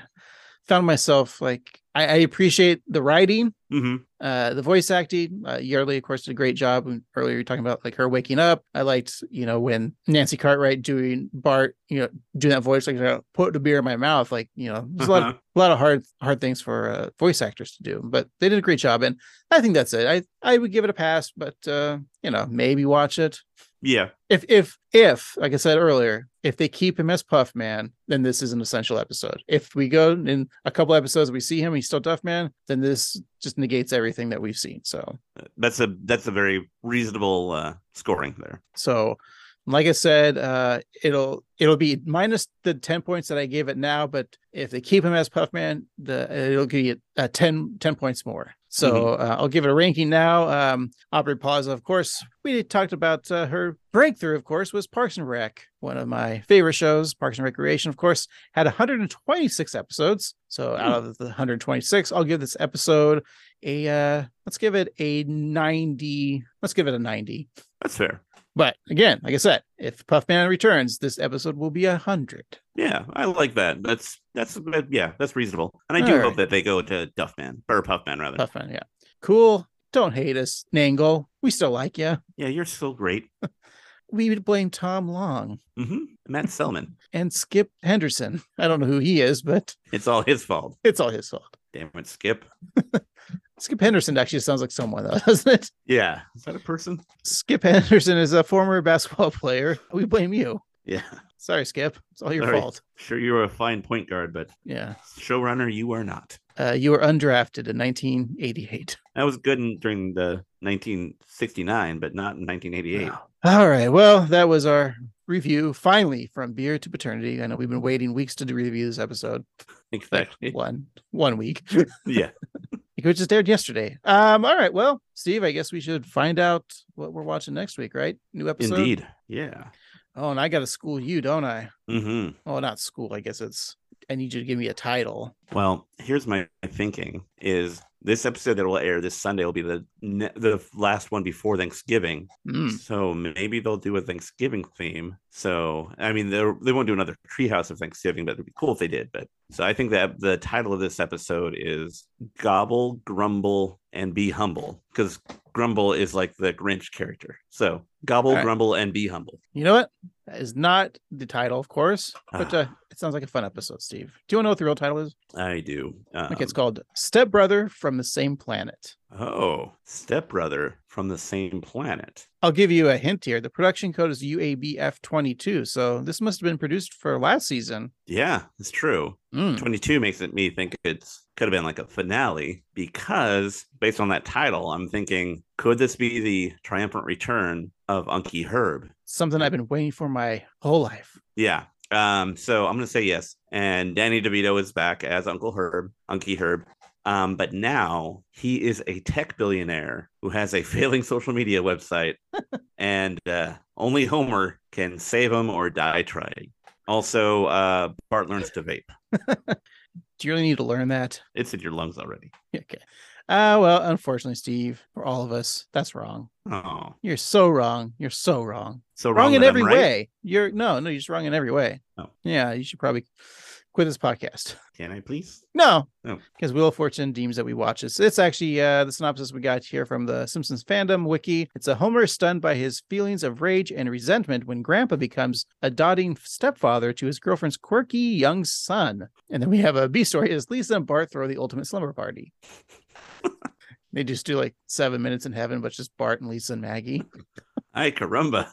[SPEAKER 1] found myself like I, I appreciate the writing,
[SPEAKER 4] Mhm.
[SPEAKER 1] uh, the voice acting. Uh, Yardley, of course, did a great job. When- Earlier, you were talking about like her waking up. I liked, you know, when Nancy Cartwright doing Bart, you know, doing that voice like uh, put the beer in my mouth. Like, you know, there's a lot, of,
[SPEAKER 4] Uh-huh.
[SPEAKER 1] a lot of hard, hard things for uh, voice actors to do, but they did a great job. And I think that's it. I, I would give it a pass, but uh, you know, maybe watch it
[SPEAKER 4] Yeah.
[SPEAKER 1] if if if like I said earlier, if they keep him as Puff Man, then this is an essential episode. If we go in a couple episodes, we see him, he's still Duff Man, then this just negates everything that we've seen. So
[SPEAKER 4] That's a that's a very reasonable uh scoring there.
[SPEAKER 1] so like I said, uh it'll it'll be minus the ten points that I gave it now, but if they keep him as Puff Man, the it'll get uh, 10, 10 points more. So
[SPEAKER 4] Mhm.
[SPEAKER 1] uh, I'll give it a ranking now. Um, Aubrey Plaza, of course, we talked about uh, her breakthrough, of course, was Parks and Rec, one of my favorite shows. Parks and Recreation, of course, had 126 episodes. So out of the 126, I'll give this episode a, uh, let's give it a 90. Let's give it a 90.
[SPEAKER 4] That's fair.
[SPEAKER 1] But again, like I said, if Puffman returns, this episode will be 100.
[SPEAKER 4] Yeah, I like that. That's that's that- yeah, that's reasonable. And I do
[SPEAKER 1] All
[SPEAKER 4] hope that they go to Duffman or Puffman rather.
[SPEAKER 1] Puffman, yeah. Cool. Don't hate us, Nangle. We still like you.
[SPEAKER 4] Yeah, you're still great.
[SPEAKER 1] We would blame Tom Long
[SPEAKER 4] hmm Matt Selman.
[SPEAKER 1] and Skip Henderson. I don't know who he is, but
[SPEAKER 4] It's all his fault.
[SPEAKER 1] it's all his fault.
[SPEAKER 4] Damn it, Skip.
[SPEAKER 1] Skip Henderson actually sounds like someone, though, doesn't it?
[SPEAKER 4] Yeah. Is that a person?
[SPEAKER 1] Skip Henderson is a former basketball player. We blame you.
[SPEAKER 4] Yeah.
[SPEAKER 1] Sorry, Skip. It's all your
[SPEAKER 4] Sorry.
[SPEAKER 1] fault.
[SPEAKER 4] Sure, you're a fine point guard, but
[SPEAKER 1] Yeah.
[SPEAKER 4] showrunner, you are not.
[SPEAKER 1] Uh, you were undrafted in 1988.
[SPEAKER 4] I was good in, during the 1969, but not in 1988.
[SPEAKER 1] All right. Well, that was our review finally from beer to paternity. I know we've been waiting weeks to do- review this episode.
[SPEAKER 4] Exactly.
[SPEAKER 1] One one week.
[SPEAKER 4] yeah.
[SPEAKER 1] It was just aired yesterday. Um, all right. Well, Steve, I guess we should find out what we're watching next week, right? New episode.
[SPEAKER 4] Indeed. Yeah.
[SPEAKER 1] Oh, and I gotta school you, don't I?
[SPEAKER 4] Mm-hmm.
[SPEAKER 1] Oh, not school. I guess it's I need you to give me a title.
[SPEAKER 4] Well, here's my thinking: is this episode that will air this Sunday will be the ne- the last one before Thanksgiving,
[SPEAKER 1] Mm.
[SPEAKER 4] so maybe they'll do a Thanksgiving theme. So I mean, they they won't do another Treehouse of Thanksgiving, but it'd be cool if they did. But so I think that the title of this episode is "Gobble, Grumble, and Be Humble" because Grumble is like the Grinch character. So gobble,
[SPEAKER 1] All right.
[SPEAKER 4] grumble, and be humble.
[SPEAKER 1] You know what? That is not the title, of course,
[SPEAKER 4] Ah.
[SPEAKER 1] but uh, it sounds like a fun episode, Steve. Do you want to know what the real title is?
[SPEAKER 4] I do. Um,
[SPEAKER 1] okay, it's called Step Brother from the Same Planet.
[SPEAKER 4] Oh, stepbrother from the same planet.
[SPEAKER 1] I'll give you a hint here. The production code is UABF22, so this must have been produced for last season. Hmm,
[SPEAKER 4] Yeah, it's true. 22 makes it me think it's could have been like a finale because based on that title, I'm thinking, could this be the triumphant return of Unky Herb?
[SPEAKER 1] Something I've been waiting for my whole life.
[SPEAKER 4] Yeah. Um, so I'm gonna say yes. And Danny DeVito is back as Uncle Herb, Unky Herb. Um, but now he is a tech billionaire who has a failing social media website, and uh, only Homer can save him or die trying. Also, uh, Bart learns to vape.
[SPEAKER 1] Do you really need to learn that?
[SPEAKER 4] It's in your lungs already.
[SPEAKER 1] Okay. Ah, well, unfortunately, Steve, for all of us, that's wrong.
[SPEAKER 4] Oh,
[SPEAKER 1] You're so wrong. You're so wrong.
[SPEAKER 4] so
[SPEAKER 1] wrong,
[SPEAKER 4] wrong,
[SPEAKER 1] in
[SPEAKER 4] that I'm
[SPEAKER 1] every
[SPEAKER 4] right?
[SPEAKER 1] way. You're no, no, you're just wrong in every way.
[SPEAKER 4] Oh.
[SPEAKER 1] Yeah, you should probably quit this podcast.
[SPEAKER 4] Can I please?
[SPEAKER 1] No,
[SPEAKER 4] Oh.
[SPEAKER 1] because Wheel of Fortune deems that we watch this. It's actually uh, the synopsis we got here from the Simpsons fandom wiki. It's a Homer stunned by his feelings of rage and resentment when Grandpa becomes a doting stepfather to his girlfriend's quirky young son. And then we have a B story as Lisa and Bart throw the ultimate slumber party. they just do like seven minutes in heaven, but it's just Bart and Lisa and Maggie.
[SPEAKER 4] Ay, caramba.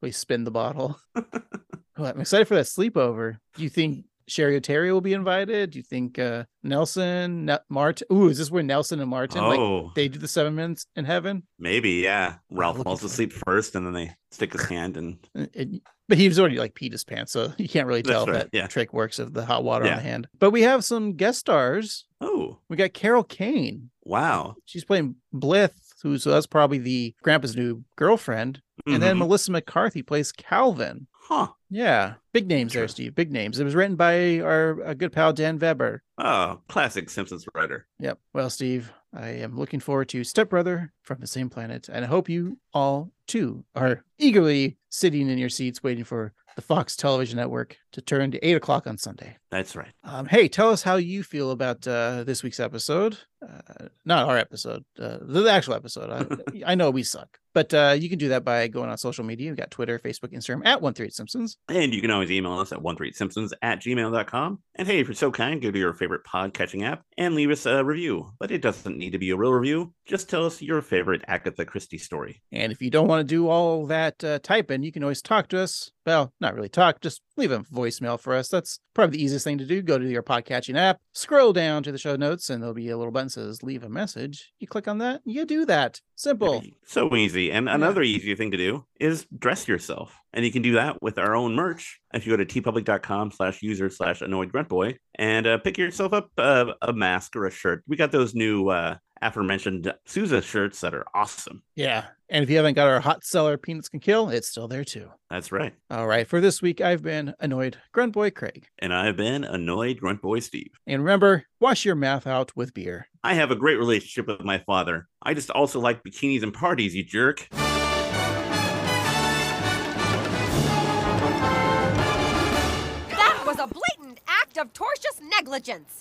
[SPEAKER 1] We spin the bottle. Well, I'm excited for that sleepover. Do you think Sherry O'Terry will be invited? Do you think uh, Nelson, ne- Martin? Ooh, is this where Nelson and Martin
[SPEAKER 4] Oh.
[SPEAKER 1] like they do the seven minutes in heaven?
[SPEAKER 4] Maybe, yeah. Ralph falls asleep first, and then they stick his hand and
[SPEAKER 1] And- and- but he was already like peed his pants, so you can't really
[SPEAKER 4] That's
[SPEAKER 1] tell if
[SPEAKER 4] right,
[SPEAKER 1] that
[SPEAKER 4] yeah.
[SPEAKER 1] trick works of the hot water on
[SPEAKER 4] Yeah.
[SPEAKER 1] the hand. But we have some guest stars.
[SPEAKER 4] Oh,
[SPEAKER 1] we got Carol Kane.
[SPEAKER 4] wow.
[SPEAKER 1] She's playing Blith, who's so that's probably the grandpa's new girlfriend. And then
[SPEAKER 4] Mhm.
[SPEAKER 1] Melissa McCarthy plays Calvin.
[SPEAKER 4] Huh.
[SPEAKER 1] Yeah, big names there, Steve. Big names. It was written by our uh, good pal Dan Weber.
[SPEAKER 4] Oh, classic Simpsons writer.
[SPEAKER 1] Yep. Well, Steve, I am looking forward to Step Brother from the same planet, and I hope you all too are eagerly sitting in your seats waiting for the Fox Television Network to turn to eight o'clock on Sunday.
[SPEAKER 4] That's right.
[SPEAKER 1] Um, hey, tell us how you feel about uh, this week's episode. Uh, not our episode, uh, the the actual episode. I, I know we suck, but uh, you can do that by going on social media. We've got Twitter, Facebook, Instagram at 138 Simpsons.
[SPEAKER 4] And you can always email us at 138simpsons at gmail.com. And hey, if you're so kind, go to your favorite pod catching app and leave us a review. But it doesn't need to be a real review. Just tell us your favorite Agatha Christie story.
[SPEAKER 1] And if you don't want to do all that uh, typing, you can always talk to us. Well, not really talk, just leave a voicemail for us. That's probably the easiest thing to do. Go to your podcatching app, scroll down to the show notes, and there'll be a little button that says leave a message. You click on that, you do that. Simple.
[SPEAKER 4] So easy. And another easy thing to do is dress yourself. And you can do that with our own merch. If you go to tpublic.com slash user slash annoyed grunt boy and uh, pick yourself up a, a mask or a shirt. We got those new uh, aforementioned Sousa shirts that are awesome.
[SPEAKER 1] Yeah. And if you haven't got our hot seller, Peanuts Can Kill, it's still there too.
[SPEAKER 4] That's right.
[SPEAKER 1] All right. For this week, I've been annoyed grunt boy Craig.
[SPEAKER 4] And I've been annoyed grunt boy Steve.
[SPEAKER 1] And remember, wash your mouth out with beer.
[SPEAKER 4] I have a great relationship with my father. I just also like bikinis and parties, you jerk.
[SPEAKER 5] That was a blatant act of tortious negligence.